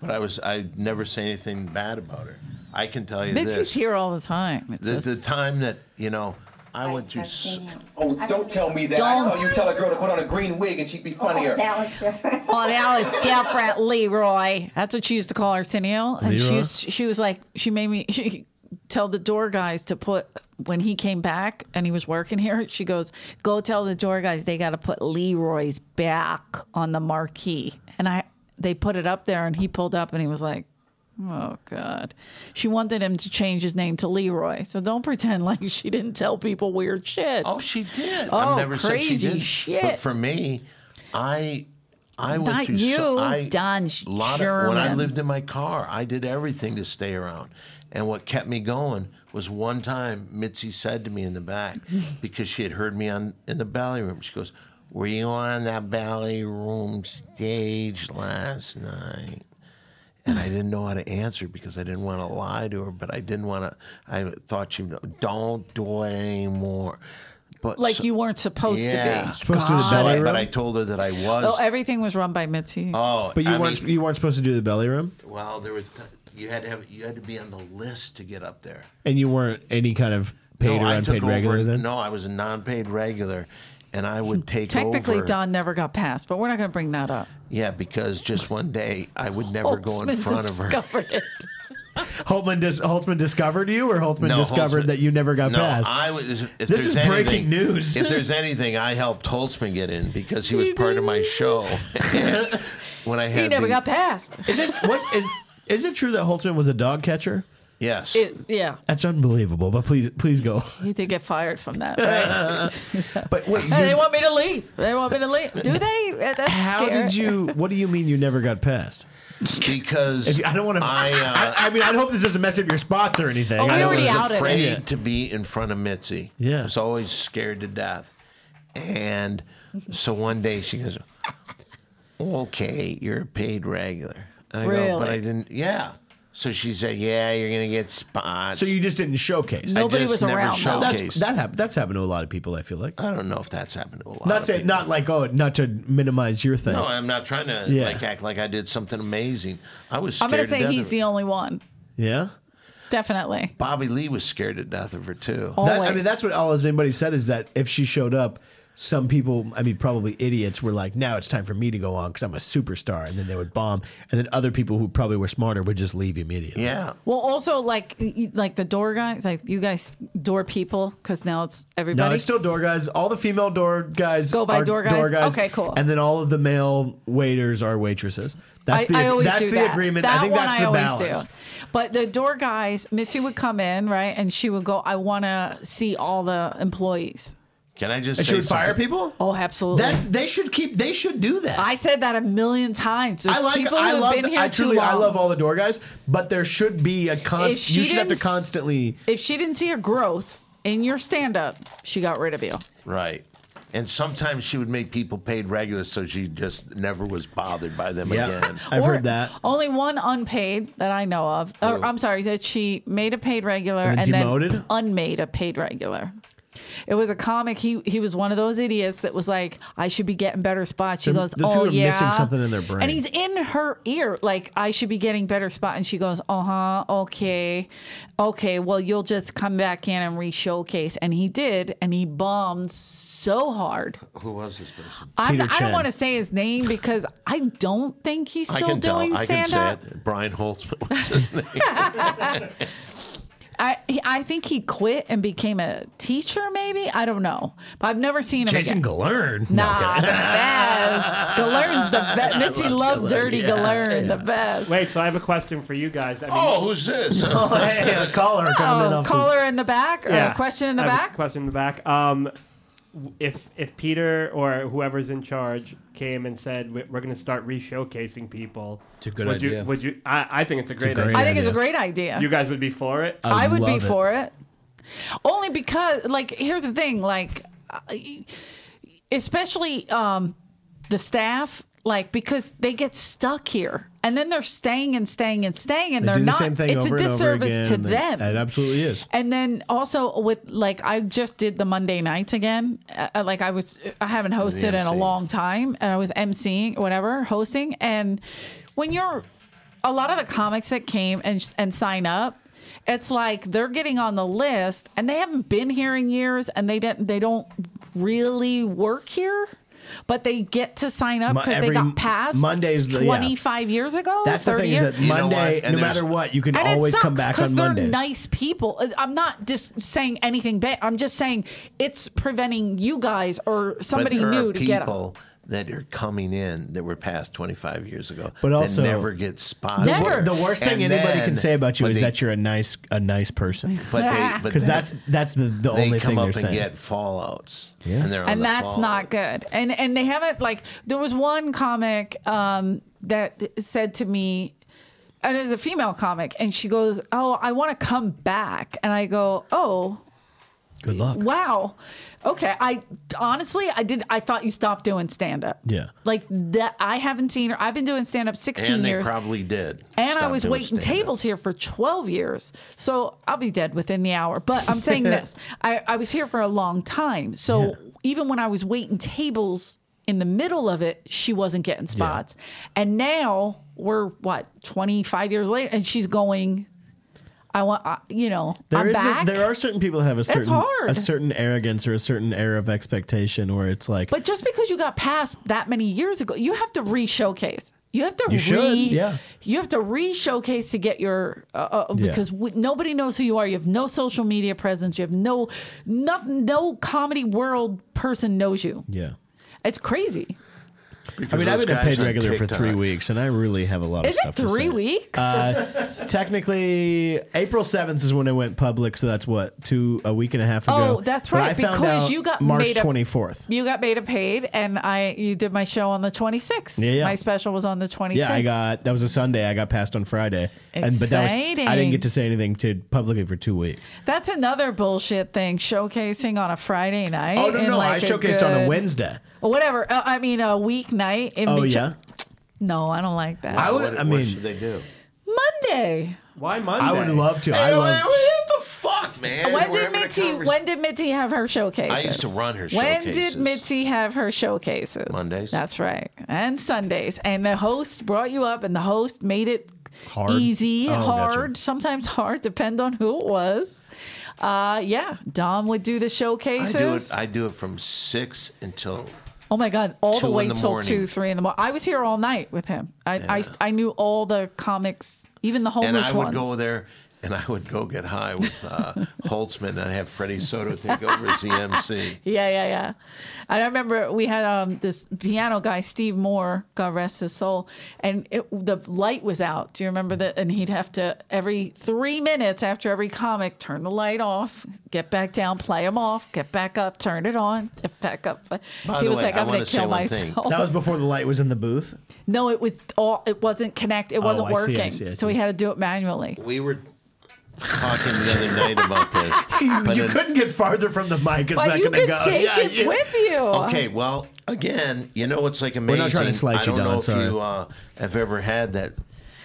S3: But I was I never say anything bad about her. I can tell you
S2: Mitzi's
S3: this:
S2: here all the time. It's
S3: the,
S2: just,
S3: the time that you know I went through. s
S8: Oh, don't tell me that. I saw you tell a girl to put on a green wig and she'd be funnier.
S2: oh, that was different, Leroy. That's what she used to call Arsenio. And she
S4: Leroy?
S2: used, she was like, she made me she tell the door guys to put when he came back and he was working here. She goes, go tell the door guys they got to put Leroy's back on the marquee. And I, they put it up there, and he pulled up, and he was like. Oh God! She wanted him to change his name to Leroy, so don't pretend like she didn't tell people weird shit.
S3: oh, she did.
S2: Oh,
S3: I've never said she
S2: crazy
S3: did. But
S2: shit.
S3: for me, I I went
S2: Not
S3: through.
S2: you,
S3: so, I,
S2: Don
S3: lot of, when I
S2: Sherman.
S3: lived in my car, I did everything to stay around. And what kept me going was one time Mitzi said to me in the back, because she had heard me on in the ballet room, she goes, Were you on that ballet room stage last night? And I didn't know how to answer because I didn't want to lie to her, but I didn't want to. I thought she, don't do it anymore. But
S2: like
S3: so-
S2: you weren't supposed
S3: yeah,
S2: to be.
S4: Supposed to do the ballet
S3: But I
S4: room,
S3: told her that I was.
S2: Oh, everything was run by Mitzi.
S3: oh,
S4: but you
S3: I
S4: weren't
S3: mean-
S4: you weren't supposed to do the belly room,
S3: Well, there was th- you had to have you had to be on the list to get up there.
S4: and you weren't any kind of paid or
S3: I
S4: unpaid regular then.
S3: No, I was a non-paid regular, and I would take
S2: Technically,
S3: over.
S2: Don never got passed, but we're not going to bring that up.
S3: Yeah, because just one day I would never go in
S2: Holtzman
S3: front of her.
S2: discovered it.
S4: Holtzman, dis- Holtzman discovered you, or Holtzman
S3: No,
S4: discovered
S3: Holtzman-
S4: that you never got
S3: No,
S4: passed.
S3: I was. If
S4: This
S3: there's
S4: is
S3: anything,
S4: breaking news.
S3: if there's anything, I helped Holtzman get in because he was part of my show. when I had
S2: He never
S3: the-
S2: got passed.
S4: is it what is is it true that Holtzman was a dog catcher?
S3: yes,
S2: It's- yeah,
S4: That's unbelievable. But please, please go.
S2: he did get fired from that. Right?
S4: But wait,
S2: Hey, they
S4: you-
S2: want me to leave. They want me to leave. Do they? Uh, That's
S4: how
S2: scary.
S4: did you? What do you mean you never got passed?
S3: because
S4: If you- I don't want to.
S3: I,
S4: I,
S3: uh,
S4: I, mean, I hope this doesn't mess up your spots or anything.
S2: Oh, we
S4: I
S3: I
S4: don't
S2: already
S3: was
S4: wanna-
S2: outed
S3: afraid
S4: Yeah.
S3: to be in front of Mitzi.
S4: Yeah.
S3: I was always scared to death. And so one day she goes, Okay, you're a paid regular. And I go, but
S2: Really?
S3: I didn't yeah. So she said, Yeah, you're gonna get spots.
S4: So you just didn't showcase.
S3: I
S2: Nobody
S3: just
S2: was
S3: never
S2: around, though.
S4: That's
S3: showcased.
S4: that hap- That's happened to a lot of people. I feel like.
S3: I don't know if that's happened to a lot.
S4: Not
S3: of
S4: saying,
S3: people.
S4: not like oh, not to minimize your thing.
S3: No, I'm not trying to
S4: Yeah.
S3: like act like I did something amazing. I was
S2: I'm going
S3: scared
S2: to
S3: to
S2: say
S3: death
S2: he's
S3: of
S2: the
S3: her.
S2: only one.
S4: yeah.
S2: Definitely.
S3: Bobby Lee was scared to death of her too.
S2: Oh.
S4: That, I
S2: Always.
S4: mean, that's what all as anybody said is that if she showed up, some people, I mean, probably idiots, were like, "Now it's time for me to go on because I'm a superstar," and then they would bomb, and then other people who probably were smarter would just leave immediately.
S3: Yeah.
S2: Well, also like you- like the door guys, like you guys door people, because now it's everybody.
S4: No, it's still door guys. All the female door guys
S2: Go by
S4: are
S2: door guys? Okay, cool.
S4: And then all of the male waiters are waitresses. That's the
S2: I, I always
S4: that's
S2: do
S4: the
S2: that.
S4: agreement.
S2: That
S4: I think
S2: one
S4: that's
S2: I
S4: the
S2: always
S4: balance.
S2: do. But the door guys, Mitzi would come in, right? And she would go, I want to see all the employees.
S3: Can I just
S4: And
S3: say
S4: she would fire
S3: something?
S4: people.
S2: Oh, absolutely.
S4: That they should keep. They should do that.
S2: I said that a million times. There's
S4: I like.
S2: people who
S4: I
S2: have
S4: love.
S2: been
S4: the-
S2: here
S4: I
S2: too
S4: truly.
S2: long.
S4: I love all the door guys, but there should be a
S2: If
S4: constant.
S2: she
S4: You should have to
S2: didn't s-
S4: constantly.
S2: If she didn't see a growth in your stand up, she got rid of you.
S3: Right. And sometimes she would make people paid regular, so she just never was bothered by them
S4: Yeah.
S3: again.
S4: I've
S2: Or-
S4: heard that.
S2: Only one unpaid that I know Oh, of. Or, I'm sorry, that she made a paid regular
S4: And
S2: and,
S4: then demoted?
S2: then unmade a paid regular. It was a comic. He he was one of those idiots that was like, I should be getting better spots. She
S4: Them-
S2: goes,
S4: those people
S2: Oh
S4: are
S2: yeah,
S4: missing something in their brain.
S2: And he's in her ear, like, I should be getting better spot. And she goes, Uh huh, okay, okay. Well, you'll just come back in and re-showcase. And he did, and he bombed so hard.
S3: Who was this person?
S2: I'm
S4: Peter
S2: not, I
S4: Chen.
S2: don't want to say his name because I don't think he's
S3: I
S2: still
S3: can tell.
S2: doing
S3: I can
S2: stand
S3: say
S2: up.
S3: it. Brian Holtzman was his name.
S2: I he- I think he quit and became a teacher, maybe. I don't know. But I've never seen him
S4: Jason
S2: again.
S4: Galern.
S2: Nah, the best. Galern's the best. Mitzi loved Dirty Galern, the best.
S5: Wait, so I have a question for you guys. I mean,
S3: oh, who's this?
S4: Oh, hey, a caller coming in
S2: Oh,
S4: off the-
S2: caller in the back or a Uh, question in the
S5: I have a
S2: back?
S5: question in the back. Um, w- if if Peter or whoever's in charge came and said "We- we're going to start re-showcasing people,
S4: It's a good
S5: would
S4: idea.
S5: You, would you? I, I think it's a great,
S4: great Uh,
S5: idea.
S2: I think it's a
S4: idea.
S2: great idea.
S5: You guys would be for it.
S2: I would be
S4: love it.
S2: for it. Only because, like, here's the thing, like, I- especially um, the staff, like, because they get stuck here, and then they're staying and staying and staying, and
S4: They
S2: are
S4: do the
S2: not.
S4: same thing
S2: it's
S4: over
S2: a
S4: and over
S2: disservice
S4: again,
S2: to
S4: and
S2: them.
S4: It absolutely is.
S2: And then also with like I just did the Monday nights again. Uh, like I was I haven't hosted in a
S3: MC.
S2: long time, and I was emceeing whatever hosting. And when you're a lot of the comics that came and and sign up, it's like they're getting on the list and they haven't been here in years, and they didn't they don't really work here. But they get to sign up
S4: Mo-
S2: because they
S4: every
S2: got passed
S4: Monday's the- yeah.
S2: twenty five years ago.
S4: That's the
S2: 30
S4: thing
S2: years.
S4: is that
S3: You know
S4: Monday,
S3: what? And
S4: no
S3: there's-
S4: matter what, you can
S2: And
S4: always
S2: it sucks
S4: come back on
S2: they're
S4: Mondays.
S2: nice people. Uh, I'm not just saying anything bad. I'm just saying it's preventing you guys or somebody
S3: but there
S2: new
S3: are
S2: to
S3: people
S2: get them.
S3: that are coming in that were passed 25 years ago,
S4: But
S3: that
S4: also-
S3: never get spotted.
S2: The wor-
S4: The worst thing
S3: And
S4: anybody
S3: then-
S4: can say about you
S3: but
S4: is
S3: they-
S4: that you're a nice, a nice person.
S3: But they, but
S4: Because
S3: then
S4: that's that's the, the
S3: they
S4: only
S3: come
S4: thing
S3: up
S4: they're
S3: and
S4: saying.
S3: get fallouts, and they're on
S2: And
S3: the
S2: that's
S3: fallout.
S2: not good. And and they haven't like there was one comic um, that said to me, and it was a female comic, and she goes, "Oh, I want to come back," and I go, "Oh."
S4: Good luck.
S2: Wow. Okay. I honestly, I did. I thought you stopped doing stand up.
S4: Yeah.
S2: Like that. I haven't seen her. I've been doing stand up 16
S3: And they
S2: years.
S3: probably did.
S2: and I
S3: Stop
S2: was
S3: doing
S2: waiting
S3: stand-up.
S2: tables here for 12 years. So I'll be dead within the hour. But I'm saying this I, I was here for a long time. So even when I was waiting tables in the middle of it, she wasn't getting spots. And now we're what, 25 years later? And she's going, I want, I, you know,
S4: There
S2: I'm
S4: is a-
S2: back.
S4: there are certain people that have a certain
S2: hard.
S4: a certain arrogance or a certain air of expectation where it's like
S2: But just because you got past that many years ago, you have to re-showcase. You have to
S4: You
S2: re.
S4: should, yeah.
S2: You have to re-showcase to get your uh, uh,
S4: Yeah.
S2: because w- nobody knows who you are. You have no social media presence. You have no nothing. No comedy world person knows you.
S4: yeah.
S2: It's crazy.
S3: Because
S4: I mean, I've
S3: those
S4: been a
S3: guys
S4: paid
S3: on
S4: regular for
S3: TikTok-
S4: three weeks, and I really have a lot
S2: Is it
S4: of stuff. to say. Uh,
S2: three weeks?
S4: Technically, April seventh is when it went public, so that's what two a week and a half ago.
S2: Oh, that's
S4: But
S2: right,
S4: I found
S2: because
S4: out
S2: you got
S4: March
S2: made up-
S4: twenty fourth.
S2: you got beta paid, and I you did my show on the twenty sixth.
S4: Yeah, yeah.
S2: My special was on the twenty sixth.
S4: Yeah, I got that was a Sunday. I got passed on Friday, and but that was I didn't
S2: Exciting.
S4: get to say anything to publicly for two weeks.
S2: That's another bullshit thing. Showcasing on a Friday night.
S4: Oh no,
S2: in
S4: no,
S2: like
S4: I showcased on a
S2: good-
S4: Wednesday.
S2: Whatever. Uh, I mean, a weeknight. In
S4: Oh
S2: between-
S4: yeah,
S2: No, I don't like that.
S4: I
S3: What-
S4: would. I
S3: what
S4: mean,
S3: should they do?
S2: Monday.
S5: Why Monday?
S4: I would love to. I
S3: Hey,
S4: love.
S3: wait, wait, what the fuck, man?
S2: When
S3: We're
S2: did
S3: having a
S2: Mitzi?
S3: conversation.
S2: When did Mitzi have her showcases?
S3: I used to run her
S2: When
S3: showcases.
S2: did Mitzi have her showcases?
S3: Mondays.
S2: That's right, and Sundays. And the host brought you up, and the host made it
S4: Hard?
S2: easy,
S4: Oh, gotcha.
S2: hard, sometimes hard, depend on who it was. Uh, yeah, Dom would do the
S3: I
S2: showcases.
S3: do it. uh, I do it from six until
S2: Oh my God! All
S3: Two
S2: the
S3: in
S2: way
S3: the
S2: till
S3: morning.
S2: two, three in the morning. I was here all night with him. I, I, I knew all the comics, even the homeless
S3: and I would
S2: ones.
S3: go there and I would go get high with uh, Holtzman and I have Freddie Soto take over as the MC.
S2: Yeah, yeah, yeah. And I remember we had um, this piano guy, Steve Moore, God rest his soul, and it, the light was out. Do you remember that? And he'd have to every three minutes after every comic turn the light off, get back down, play him off, get back up, turn it on, get back up. Play.
S3: By
S2: he
S3: the
S2: was
S3: way,
S2: like,
S3: I
S2: "I'm gonna
S3: wanna say
S2: kill
S3: one thing.
S2: myself."
S4: That was before the light was in the booth.
S2: No, it was all. It wasn't connect. It wasn't
S4: Oh, I see, I
S2: working.
S4: see, I
S2: So
S4: see.
S2: we had to do it manually.
S3: We were talking the other night about this. But
S4: you
S3: an-
S4: couldn't get farther from the mic. It's
S2: But
S4: not
S2: you
S4: going to
S2: could
S4: go.
S2: take
S4: Yeah,
S2: it
S4: yeah. Oh.
S2: with you.
S3: Okay, well, again, you know what's like amazing.
S4: not trying to slight
S3: I
S4: you
S3: don't
S4: down,
S3: know if
S4: sorry.
S3: you uh, have ever had that.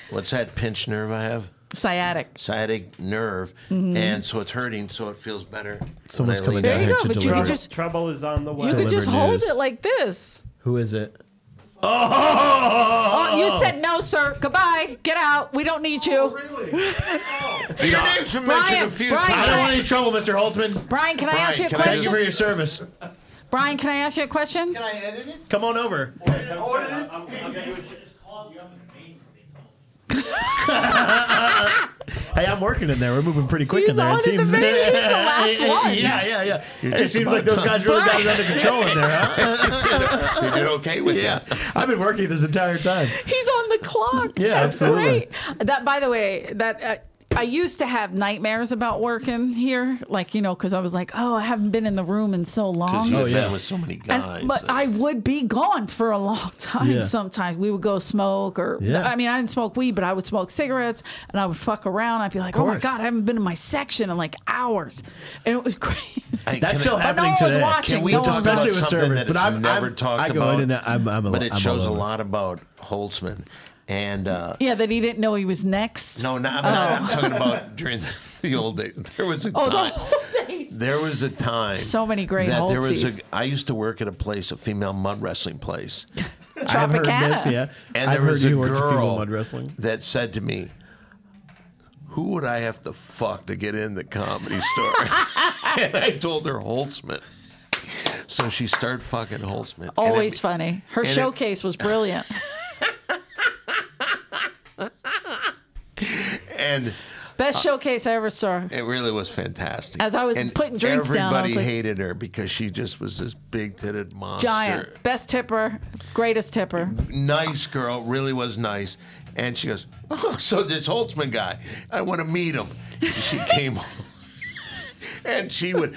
S3: What's that pinched nerve I have?
S2: sciatic.
S3: sciatic nerve, and so it's hurting, so it feels better.
S4: Mm-hmm. Someone's
S3: when I
S4: coming
S3: lay
S2: There
S4: down
S2: you
S4: here
S2: go,
S4: to
S2: but you
S4: deliver.
S2: could
S4: it.
S2: just
S5: Trouble is on the way.
S2: you could just
S4: Deliver
S2: hold
S4: news.
S2: it like this.
S4: Who is it?
S2: Oh, you said no, sir. Goodbye. Get out. We don't need you.
S3: Your name's been
S2: Brian,
S3: mentioned a few
S2: Brian,
S4: I don't
S3: times.
S4: want any trouble, Mr. Holtzman.
S2: Brian, can I ask you a
S3: can I
S4: Thank you
S2: question?
S4: for your service.
S2: Brian, can I ask you a question?
S10: I edit it?
S4: Come on over.
S5: I'm, I'm gonna do it.
S4: Hey, I'm working in there. We're moving pretty quick
S2: He's
S4: in there.
S2: on
S4: it
S2: in the
S4: seems.
S2: video. He's the last one.
S4: Yeah, yeah, yeah. It
S3: just
S4: seems
S3: about
S4: like those
S3: done.
S4: guys really got it under control in there, huh?
S3: You did okay with
S4: Yeah,
S3: that.
S4: I've been working this entire time.
S2: He's on the clock.
S4: Yeah,
S2: That's
S4: absolutely.
S2: great. That, by the way, that. Uh, I used to have nightmares about working here, like you know, because I was like, "Oh, I haven't been in the room in so long."
S3: Because you've
S4: Oh, yeah.
S3: been with so many
S2: And-
S3: guys.
S2: but I would be gone for a long time.
S4: Yeah.
S2: Sometimes we would go smoke, or
S4: Yeah.
S2: I mean, I didn't smoke weed, but I would smoke cigarettes, and I would fuck around. I'd be like, "Oh my
S4: course.
S2: god, I haven't been in my section in like hours," and it was crazy.
S3: Hey,
S4: That's
S3: can I-
S4: still
S2: But no
S4: happening
S2: one was
S4: today.
S2: watching.
S3: Can we
S2: no
S3: talk
S2: one was
S3: about
S4: Especially with
S3: something
S4: service,
S3: that
S4: but
S3: it's
S4: I'm-
S3: never
S4: I'm-
S3: talked
S4: I go
S3: about?
S4: in and out- I'm- I'm a-
S3: but it
S4: I'm
S3: shows
S4: all
S3: a
S4: over.
S3: lot about Holtzman. And uh,
S2: Yeah, that he didn't know he was next.
S3: no, not, I'm, not,
S4: Oh.
S3: I'm talking about during the, the old days. There was a
S2: Oh, the
S3: time.
S2: whole day.
S3: There was a time.
S2: So many great
S3: that there was a,
S2: Holtzies.
S3: I used to work at a place, a female mud wrestling place.
S4: I've heard
S2: Tropicana.
S4: this. Yeah,
S3: And
S4: I've
S3: there
S4: heard
S3: was a
S4: you worked a few
S3: girl
S4: mud wrestling.
S3: that said to me, "Who would I have to fuck to get in the comedy store?" and I told her Holtzman. So she started fucking Holtzman. And it-
S2: Always funny. Her
S3: and it-
S2: showcase was brilliant.
S3: and
S2: Best showcase I ever saw.
S3: it really was fantastic.
S2: As I was
S3: And
S2: putting drinks down, I
S3: everybody
S2: was like-
S3: hated her because she just was this big-titted monster.
S2: Giant. Best tipper. Greatest tipper.
S3: nice girl, really was nice. And she goes, oh, so this Holtzman guy, I want to meet him. She came home. and she would,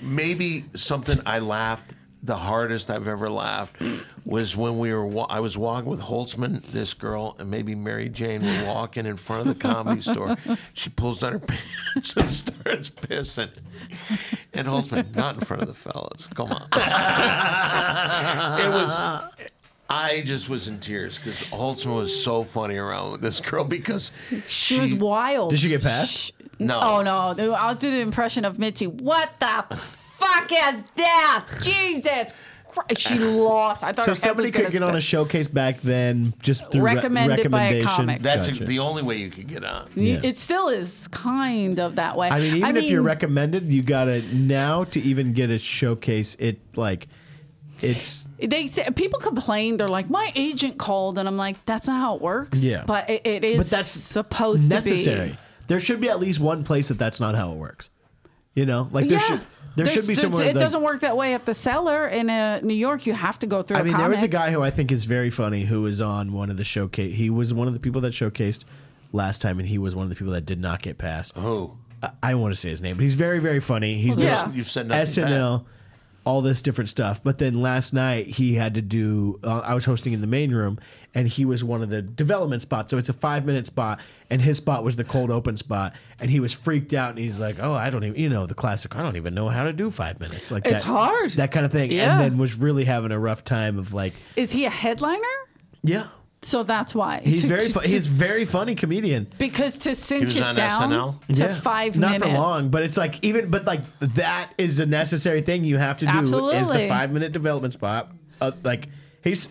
S3: maybe something I laughed the hardest I've ever laughed was when we were, wa- I was walking with Holtzman, this girl, and maybe Mary Jane were walking in front of the comedy store. She pulls down her pants and starts pissing. And Holtzman, not in front of the fellas, come on. it was, I just was in tears because Holtzman was so funny around with this girl because
S2: She, was wild.
S4: Did she get passed?
S3: no,
S2: Oh no! Dude, I'll do the impression of Mitzi. What the fuck is that? Jesus Christ! She lost. I thought her
S4: So
S2: head
S4: somebody
S2: was
S4: could
S2: gonna
S4: get on
S2: spin.
S4: a showcase back then, just through re-
S2: Recommended by a
S4: recommendation.
S2: comic.
S3: That's
S4: Gotcha.
S3: the only way you could get on.
S4: Yeah.
S2: It still is kind of that way.
S4: I mean, even if you're recommended, you gotta now to even get a showcase. It like, it's
S2: they say, people complain. They're like, my agent called, and I'm like, that's not how it works.
S4: Yeah.
S2: but it, it is.
S4: But that's
S2: supposed
S4: necessary.
S2: to be.
S4: There should be at least one place that that's not how it works. You know, like there
S2: yeah.
S4: should there
S2: There's-
S4: should be
S2: there's-
S4: somewhere.
S2: It
S4: that-
S2: doesn't work that way at the cellar in uh, New York. You have to go through.
S4: I mean,
S2: a
S4: there was a
S2: comic.
S4: guy who I think is very funny who was on one of the showcase. He was one of the people that showcased last time, and he was one of the people that did not get passed.
S3: Oh,
S4: I, I don't want to say his name, but he's very very funny. He's
S2: Yeah.
S4: doing
S3: you've said nothing.
S4: SNL, all this different stuff. But then last night he had to do. Uh, I was hosting in the main room, and he was one of the development spots. So it's a five minute spot, and his spot was the cold open spot. And he was freaked out, and he's like, "Oh, I don't even, you know, the classic. I don't even know how to do five minutes. Like
S2: It's
S4: that,
S2: hard.
S4: that kind of thing."
S2: Yeah.
S4: And then was really having a rough time of like,
S2: Is he a headliner?
S4: yeah.
S2: So that's why
S4: He's
S2: To-
S4: very
S2: to-
S4: fu-
S2: to-
S4: he's very funny comedian.
S2: because to
S3: He
S2: cinch
S3: was
S2: it
S3: on
S2: down
S3: SNL.
S2: to
S4: Yeah.
S2: five
S4: not
S2: minutes.
S4: for long, but it's like even but like that is a necessary thing you have to do is the
S2: Absolutely.
S4: five minute development spot. Uh, like he's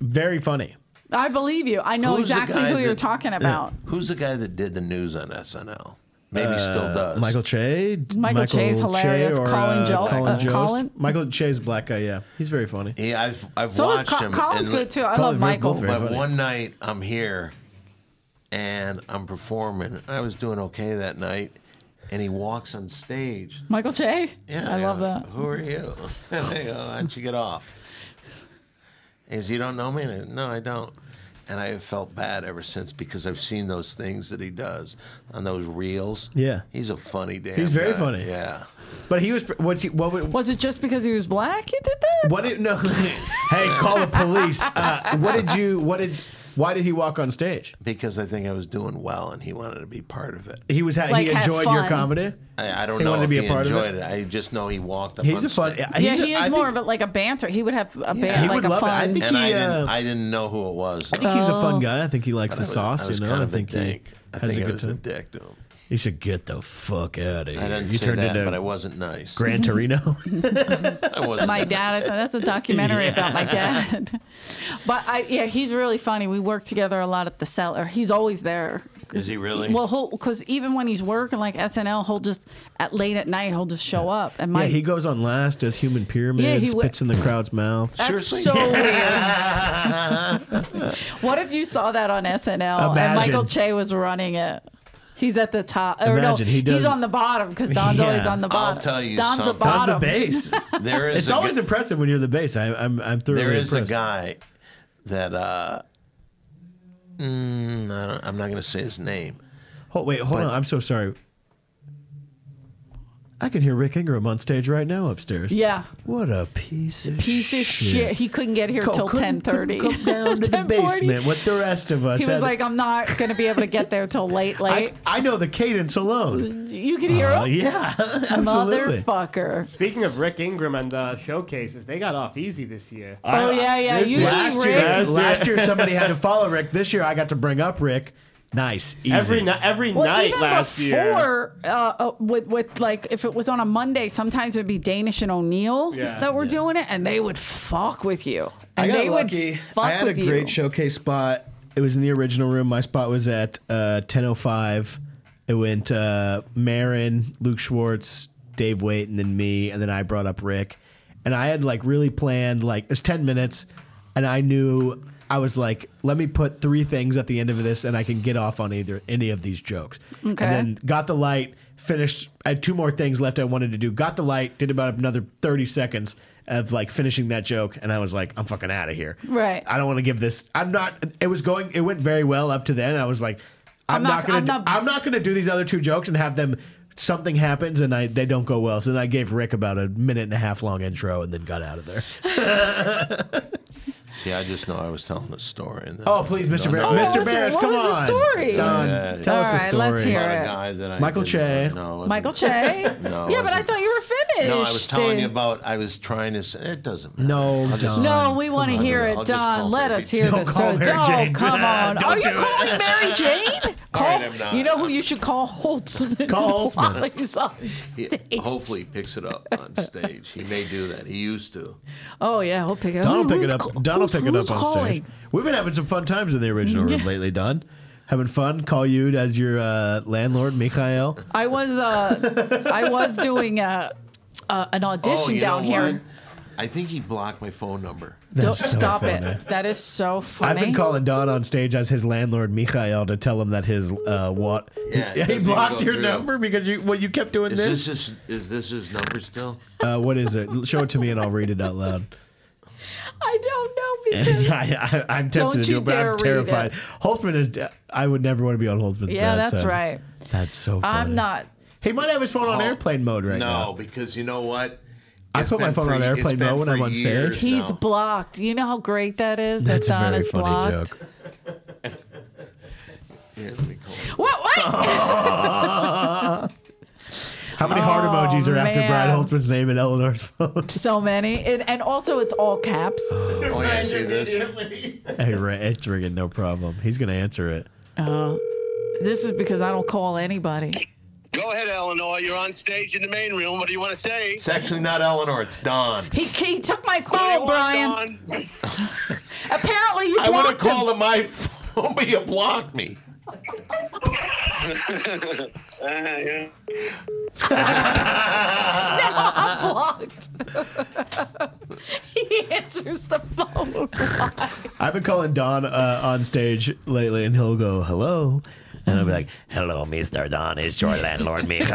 S4: very funny.
S2: I believe you. I know
S3: Who's the
S2: exactly
S3: guy
S2: who you're
S3: that-
S2: talking about.
S3: Who's the guy that did the news on SNL? Maybe still does.
S4: Uh, Michael Che,
S2: Michael Che is hilarious. Colin Jo-
S4: Colin
S2: uh,
S4: Jost.
S2: Colin?
S4: Michael Che's a black guy. Yeah, he's very funny.
S3: Yeah, I've I've
S2: So is
S3: watched
S2: Col-
S3: him.
S2: Colin's
S3: and-
S2: good too. I
S4: Colin,
S2: love
S4: they're
S2: Michael.
S4: both
S3: But
S4: Very funny.
S3: one night I'm here, and I'm performing. I was doing okay that night, and he walks on stage.
S2: Michael Che.
S3: Yeah,
S2: I
S3: they
S2: love
S3: go,
S2: that.
S3: Who are you? And I go, why don't you get off? He goes, you don't know me? And I, go, no, I don't. And I have felt bad ever since because I've seen those things that he does on those reels.
S4: Yeah.
S3: he's a funny damn.
S4: He's very
S3: guy.
S4: funny.
S3: Yeah,
S4: But he was what's he what would-
S2: Was it just because he was black? He did that.
S4: what did no? hey, call the police. Uh, what did you? What did? Why did he walk on stage?
S3: because I think I was doing well, and he wanted to be part of it.
S4: He was ha-
S2: Like,
S4: he
S2: have
S4: enjoyed your
S2: fun.
S4: comedy.
S3: I, I don't
S4: He
S3: know
S4: wanted to
S3: if
S4: be a
S3: he
S4: part of
S3: enjoyed
S4: it?
S3: it. I just know he walked up.
S4: He's
S3: on
S4: a fun.
S3: stage.
S2: yeah,
S4: he's
S2: he
S4: a-
S2: is
S4: I
S2: more
S4: think-
S2: of a, like a banter. He would have a band,
S4: he
S2: like
S4: would
S2: a
S4: love it. I
S2: fun.
S4: think-
S3: And I
S4: he,
S3: didn't.
S4: uh,
S3: I didn't know who it was.
S4: I think he's a
S2: Oh.
S4: fun guy. I think he likes
S3: I
S4: the
S3: was-
S4: sauce.
S3: I was
S4: you know,
S3: kind
S4: I
S3: of a
S4: think he-
S3: dick. I
S4: has a
S3: think I
S4: good
S3: was a
S4: time.
S3: dick to him.
S4: He said, "Get the fuck out of here."
S3: I didn't
S4: you
S3: say
S4: turned
S3: that,
S4: into
S3: but I wasn't nice.
S4: Gran Torino.
S3: I wasn't.
S2: my dad. That's a documentary about my dad. but I, yeah, he's really funny. We work together a lot at the cellar. He's always there.
S3: Is he really?
S2: Well, he'll because even when he's working like SNL, he'll just at late at night he'll just show up and my
S4: yeah, he goes on last, does human pyramid,
S2: Yeah, he wa-
S4: spits in the crowd's mouth.
S2: That's
S3: Seriously?
S2: so weird. what if you saw that on SNL and
S4: Imagine.
S2: Michael Che was running it? He's at the top. Or no,
S4: Imagine, he does-
S2: he's on the bottom because Don's
S4: Yeah.
S2: always on the
S3: I'll
S2: bottom.
S3: tell you
S2: Don's a
S3: something. Don's
S2: bottom.
S4: Don's the bass.
S3: There is
S4: it's
S3: a
S4: always
S3: gu-
S4: impressive when you're the bass. I, I'm I'm thoroughly
S3: there is a
S4: impressed.
S3: guy that uh, mm, I don't, I'm not going to say his name.
S4: Hol- wait, hold on. I'm so sorry. I can hear Rick Ingram on stage right now upstairs.
S2: Yeah.
S4: What a piece of
S2: Piece of shit. He couldn't get here
S4: Co-
S2: till ten
S4: couldn't- couldn't
S2: thirty.
S4: Come down to the basement with the rest of us.
S2: He was
S4: Had-
S2: like, I'm not gonna be able to get there till late,
S4: I,
S2: late.
S4: I know the cadence alone.
S2: you could hear
S4: Oh,
S2: him,
S4: yeah, absolutely.
S2: motherfucker.
S5: Speaking of Rick Ingram and the showcases, they got off easy this year.
S4: Uh,
S2: Oh yeah, yeah.
S5: this is-
S2: Usually
S4: Last year,
S2: Rick.
S5: Rick-
S4: last year somebody had to follow Rick. This year I got to bring up Rick. Nice, easy.
S5: Every night, every
S2: Well,
S5: night
S2: even
S5: last year.
S2: before, uh, uh, with with like if it was on a Monday, sometimes it'd be Danish and O'Neill
S5: Yeah.
S2: that were doing it, and they would fuck with you, and
S4: I got
S2: they
S4: lucky.
S2: would fuck
S4: I had a
S2: with
S4: great
S2: you.
S4: showcase spot. It was in the original room. My spot was at uh, 10.05. It went uh, Marin, Luke Schwartz, Dave Waite, and then me. And then I brought up Rick. And I had like really planned, like, it was 10 minutes. And I knew I was like, let me put three things at the end of this and I can get off on either any of these jokes. And
S2: Okay.
S4: then got the light, finished. I had two more things left I wanted to do. Got the light, did about another 30 seconds of like finishing that joke. And I was like, I'm fucking out of here.
S2: Right.
S4: I don't want to give this. I'm not, it was going, it went very well up to then. I was like, I'm,
S2: I'm
S4: not,
S2: not-
S4: going
S2: I'm
S4: to,
S2: not-
S4: I'm not going to do these other two jokes and have them, something happens and I, they don't go well. So then I gave Rick about a minute and a half long intro and then got out of there.
S3: See, I just know I was telling a story. And then-
S4: Oh, please, Mr.
S3: No,
S4: Barrett.
S3: no,
S2: what
S4: Mr.
S2: was it?
S4: Barrett,
S2: What
S4: come
S2: was the
S4: on.
S2: story?
S4: Don,
S3: Yeah.
S4: tell us a
S2: All
S4: story.
S2: right, let's hear
S3: About
S2: it.
S3: a guy that I
S4: Michael
S3: didn't
S4: Che.
S3: know.
S2: Michael Che.
S3: No,
S2: yeah,
S3: it
S2: but I
S3: wasn't.
S2: thought you were finished.
S3: No, I was telling
S2: dude.
S3: you about. I was trying to say it doesn't. Matter.
S4: No,
S3: I'll just-
S4: Don.
S2: No, we want to
S3: on.
S2: hear
S3: I'll
S2: it,
S3: just
S2: Don.
S3: call
S2: Let
S3: Mary
S2: us
S3: Jane.
S2: hear
S4: Don't
S2: this
S4: call
S2: story.
S4: Mary
S2: Don't
S4: Jane.
S2: come on.
S4: Don't
S2: Are you
S4: do it.
S2: calling Mary Jane? Call.
S3: I'm not.
S2: you know who you should call? Holtzman.
S4: Call Holtzman.
S2: While he's on
S3: He-
S2: stage.
S3: hopefully, he picks it up on stage. He may do that. He used to.
S2: Oh yeah, he'll pick it up.
S4: Don will pick
S2: Who's
S4: it up.
S2: ca-
S4: Don will
S2: who's-
S4: pick it up
S2: who's
S4: on stage.
S2: calling?
S4: We've been having some fun times in the original room lately, Don. Having fun. Call you as your uh, landlord, Mikhail.
S2: I was uh, I was doing uh, uh, an
S3: Oh,
S2: audition
S3: you
S2: down
S3: know
S2: here.
S3: what? I think he blocked my phone number.
S2: Don't
S4: That's so
S2: stop
S4: funny.
S2: it. That is so
S4: I've
S2: funny.
S4: been calling Don on stage as his landlord, Mikhail, to tell him that his uh, what.
S3: Yeah, it
S4: he
S3: doesn't
S4: blocked
S3: go
S4: your
S3: through.
S4: number because you well you kept doing
S3: Is
S4: this.
S3: this his? Is this his number still?
S4: Uh, what is it? Show it to me and I'll read it out loud.
S2: I don't know because
S4: I, I, I'm tempted
S2: Don't
S4: to do
S2: you
S4: it, but
S2: dare
S4: I'm
S2: read it.
S4: terrified. Holtzman is. uh, I would never want to be on Holtzman's
S2: yeah,
S4: bed,
S2: that's
S4: so-
S2: right.
S4: That's so uh, funny.
S2: I'm not.
S4: He might have his phone on airplane mode right
S3: Oh, no,
S4: now.
S3: because you know what?
S4: I
S3: It's
S4: put my
S3: been
S4: phone
S3: for
S4: on
S3: ye- it's
S4: airplane
S3: been
S4: mode when
S3: for
S4: I'm on stage.
S3: years
S2: He's
S3: now.
S2: blocked. You know how great that is.
S4: That's
S2: that
S4: a
S2: Don
S4: very
S2: is
S4: funny
S2: blocked.
S4: joke.
S3: Here, let me call him.
S2: What?
S3: Oh.
S2: What?
S4: How many heart emojis are after
S2: man.
S4: Brian Holtzman's name in Eleanor's phone?
S2: so many, and, and also it's all caps.
S3: Oh yeah, see this?
S4: hey, Ray, it's ringing, no problem. He's gonna answer it.
S2: This is because I don't call anybody.
S11: Go ahead, Eleanor. You're on stage in the main room. What do you want to say?
S3: It's actually not Eleanor. It's Don.
S2: He, he took my
S11: What do you
S2: phone,
S11: want,
S2: Brian.
S11: Don?
S2: Apparently you
S3: I would have
S2: blocked him.
S3: called him my phone, but you blocked me.
S11: Uh, yeah.
S2: I'm blocked. he answers the phone.
S4: I've been calling Don uh, on stage lately, and he'll go, "Hello." And I'll be like, "Hello, Mister Don, it's your landlord, Mikhail."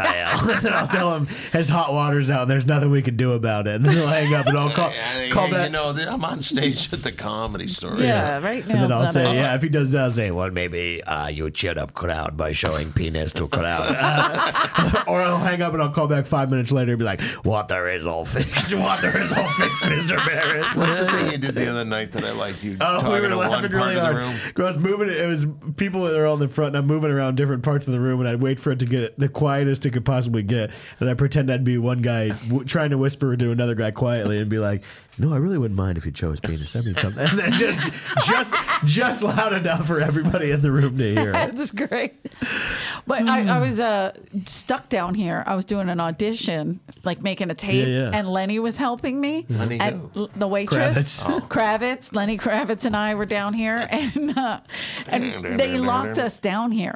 S4: and I'll tell him his hot water's out, and there's nothing we can do about it. And then he'll hang up, and I'll call,
S3: I- I-
S4: Uh, call
S3: you
S4: back.
S3: know, th- I'm on stage at the comedy store.
S2: Yeah, right now.
S4: And then
S2: it's
S4: I'll
S2: not
S4: say,
S2: on.
S4: yeah, if he does that, I'll say, well, maybe uh, you cheered up crowd by showing penis to crowd. Uh, or I'll hang up and I'll call back five minutes later and be like, water is all fixed. Water is all fixed, Mr. Barrett.
S3: What's the thing you did the other night that I liked? You
S4: Oh,
S3: talking
S4: we were
S3: to one
S4: laughing
S3: part
S4: really
S3: of the
S4: hard.
S3: room.
S4: I was moving it. It was people that were on the front, and I'm moving moving around different parts of the room, and I'd wait for it to get the quietest it could possibly get, and I pretend I'd be one guy w- trying to whisper to another guy quietly, and be like, "No, I really wouldn't mind if you chose penis. I mean something," and then just just just loud enough for everybody in the room to hear. It.
S2: That's great. But I, I was uh, stuck down here. I was doing an audition, like making a tape,
S4: Yeah, yeah.
S2: and Lenny was helping me.
S12: Mm-hmm. Lenny
S2: and
S12: who?
S2: l- the waitress,
S4: Kravitz. Oh.
S2: Kravitz, Lenny Kravitz, and I were down here, and uh, and they locked us down here.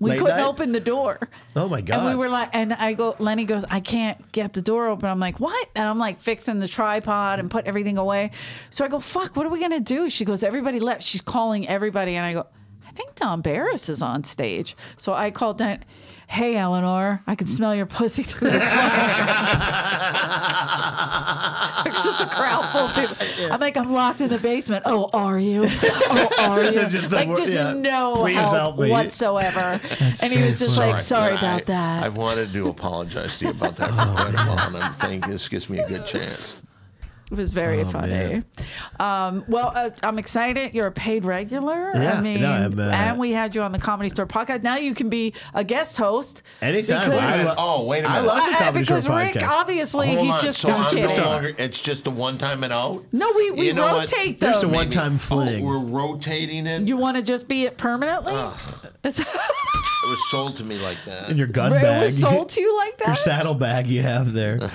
S2: We
S4: Late
S2: couldn't
S4: night?
S2: open the door.
S4: Oh my god!
S2: And we were like, and I go, Lenny goes, I can't get the door open. I'm like, what? And I'm like fixing the tripod and put everything away. So I go, fuck, what are we going to do? She goes, everybody left. She's calling everybody. And I go, I think Don Barris is on stage. So I called down, hey, Eleanor, I can smell your pussy through the like such a crowd full of people. I'm like, I'm locked in the basement. Oh, are you? Oh, are you?
S4: Just the
S2: like,
S4: wor-
S2: just
S4: yeah.
S2: no
S4: Please
S2: help,
S4: help me.
S2: whatsoever. and he was just like, sorry
S3: I-
S2: about that.
S3: I've wanted to apologize to you about that for quite a while, and I'm thinking this gives me a good chance.
S2: It was very
S4: Oh,
S2: funny. Um, well, uh, I'm excited. You're a paid regular.
S4: Yeah,
S2: I mean,
S4: no, I'm, uh,
S2: and we had you on the Comedy Store podcast. Now you can be a guest host.
S4: Anytime.
S2: Because,
S4: I lo-
S3: Oh, wait a
S4: I
S3: minute.
S4: love the
S2: Uh,
S4: Comedy Store
S2: because Rick,
S4: podcast.
S2: obviously,
S3: Hold
S2: he's
S3: on,
S2: just
S3: so I'm
S2: bullshit.
S3: no longer. It's just a one time and out.
S2: No, we, we
S3: You know what?
S2: rotate
S4: There's
S2: them.
S4: a one-time fling.
S3: Oh, we're rotating it.
S2: You want to just be it permanently?
S3: Ah.
S2: It's-
S3: It was sold to me like that.
S4: in your gun
S2: It
S4: bag.
S2: was sold to you like
S4: your
S2: that?
S4: saddlebag you have there.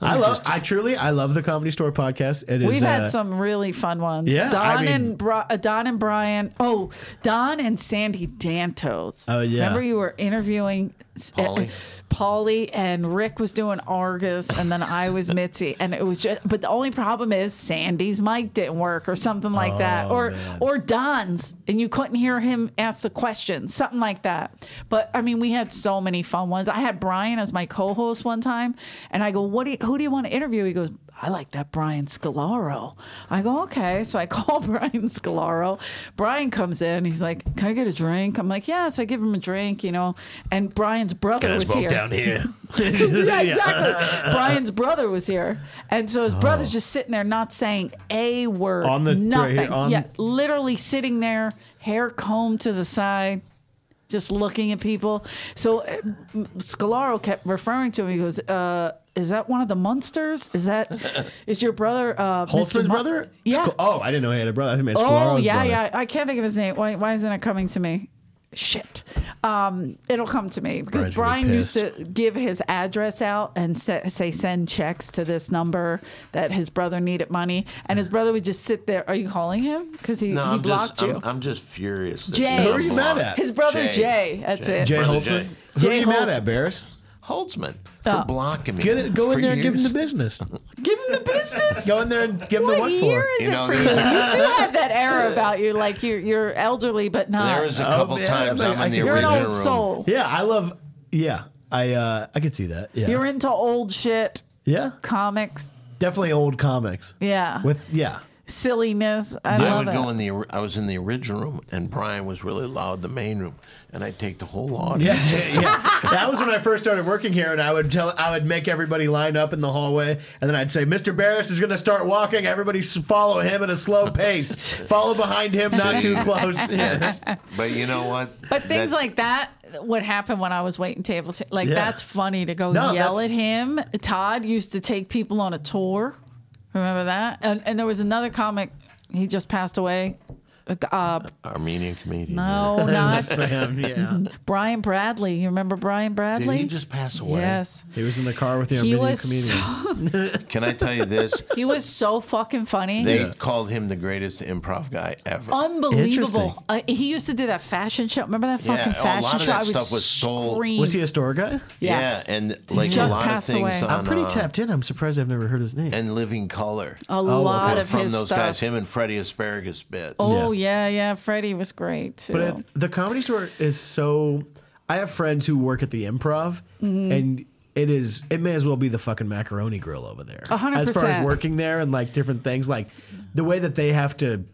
S4: I love. I truly, I love the Comedy Store podcast. It is.
S2: We've had
S4: uh,
S2: some really fun ones.
S4: Yeah,
S2: Don
S4: I mean-
S2: and Bri- uh, Don and Brian. Oh, Don and Sandy Dantos.
S4: Oh, yeah.
S2: Remember you were interviewing
S3: Pauly.
S2: Paulie, Paulie and Rick was doing Argus, and then I was Mitzi, and it was just. But the only problem is Sandy's mic didn't work, or something like that,
S4: Oh,
S2: or or Don's, and you couldn't hear him ask the question, something like that. But I mean, we had so many fun ones. I had Brian as my co-host one time, and I go, "What do you, who do you want to interview?" He goes, "I like that Brian Scalaro." I go, "Okay." So I call Brian Scalaro. Brian comes in. He's like, "Can I get a drink?" I'm like, "Yes." I give him a drink, you know. And Brian's brother was here.
S4: here.
S2: yeah, exactly. Brian's brother was here, and so his brother's just sitting there, not saying a word,
S4: Oh. On the- right
S2: nothing.
S4: here, on-
S2: yeah, literally sitting there, hair combed to the side, just looking at people. So uh, M- Scalaro kept referring to him. He goes, uh, "Is that one of the monsters? Is that is your brother uh, Mr.
S4: Holtzman's
S2: Mon-
S4: brother?
S2: Yeah.
S4: Sc- Oh, I didn't know he had a brother. I think it's
S2: Oh yeah,
S4: brother.
S2: yeah. I can't think of his name. Why, why isn't it coming to me? Shit. Um, it'll come to me because
S4: Brian's gonna be
S2: Brian used to give his address out and sa- say send checks to this number that his brother needed money, and his brother would just sit there. Are you calling him? Because he,
S3: no,
S2: he
S3: I'm
S2: blocked
S3: just.
S2: you.
S3: I'm, I'm just furious. that
S2: Jay. Who are you
S3: unblocked.
S4: mad at?
S2: his brother
S3: Jay.
S2: Jay. That's
S3: Jay.
S2: it.
S4: Jay
S3: Brother
S4: Holtzman.
S3: Jay.
S4: Who are
S2: Jay
S4: you mad
S2: Holtz-
S4: at, Barris?
S3: Holtzman for
S2: Oh.
S3: blocking me.
S4: Get it. Go
S3: for
S4: in there and give him the
S3: years.
S4: business.
S2: Give him the business.
S4: Go in there and give him the
S2: What
S4: one
S2: year
S4: for.
S2: is
S3: You
S2: it
S3: know,
S2: for you? You do
S3: there's
S2: have that era about you, like you're you're elderly but not.
S3: There is a couple
S4: man,
S3: times
S4: I-
S3: I'm
S4: I
S3: in the
S4: can-
S2: you're an
S3: original
S2: old
S3: room.
S2: soul.
S4: Yeah, I love. Yeah, I uh, I could see that. Yeah,
S2: You're into old shit,
S4: yeah,
S2: comics.
S4: definitely old comics.
S2: Yeah.
S4: With yeah,
S2: silliness. I,
S3: I
S2: love
S3: would
S2: it.
S3: go in the. or- I was in the original room, and Brian was really loud. The main room, and I'd take the whole audience.
S4: yeah. That was when I first started working here, and I would tell, I would make everybody line up in the hallway, and then I'd say, "Mr. Barris is going to start walking. Everybody s- follow him at a slow pace. follow behind him, not too close." Yeah.
S3: But you know what?
S2: but things
S3: That-
S2: like that would happen when I was waiting tables. Like
S4: Yeah.
S2: that's funny to go
S4: No,
S2: yell
S4: that's-
S2: at him. Todd used to take people on a tour. Remember that? And, and there was another comic. He just passed away. Uh,
S3: Armenian comedian.
S2: no, not
S4: Sam, yeah.
S2: Brian Bradley. You remember Brian
S3: Did
S2: Bradley?
S3: he just pass away?
S2: yes.
S4: He was in the car with the
S2: He
S4: Armenian
S2: was
S4: comedian.
S2: so,
S3: Can I tell you this?
S2: he was so fucking funny.
S3: They called him the greatest improv guy ever.
S2: Oh,
S4: Interesting.
S2: Unbelievable. Uh, he used to do that fashion show. Remember that
S3: Yeah, oh,
S2: fucking
S3: a
S2: fashion
S3: lot of
S2: show?
S3: that
S2: I would
S3: stuff was sold.
S2: scream.
S4: was he a store guy?
S3: yeah.
S2: yeah.
S3: and like a
S2: just
S3: lot of
S2: passed
S3: things
S2: away.
S3: on.
S2: I'm
S4: I'm pretty
S3: uh,
S4: tapped in. I'm surprised I've never heard his name.
S3: And Living Color.
S2: A
S4: Oh,
S2: lot
S3: were
S2: of
S3: from
S2: his
S3: those
S2: stuff.
S3: guys, him and Freddie Asparagus Bits.
S2: Oh yeah, yeah. Freddie was great too.
S4: But it, the comedy store is so. I have friends who work at the improv, and it is. It may as well be the fucking macaroni grill over there.
S2: A hundred
S4: As far as
S2: percent.
S4: working there and like different things, like the way that they have to,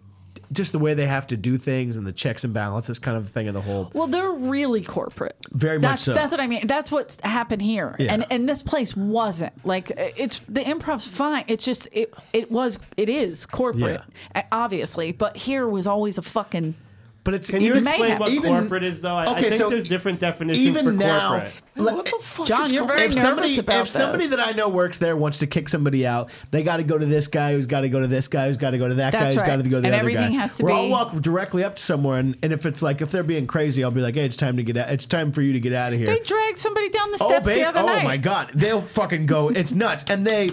S4: just the way they have to do things and the checks and balances, kind of thing of the whole.
S2: well, they're really corporate.
S4: Very much
S2: that's,
S4: so.
S2: That's what I mean. That's what's happened here,
S4: Yeah.
S2: and and this place wasn't like it's the improv's fine. It's just it it was it is corporate,
S4: Yeah.
S2: uh, obviously. But here was always a fucking
S4: But it's
S5: Can you
S4: even
S5: explain what
S13: Even-
S5: corporate is though? I, I
S13: Okay,
S5: think
S13: so
S5: there's different definitions
S13: even
S5: for
S13: now-
S5: corporate.
S13: What the fuck John,
S4: is
S13: you're
S4: going-
S13: very
S4: if
S13: nervous
S4: somebody,
S13: about
S4: If somebody
S13: this.
S4: that I know works there wants to kick somebody out, they got to go to this guy who's got to go to this guy who's got to go to that guy
S2: That's
S4: who's
S2: right.
S4: got to go to
S2: And
S4: the other
S2: everything
S4: guy.
S2: has to
S4: Where
S2: be-
S4: I'll walk directly up to someone, and if it's like if they're being crazy, I'll be like, "Hey, it's time to get out. It's time for you to get out of here."
S2: They dragged somebody down the
S4: Oh,
S2: steps
S4: babe,
S2: the other
S4: oh
S2: night.
S4: my god, they'll fucking go. It's nuts, and they,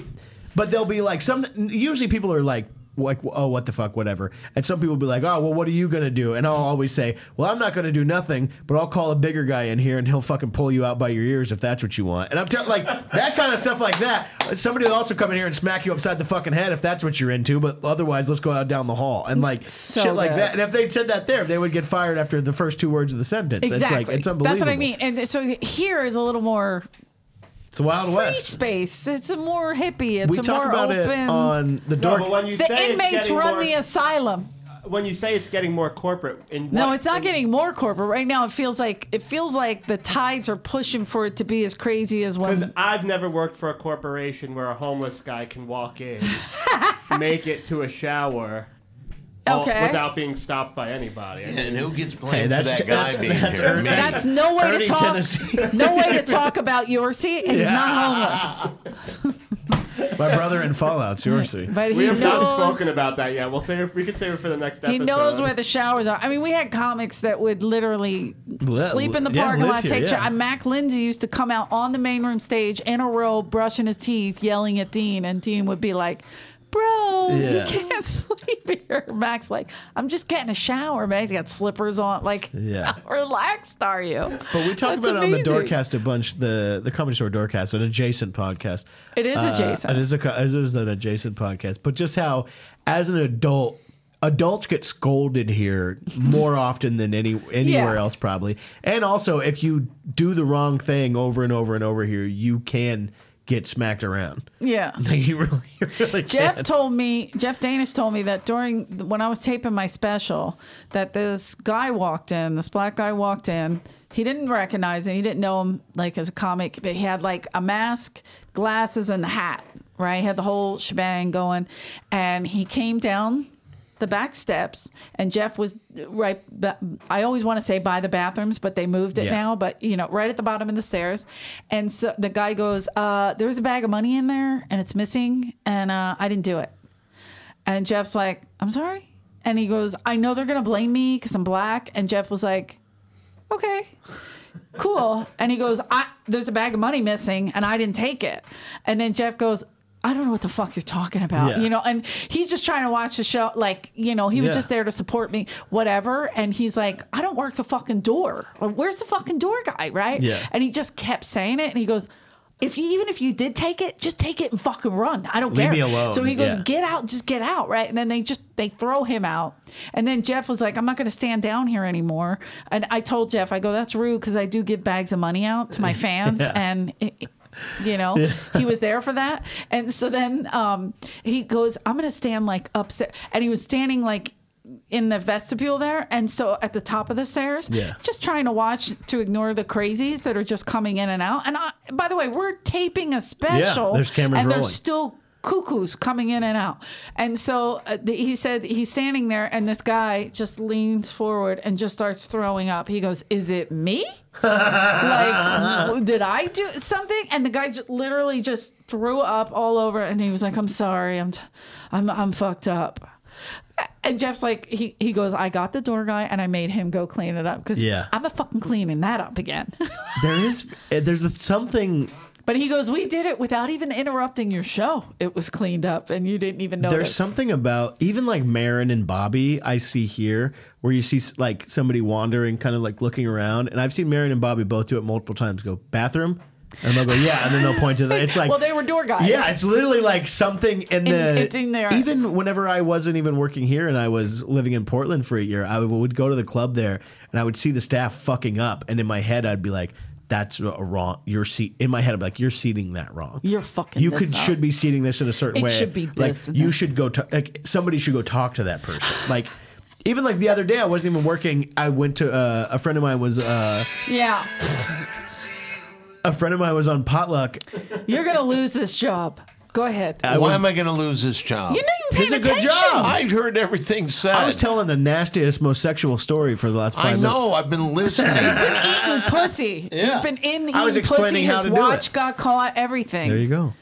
S4: but they'll be like some. Usually, people are like. Like oh what the fuck whatever and some people be like oh well what are you gonna do and I'll always say well I'm not gonna do nothing but I'll call a bigger guy in here and he'll fucking pull you out by your ears if that's what you want and I'm tell like that kind of stuff like that somebody will also come in here and smack you upside the fucking head if that's what you're into but otherwise let's go out down the hall and like
S2: So
S4: shit like
S2: good.
S4: that and if they said that there they would get fired after the first two words of the sentence
S2: Exactly.
S4: it's like it's unbelievable
S2: That's what I mean. And so here is a little more
S4: it's the wild
S2: free
S4: west
S2: space. It's a more hippie. It's
S4: we
S2: a
S4: talk
S2: more
S4: about
S2: open.
S4: it on the
S5: No,
S4: dark.
S5: but when you say
S2: the
S5: it's
S2: inmates
S5: getting
S2: run
S5: more,
S2: the asylum.
S5: when you say it's getting more corporate, in
S2: No,
S5: what-
S2: it's not getting more corporate right now. It feels like it feels like the tides are pushing for it to be as crazy as
S5: Because
S2: when.
S5: I've never worked for a corporation where a homeless guy can walk in, make it to a shower, all-
S2: Okay.
S5: without being stopped by anybody. I mean,
S3: And who gets blamed
S4: Hey,
S3: for
S4: that's-
S3: that guy
S4: that's-
S3: being
S4: that's
S3: here?
S4: earned.
S3: Me?
S2: That's no way to
S4: Ernie,
S2: talk.
S4: Tennessee.
S2: No way to talk about Yorsi, and he's not homeless.
S4: My brother in Fallout's Yorsi.
S2: But he
S5: we have
S2: knows.
S5: not spoken about that yet. We'll save. We could save it for the next
S2: He
S5: episode.
S2: knows where the showers are. I mean, we had comics that would literally
S4: Li-
S2: sleep in the
S4: yeah,
S2: parking
S4: live
S2: lot,
S4: here,
S2: take
S4: yeah.
S2: shower. Mac Lindsay used to come out on the main room stage in a row, brushing his teeth, yelling at Dean, and Dean would be like, Bro, you
S4: Yeah.
S2: can't sleep here. Mac's like, I'm just getting a shower, man. He's got slippers on. Like,
S4: Yeah.
S2: how relaxed are you?
S4: But we talk
S2: That's
S4: about it
S2: amazing.
S4: on the Doorcast a bunch, the the Comedy Store Doorcast, an adjacent podcast. Uh,
S2: It is adjacent.
S4: it is a co- it is an adjacent podcast. But just how, as an adult, adults get scolded here more often than any anywhere
S2: Yeah.
S4: else probably. And also, if you do the wrong thing over and over and over here, you can get smacked around.
S2: Yeah.
S4: you really, you really
S2: Jeff
S4: can.
S2: told me, Jeff Danish told me that during when I was taping my special, that this guy walked in, this black guy walked in. He didn't recognize him. He didn't know him like as a comic, but he had like a mask, glasses, and a hat. Right, he had the whole shebang going, and he came down the back steps, and Jeff was right. ba- I always want to say by the bathrooms, but they moved it
S4: Yeah.
S2: now. But you know, right at the bottom of the stairs, and so the guy goes, uh, "There was a bag of money in there, and it's missing, and uh, I didn't do it." And Jeff's like, "I'm sorry," and he goes, "I know they're gonna blame me because I'm black," and Jeff was like, "Okay." cool. And he goes, I, there's a bag of money missing and I didn't take it. And then Jeff goes, I don't know what the fuck you're talking about.
S4: Yeah.
S2: You know, and he's just trying to watch the show. Like, you know, he was
S4: Yeah.
S2: just there to support me, whatever. And he's like, I don't work the fucking door. Or, Where's the fucking door guy? Right.
S4: Yeah.
S2: And he just kept saying it. And he goes, if you, even if you did take it, just take it and fucking run. I don't
S4: Leave
S2: care.
S4: me alone.
S2: So he goes,
S4: Yeah.
S2: get out, just get out, right? And then they just they throw him out. And then Jeff was like, I'm not going to stand down here anymore. And I told Jeff, I go, that's rude because I do give bags of money out to my fans,
S4: Yeah.
S2: and it- it- you know he was there for that. And so then um, he goes, I'm going to stand like upstairs, and he was standing like in the vestibule there and so at the top of the stairs
S4: Yeah.
S2: just trying to watch to ignore the crazies that are just coming in and out and I, by the way we're taping a special
S4: there's cameras
S2: and
S4: rolling.
S2: there's still cuckoos coming in and out. And so uh, the, he said he's standing there, and this guy just leans forward and just starts throwing up. He goes, "Is it me? like, did I do something?" And the guy just literally just threw up all over, and he was like, "I'm sorry, I'm, t- I'm, I'm fucked up." And Jeff's like, he, he goes, I got the door guy and I made him go clean it up because
S4: Yeah.
S2: I'm a fucking cleaning that up again.
S4: There is eh, there's a, something
S2: But he goes, We did it without even interrupting your show. It was cleaned up and you didn't even
S4: There's
S2: notice.
S4: something about even like Marin and Bobby I see here where you see like somebody wandering, kind of like looking around, and I've seen Marin and Bobby both do it multiple times. Go bathroom, and they'll go yeah, and then they'll point to the. It's like
S2: well, they were door guys.
S4: yeah, it's literally like something in the.
S2: it's in there.
S4: Even whenever I wasn't even working here and I was living in Portland for a year, I would go to the club there and I would see the staff fucking up, and in my head I'd be like, "That's a wrong. Your seat." In my head, I'm like, "You're seating that wrong.
S2: You're fucking.
S4: you
S2: this
S4: could
S2: up.
S4: should be seating this in a certain
S2: It
S4: way.
S2: should be
S4: like
S2: this and
S4: you
S2: that.
S4: should go talk. Like somebody should go talk to that person. Like even like the other day, I wasn't even working. I went to uh, a friend of mine was uh,
S2: Yeah.
S4: a friend of mine was on potluck.
S2: You're going to lose this job. Go ahead.
S14: Why am I going to lose this job?
S2: you know,
S4: Uh, It's a good job.
S3: I heard everything said.
S4: I was telling the nastiest, most sexual story for the last
S3: I
S4: five minutes.
S3: know. I've been listening.
S2: Eating pussy.
S4: Yeah.
S2: He's been in eating
S4: I was
S2: pussy.
S4: explaining how
S2: His
S4: to do
S2: watch
S4: it.
S2: got caught. Everything.
S4: There you go.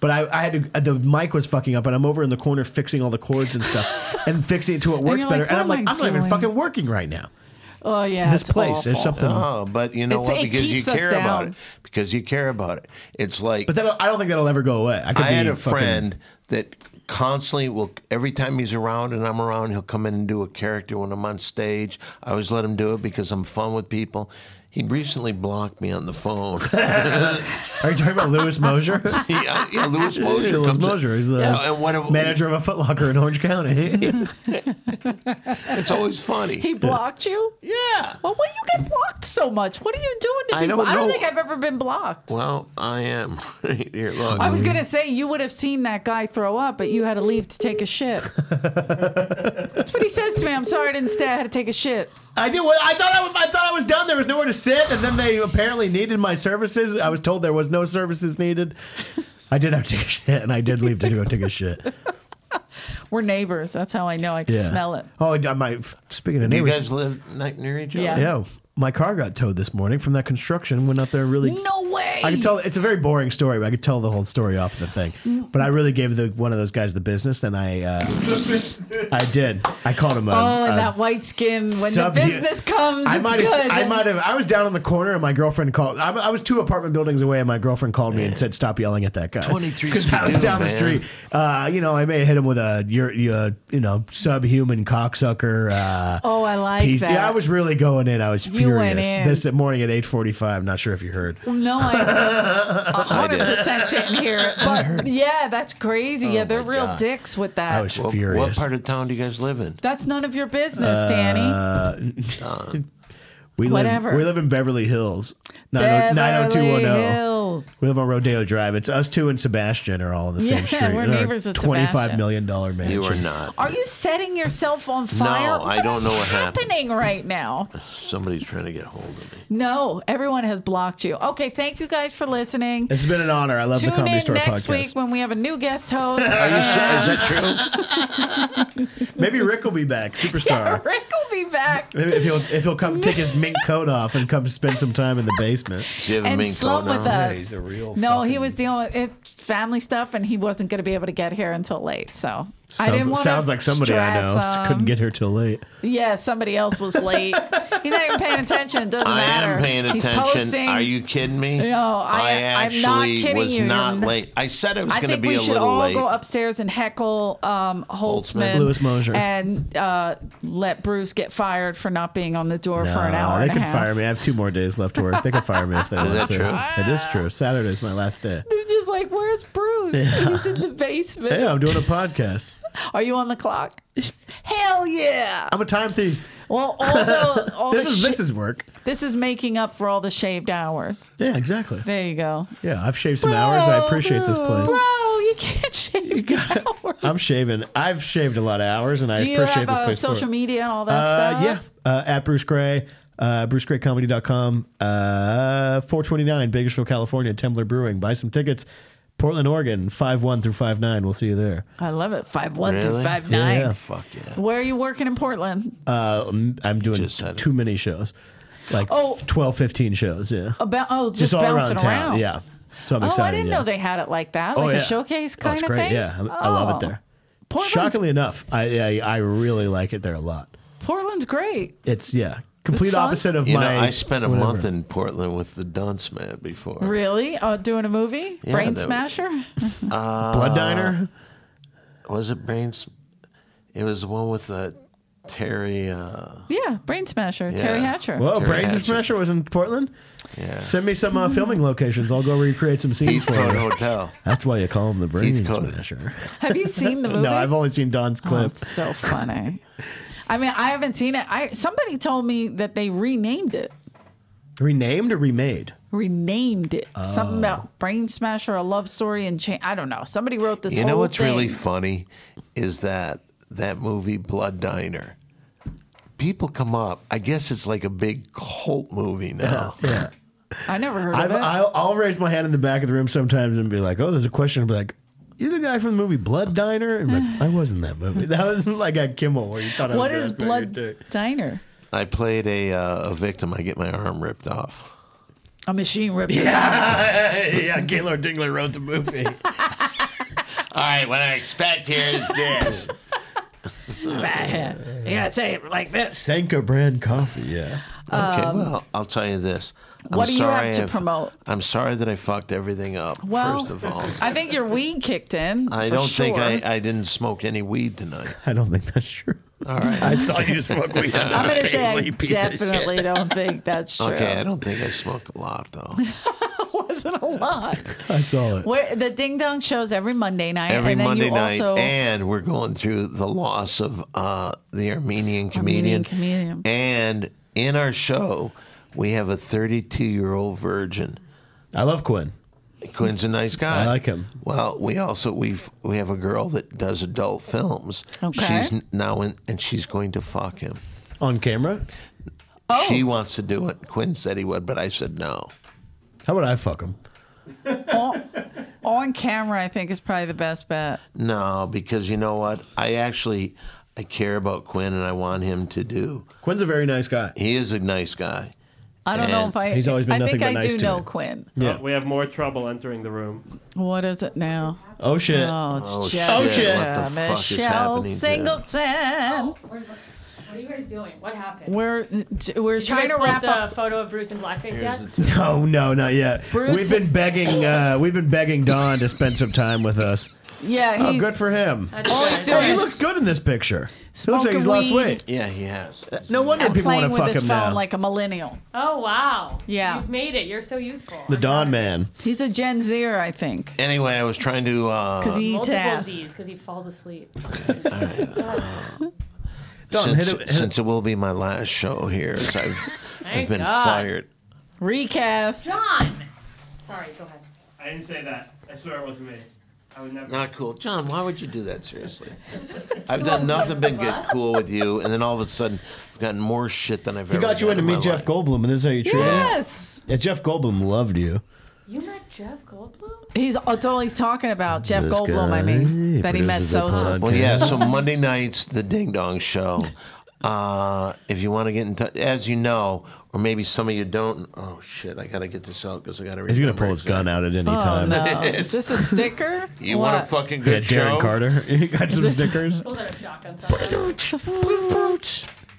S4: But I, I had to, the mic was fucking up, and I'm over in the corner fixing all the cords and stuff, and fixing it to it works
S2: you're like,
S4: better. and
S2: "What
S4: I'm
S2: am
S4: like, I'm
S2: I
S4: not even
S2: doing?"
S4: fucking working right now.
S2: oh yeah.
S4: this
S2: it's
S4: place,
S2: Awful. Uh-huh.
S4: there's something.
S3: oh, but you know
S2: It's-
S3: what?
S2: it
S3: Because you
S2: keeps us
S3: care about
S2: down.
S3: it. Because you care about it. It's like
S4: But that, I don't think that'll ever go away. I, could
S3: I
S4: be
S3: had a
S4: fucking-
S3: friend that constantly will every time he's around and I'm around, he'll come in and do a character when I'm on stage. I always let him do it because I'm fun with people. He recently blocked me on the phone.
S4: Are you talking about Lewis Mosher?
S3: yeah, uh, yeah, Louis Mosher.
S4: Lewis
S3: comes in.
S4: Mosher. He's the
S3: Yeah, and one of-
S4: manager of a Foot Locker in Orange County.
S3: It's always funny.
S2: He blocked you.
S3: Yeah.
S2: Well, why do you get blocked so much? What are you doing to
S3: I
S2: people?
S3: don't
S2: I don't
S3: know.
S2: think I've ever been blocked.
S3: Well, I am. Here, look.
S2: I was gonna say you would have seen that guy throw up, but you had to leave to take a shit. That's what he says to me. I'm sorry I didn't stay. I had to take a shit.
S4: I did. What, I thought I, was- I thought I was done. There was nowhere to sit, and then they apparently needed my services. I was told there was no services needed. I did have to take a shit, and I did leave to go take a shit.
S2: We're neighbors. That's how I know I can
S4: Yeah.
S2: smell it.
S4: Oh, I, my speaking of
S3: you
S4: neighbors,
S3: guys live ni- near each other?
S2: Yeah.
S4: yeah, my car got towed this morning from that construction. Went out there really.
S2: No way.
S4: I could tell it's a very boring story, but I could tell the whole story off of the thing. But I really gave the one of those guys the business, and I uh, I did. I called him. A,
S2: Oh, and
S4: a
S2: that white skin. When
S4: uh, sub-
S2: the business comes,
S4: I
S2: it's
S4: might
S2: good.
S4: have. I might have. I was down on the corner, and my girlfriend called. I, I was two apartment buildings away, and my girlfriend called me and said, "Stop yelling at that guy."
S3: 23
S4: Because I was
S3: Skidoo,
S4: down the
S3: man.
S4: street. Uh, you know, I may have hit him with a you're, you're, you know subhuman cocksucker. Uh,
S2: Oh, I like
S4: piece.
S2: that.
S4: Yeah, I was really going in. I was
S2: You went
S4: furious.
S2: in.
S4: This morning at eight forty-five. Not sure if you heard.
S2: No, I a hundred percent didn't hear it. But yeah, that's crazy.
S4: Oh
S2: yeah, they're
S3: my
S2: real
S3: God.
S2: dicks with that.
S4: I was
S3: Well,
S4: furious.
S3: What part of town do you guys live in?
S2: that's none of your business, Danny.
S4: Uh, we
S2: Whatever.
S4: live. We live in Beverly Hills. Nine hundred two
S2: Beverly
S4: one oh. zero.
S2: Hills.
S4: We live on Rodeo Drive. It's us two and Sebastian are all on the same
S2: Yeah,
S4: street.
S2: we're
S4: In our
S2: neighbors with
S4: Twenty-five
S2: Sebastian.
S4: million dollar man.
S3: You are not.
S2: Are you setting yourself on fire?
S3: I don't
S2: is
S3: know what happened.
S2: happening right now.
S3: Somebody's trying to get hold of me.
S2: No, everyone has blocked you. Okay, thank you guys for listening.
S4: It's been an honor. I love
S2: Tune
S4: the Comedy
S2: in
S4: Store
S2: next
S4: podcast.
S2: week when we have a new guest host.
S3: Are you, se- is that true?
S4: Maybe Rick will be back, superstar.
S2: Rick will be back.
S4: Maybe if he'll if he'll come take his mink coat off and come spend some time in the basement.
S3: Do you have a
S2: and
S3: mink
S2: slum
S3: coat
S2: with
S3: on?
S2: us.
S4: he's a real
S2: No, he
S4: fucking-
S2: was dealing with it's family stuff, and he wasn't going to be able to get here until late. So I
S4: Sounds-
S2: didn't want
S4: sounds
S2: to
S4: like somebody I know couldn't get here till late.
S2: Yeah, somebody else was late. He's not even paying attention. Doesn't
S3: I
S2: matter.
S3: am paying
S2: He's
S3: attention.
S2: posting.
S3: Are you kidding me?
S2: No, I- I'm
S3: actually
S2: not kidding
S3: was
S2: you.
S3: not
S2: You're-
S3: late. I said I was
S2: I
S3: going to
S2: think
S3: be
S2: we
S3: a
S2: should
S3: little
S2: all
S3: late.
S2: go upstairs and heckle um, Holtzman,
S3: Holtzman.
S4: Louis Mosher.
S2: and uh, let Bruce get fired for not being on the door for an
S4: No,
S2: hour
S4: they
S2: and a
S4: can
S2: half.
S4: fire me. I have two more days left to work. They can fire me if they want
S3: that
S4: to.
S3: true?
S4: It is true. Saturday's my last day.
S2: They're just like, where's Bruce? He's in the basement.
S4: Hey, I'm doing a podcast.
S2: Are you on the clock? Hell yeah!
S4: I'm a time thief.
S2: Well, although all
S4: This
S2: the
S4: is
S2: shi-
S4: this is work.
S2: This is making up for all the shaved hours.
S4: Yeah, exactly.
S2: There you go. Oh,
S4: Yeah, I've shaved some hours. I appreciate this place.
S2: Bro, you can't shave hours.
S4: I'm shaving. I've shaved a lot of hours, and I
S2: Do you have
S4: appreciate this
S2: uh,
S4: place. for
S2: social
S4: it.
S2: media and all that
S4: Uh,
S2: stuff?
S4: yeah, uh, at Bruce Gray, uh, brucegraycomedy.com, uh, 429 Bakersfield, California, Tembler Brewing. Buy some tickets. Portland, Oregon, 5-1 through 5-9. We'll see you there.
S2: I love it. Five one through
S3: Really?
S2: five nine.
S4: Yeah.
S3: Fuck yeah.
S2: Where are you working in Portland?
S4: Uh, m- I'm doing
S3: Just had it.
S4: too many shows. Like
S2: Oh.
S4: 12, 15 shows, yeah.
S2: About oh, just,
S4: all
S2: bouncing
S4: around town,
S2: around.
S4: yeah. So I'm
S2: Oh,
S4: excited.
S2: I didn't
S4: yeah.
S2: know they had it like that,
S4: Oh,
S2: like
S4: yeah.
S2: a showcase
S4: Oh,
S2: kind
S4: it's
S2: of
S4: great,
S2: thing.
S4: Yeah, I- I love it
S2: Oh.
S4: there.
S2: Portland's-
S4: Shockingly enough, I, I I really like it there a lot.
S2: Portland's great.
S4: It's yeah, complete
S2: fun.
S4: opposite of
S3: You
S4: my.
S3: know, I spent a
S4: whatever.
S3: month in Portland with the Dunce Man before.
S2: Really? Uh, doing a movie? Brain
S3: that-
S2: Smasher?
S4: Blood Diner.
S3: Was it Brains? It was the one with uh, Terry. Uh,
S2: yeah, Brain Smasher. Terry
S3: Yeah.
S2: Hatcher.
S4: Whoa,
S3: Terry
S4: Brain
S3: Hatcher.
S4: Smasher was in Portland.
S3: yeah.
S4: Send me some uh, filming locations. I'll go recreate some scenes
S3: East
S4: for
S3: Coast
S4: you.
S3: Hotel.
S4: That's why you call him the Brain
S3: He's called-
S4: Smasher.
S2: Have you seen the movie?
S4: No, I've only seen Don's
S2: Oh,
S4: clip.
S2: it's so funny. I mean, I haven't seen it. I somebody told me that they renamed it.
S4: Renamed or remade?
S2: Renamed it.
S3: Oh.
S2: Something about brain smash or a love story and change. I don't know. Somebody wrote this.
S3: You know
S2: whole
S3: what's really
S2: thing.
S3: funny is that that movie Blood Diner. People come up. I guess it's like a big cult movie now.
S4: Yeah.
S2: I never heard
S4: I've,
S2: of it.
S4: I'll, I'll raise my hand in the back of the room sometimes and be like, "Oh, there's a question." I'll be like, You're the guy from the movie Blood Diner? And I'm like, I wasn't that movie. That was like a Kimmel where you thought I was
S2: What
S4: gonna
S2: is
S4: throw your dick.
S2: Blood Diner?
S3: I played a uh, a victim. I get my arm ripped off.
S2: A machine ripped his arm.
S4: yeah, Gaylord Dingler wrote the movie.
S3: All right, what I expect here is this.
S2: Yeah, you gotta say it like this.
S4: Sanka brand coffee, yeah.
S3: Okay, well, I'll tell you this. I'm
S2: Um, what do you have
S3: sorry
S2: to
S3: I've-
S2: promote?
S3: I'm sorry that I fucked everything up.
S2: Well,
S3: first of all,
S2: I think your weed kicked in.
S3: I
S2: for
S3: don't think
S2: sure.
S3: I, I didn't smoke any weed tonight.
S4: I don't think that's true.
S3: All right.
S4: I saw you smoke weed.
S2: I'm gonna say I definitely don't think that's true.
S3: Okay, I don't think I smoked a lot though.
S2: wasn't a lot.
S4: I saw it.
S2: Where the Ding Dong shows every Monday night.
S3: Every
S2: and then
S3: Monday
S2: you
S3: night,
S2: also,
S3: and we're going through the loss of uh, the Armenian
S2: Armenian
S3: comedian.
S2: comedian.
S3: And in our show, we have a 32 year old virgin.
S4: I love Quinn.
S3: Quinn's a nice guy.
S4: I like him.
S3: Well, we also we have we have a girl that does adult films.
S2: Okay.
S3: She's n- now in, and she's going to fuck him.
S4: On camera?
S2: Oh.
S3: She wants to do it. Quinn said he would, but I said no.
S4: How about I fuck him?
S2: on, on camera, I think is probably the best bet.
S3: No, because you know what? I actually I care about Quinn and I want him to do.
S4: Quinn's a very nice guy.
S3: He is a nice guy.
S2: I don't know
S3: And
S2: if I.
S4: he's always been
S2: I
S4: nothing
S2: think
S4: but
S2: I
S4: nice
S2: do
S4: to
S2: know
S4: me.
S2: Quinn.
S4: Yeah.
S5: Uh, we have more trouble entering the room.
S2: What is it now?
S4: Oh shit.
S2: Oh, it's
S3: Oh, shit.
S2: Jessica
S4: Oh, shit.
S3: What the fuck is
S2: Michelle
S3: happening, dude?
S2: Singleton.
S7: Where's- What are you guys doing? What happened?
S2: We're we're
S7: Did you
S2: trying
S7: guys
S2: to
S7: put
S2: wrap
S7: the
S2: up.
S7: photo of Bruce in blackface yet?
S4: No, no, not yet.
S2: Bruce-
S4: We've been begging. Uh, we've been begging Don to spend some time with us.
S2: Yeah,
S4: Oh,
S2: he's
S4: good for him.
S7: That's
S2: all
S7: good.
S2: he's
S4: Oh, he
S2: doing
S4: looks
S2: is
S4: good in this picture. He looks like he's
S2: Smoking
S4: lost
S2: weed.
S4: weight.
S3: Yeah, he has.
S4: No wonder people
S2: playing
S4: want to
S2: with
S4: fuck
S2: his
S4: him
S2: phone
S4: now.
S2: like a millennial.
S7: Oh wow!
S2: Yeah.
S7: you've made it. You're so youthful.
S4: the Don man.
S2: He's a Gen Zer, I think,
S3: Anyway, I was trying to. Uh,
S2: because he eats
S7: Multiple
S2: ass.
S7: Z's because he falls asleep.
S4: Don, hit
S3: since
S4: it- hit it.
S3: since it will be my last show here, as I've I've
S7: Thank
S3: been
S7: God.
S3: fired.
S2: Recast.
S7: Don. Sorry, go ahead.
S5: I didn't say that. I swear it wasn't me. I would never.
S3: Not cool, John. Why would you do that? Seriously, I've done nothing but get cool with you, and then all of a sudden, I've gotten more shit than I've
S4: He
S3: ever.
S4: got you in to
S3: gotten
S4: meet
S3: my
S4: Jeff
S3: life.
S4: Goldblum, and this is how you treat him.
S2: Yes.
S4: Yeah, Jeff Goldblum loved you.
S7: You met Jeff Goldblum?
S2: He's that's all he's talking about. Jeff
S4: This
S2: Goldblum, I
S4: guy
S2: mean, that he met
S4: produces a
S2: Sosa.
S4: podcast.
S3: Well, yeah. So Monday nights, the Ding Dong Show. Uh, if you want to get in touch, as you know, or maybe some of you don't. Oh shit! I gotta get this out because I gotta.
S4: He's gonna
S3: remember
S4: pull his
S3: exactly.
S4: gun out at any
S2: Oh
S4: time.
S2: no! Is this a sticker?
S3: You want a
S2: What?
S3: fucking
S4: Yeah,
S3: good
S4: Darren
S3: show?
S4: Carter. He got some stickers.
S7: Pulled out a shotgun. somehow.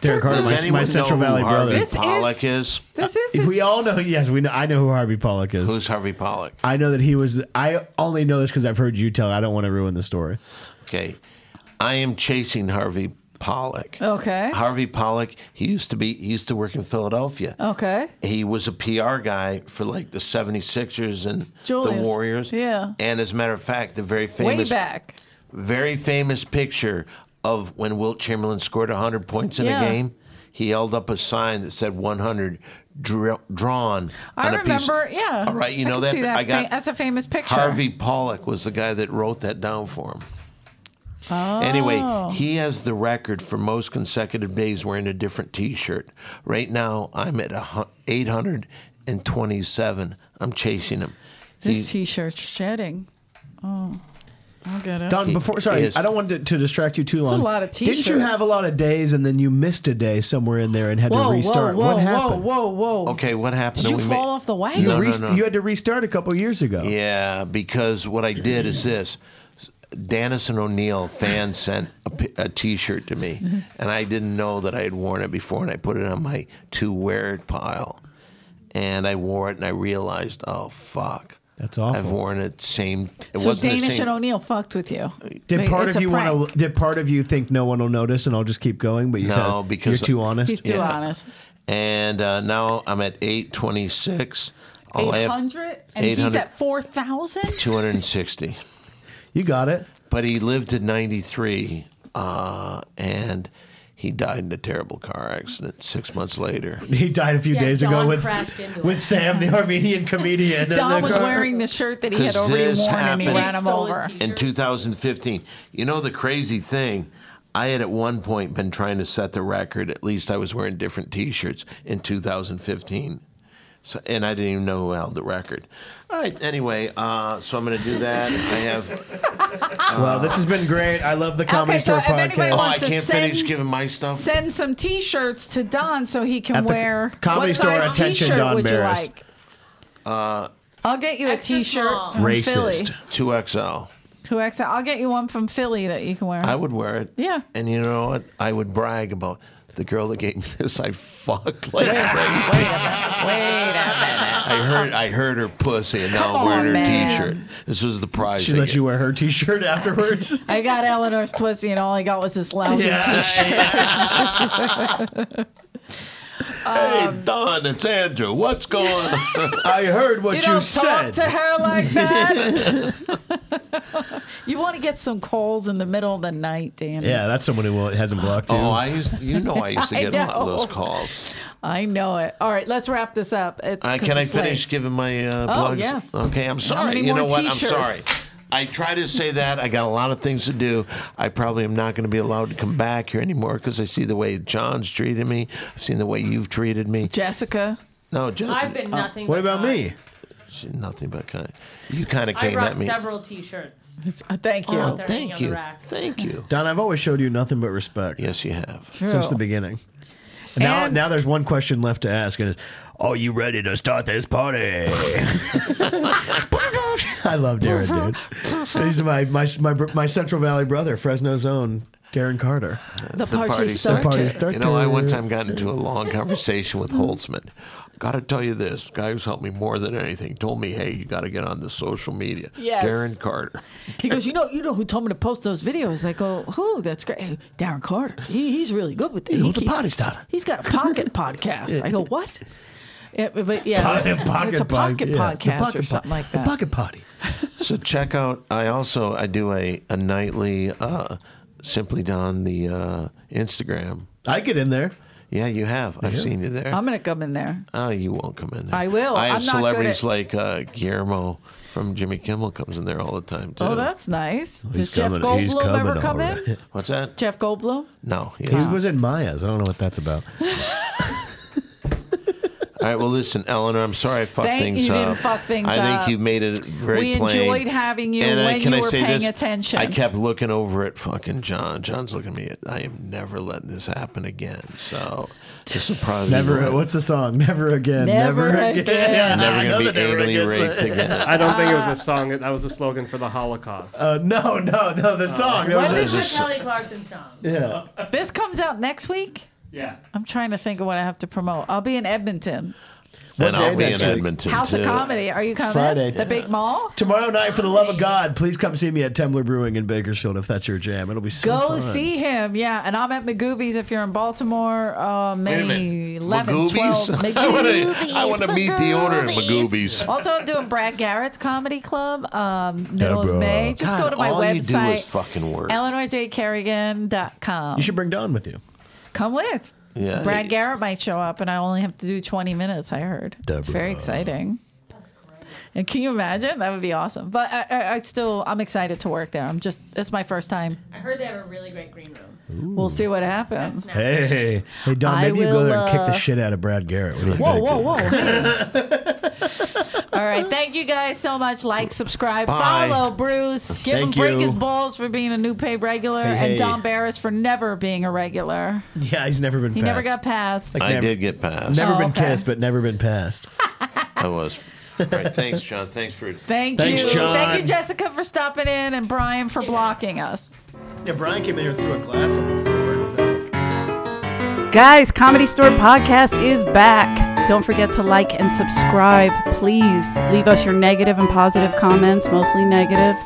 S4: Darren Carter,
S3: Does
S4: my,
S3: anyone
S4: my
S3: know
S4: Central
S3: who
S4: Valley
S3: Harvey
S4: brother.
S2: This is-
S3: Pollock is?
S2: This is
S4: If
S2: his-
S4: we all know. Yes, we know. I know who Harvey Pollack is.
S3: Who's Harvey Pollock?
S4: I know that he was. I only know this because I've heard you tell. I don't want to ruin the story.
S3: Okay, I am chasing Harvey Pollock.
S2: Okay.
S3: Harvey Pollock. He used to be. He used to work in Philadelphia.
S2: Okay.
S3: he was a PR guy for like the 76ers and the
S2: Julius.
S3: Warriors.
S2: Yeah.
S3: And as a matter of fact, the very
S2: Way
S3: famous,
S2: back.
S3: very famous picture of when Wilt Chamberlain scored 100 points in
S2: Yeah.
S3: a game, he held up a sign that said 100 dr- drawn.
S2: I
S3: on a piece-
S2: remember. Yeah.
S3: All right, you
S2: I
S3: know
S2: can
S3: that,
S2: see that.
S3: I got
S2: Fa- that's a famous picture.
S3: Harvey Pollock was the guy that wrote that down for him.
S2: Oh.
S3: Anyway, he has the record for most consecutive days wearing a different T-shirt. Right now, I'm at a hu- 827. I'm chasing him.
S2: This
S3: He's-
S2: T-shirt's shedding. Oh, I'll get it.
S4: Don, before sorry,
S3: is-
S4: I don't want to, to distract you too long.
S2: a lot of
S4: Didn't you
S2: t-shirts.
S4: have a lot of days and then you missed a day somewhere in there and had
S2: whoa,
S4: to restart?
S2: whoa,
S4: what
S2: whoa,
S4: happened?
S2: whoa, whoa, whoa!
S3: okay, what happened?
S2: Did you
S3: We
S2: fall
S3: ma-
S2: off the wagon?
S4: You,
S3: No, no,
S4: rest-
S3: no.
S4: you had to restart a couple years ago.
S3: Yeah, because what I did is this. Dannison O'Neill fan sent a, p- a T-shirt to me, and I didn't know that I had worn it before, and I put it on my to wear it pile, and I wore it, and I realized, oh fuck,
S4: That's awful.
S3: I've worn it same. It
S2: So
S3: wasn't the
S2: Danish
S3: same-
S2: and O'Neill fucked with you.
S4: Did
S2: Like,
S4: part
S2: it's
S4: of
S2: a
S4: you
S2: prank.
S4: want to? Did part of you think no one will notice and I'll just keep going? But you
S3: No,
S4: said
S3: because-
S4: you're too honest.
S2: He's too
S3: Yeah.
S2: honest.
S3: And uh, now I'm at eight twenty six. All I
S2: Eight
S3: have
S2: hundred, and he's
S3: 800.
S2: at four thousand.
S3: two hundred and sixty.
S4: you got it.
S3: But he lived to 93, uh, and he died in a terrible car accident six months later.
S4: He died a few
S7: Yeah,
S4: days ago
S7: Don
S4: with
S7: crashed into
S4: with
S7: it.
S4: Sam, the Armenian comedian. in
S2: Don
S4: the
S2: was
S4: car.
S2: wearing the shirt that he had
S3: 'Cause
S2: already
S3: this
S2: worn, and he
S3: happened-
S2: ran him
S7: Stole his
S2: over.
S7: teeth.
S3: In 2015, you know the crazy thing. I had at one point been trying to set the record. At least I was wearing different T-shirts in 2015. So, and I didn't even know who held the record. All right. Anyway, uh, so I'm going to do that. I have. oh,
S4: well, this has been great. I love the comedy
S2: Okay, so
S4: store
S2: if anybody
S3: Oh,
S4: podcast.
S3: I
S2: wants to
S3: can't
S2: send-
S3: finish giving my stuff.
S2: Send some T-shirts to Don so he can
S4: At the
S2: wear.
S4: Comedy
S2: what
S4: Store,
S2: size
S4: attention,
S2: T-shirt
S4: Don
S2: would you
S4: Barris.
S2: like?
S3: Uh,
S2: I'll get you a
S15: small.
S2: T-shirt from Philly.
S3: Two XL.
S2: Who XL? I'll get you one from Philly that you can wear.
S3: I would wear it.
S2: Yeah.
S3: And you know what? I would brag about the girl that gave me this. I fucked like
S2: Wait
S3: crazy.
S2: a minute.
S3: I heard I heard her pussy, and now
S2: Come
S3: I'm wearing
S2: on,
S3: her
S2: man.
S3: T-shirt. This was the prize.
S4: She
S3: I
S4: let
S3: get.
S4: you wear her T-shirt afterwards.
S2: I got Eleanor's pussy, and all I got was this lousy T-shirt.
S3: Hey,
S2: Um,
S3: Don, it's Andrew. What's going on?
S4: I heard what
S2: you don't talk to her like that. you want to get some calls in the middle of the night, Dan.
S4: Yeah, that's someone who won't- hasn't blocked you.
S3: Oh, I used. You know, I used to
S2: I
S3: get a lot of
S2: know.
S3: those calls.
S2: I know it. All right, let's wrap this up. It's
S3: Uh,
S2: 'cause
S3: can I
S2: it's
S3: finish
S2: late.
S3: giving my uh,
S2: Oh,
S3: plugs?
S2: yes.
S3: Okay, I'm sorry.
S2: many
S3: You know
S2: more
S3: what?
S2: t-shirts?
S3: I'm sorry. I try to say that. I got a lot of things to do. I probably am not going to be allowed to come back here anymore because I see the way John's treated me. I've seen the way you've treated me.
S2: Jessica.
S3: No, John.
S15: I've been nothing.
S3: Oh, what
S15: but
S3: about
S15: kind.
S2: Oh,
S3: me? She's nothing but kind. You kind of
S15: I
S3: came
S15: brought
S3: at me.
S15: several T-shirts.
S2: Thank you.
S15: Oh, they're hanging
S3: Thank
S15: on the
S3: you.
S15: rack.
S3: Thank you.
S4: Don, I've always showed you nothing but respect.
S3: Yes, you have.
S4: Since the
S2: True.
S4: beginning. And now,
S2: And-
S4: now there's one question left to ask, and it's, "Are you ready to start this party?" I love Darren, dude. He's my, my my br- my Central Valley brother, Fresno's own Darren Carter.
S2: The,
S3: The
S2: party,
S3: started.
S2: started.
S4: party
S3: You know, I one time got into a long conversation with Holtzman. Got to tell you this, guy who's helped me more than anything told me, hey, you got to get on the social media.
S2: Yes.
S3: Darren Carter.
S2: He goes, you know, you know who told me to post those videos? I go, who? That's great. Hey, Darren Carter. He, he's really good with that.
S4: know
S2: He
S4: the
S2: keep-
S4: party starter.
S2: He's got a pocket podcast. I go, what? Yeah, but- but yeah,
S4: Pocket-
S2: it's,
S4: pocket
S2: it's a
S4: pod-
S2: pocket
S4: yeah, the
S2: podcast
S4: pocket
S2: or
S4: pod-
S2: something like
S4: the
S2: that.
S4: pocket party.
S3: so check out, I also, I do a, a nightly uh, Simply Don the uh, Instagram.
S4: I get in there.
S3: Yeah, you have. I've seen you there.
S2: I'm gonna come in there.
S3: Oh, you won't come in there.
S2: I will.
S3: I have
S2: I'm not good
S3: celebrities
S2: at-
S3: like uh, Guillermo from Jimmy Kimmel comes in there all the time, too.
S2: Oh, that's nice. Does
S4: He's
S2: Jeff
S4: coming- he's
S2: Goldblum ever
S4: coming
S2: come
S4: all right.
S2: in?
S3: What's that?
S2: Jeff Goldblum?
S3: No. he
S4: He
S3: doesn't.
S4: was in Maya's. I don't know what that's about.
S3: All right. Well, listen, Eleanor. I'm sorry I fucked
S2: Thank
S3: things
S2: you
S3: up.
S2: didn't fuck things
S3: I think
S2: up.
S3: you made it very
S2: We
S3: plain.
S2: enjoyed having you
S3: and I-
S2: when
S3: can
S2: you
S3: I
S2: were
S3: say
S2: paying
S3: this?
S2: attention.
S3: I kept looking over at fucking John. John's looking at me. I am never letting this happen again. So this will probably
S4: Never.
S3: Be
S4: What's the song? Never again.
S2: Never again.
S4: Yeah,
S3: never
S4: I know
S3: gonna
S4: that
S3: be
S4: never
S3: anally
S4: again's
S3: raped
S4: it.
S3: again.
S5: I don't think it was a song. That was a slogan for the Holocaust.
S4: Uh, no, no, no.
S2: Oh.
S4: The song. It was
S15: What
S4: a-
S15: is the Kelly Clarkson song?
S4: yeah.
S2: This comes out next week.
S5: Yeah.
S2: I'm trying to think of what I have to promote. I'll be in Edmonton.
S3: And
S4: day
S3: I'll be in
S4: next week?
S3: Edmonton
S2: House
S3: too.
S2: of Comedy. Are you coming?
S4: Friday.
S2: The big mall?
S4: Tomorrow night, for the love of God, please come see me at Tembler Brewing in Bakersfield if that's your jam. It'll be so
S2: Go
S4: fun.
S2: see him. Yeah. And I'm at McGoobies if you're in Baltimore. Uh,
S3: Wait
S2: May
S3: a minute.
S2: 11,
S3: Magoobies?
S2: 12.
S3: I wanna-
S2: McGoobies.
S3: I want to meet the owner of Magoobies.
S2: Also, I'm doing Brad Garrett's Comedy Club, um, middle
S4: Deborah.
S2: of May. Just go
S3: God,
S2: to my
S3: all you do is
S2: website,
S3: fucking work.
S2: EllenoreJCarrigan.com.
S4: You should bring Don with you.
S2: Come with.
S3: Yeah.
S2: Brad Garrett might show up, and I only have to do 20 minutes, I heard. It's very exciting. And can you imagine? That would be awesome. But I, I, I still, I'm excited to work there. I'm just, it's my first time.
S15: I heard they have a really great green room.
S2: We'll
S3: Hmm.
S2: see what happens.
S4: Hey, hey, hey, Don.
S2: I
S4: Maybe you go
S2: will,
S4: there and kick the
S2: uh,
S4: shit out of Brad Garrett. What do you
S2: Whoa,
S4: think?
S2: whoa, whoa. All right. Thank you guys so much. Like, subscribe,
S3: Bye.
S2: follow Bruce. Give
S4: Thank
S2: him break
S4: you.
S2: his balls for being a new paid regular
S4: Hey, hey.
S2: and Don Barris for never being a regular.
S4: Yeah, he's never been.
S2: He
S4: passed.
S2: never got passed.
S3: I
S4: Never-
S3: did get past.
S4: Never
S2: Oh,
S4: been
S2: okay.
S4: kissed, but never been passed.
S3: I was. All right. Thanks, John. Thanks for.
S2: Thank
S4: Thanks,
S2: you.
S4: John.
S2: Thank you, Jessica, for stopping in and Brian for blocking us.
S4: Yeah, Brian came in here through a glass on the floor.
S7: Guys, Comedy Store Podcast is back. Don't forget to like and subscribe. Please leave us your negative and positive comments, mostly negative.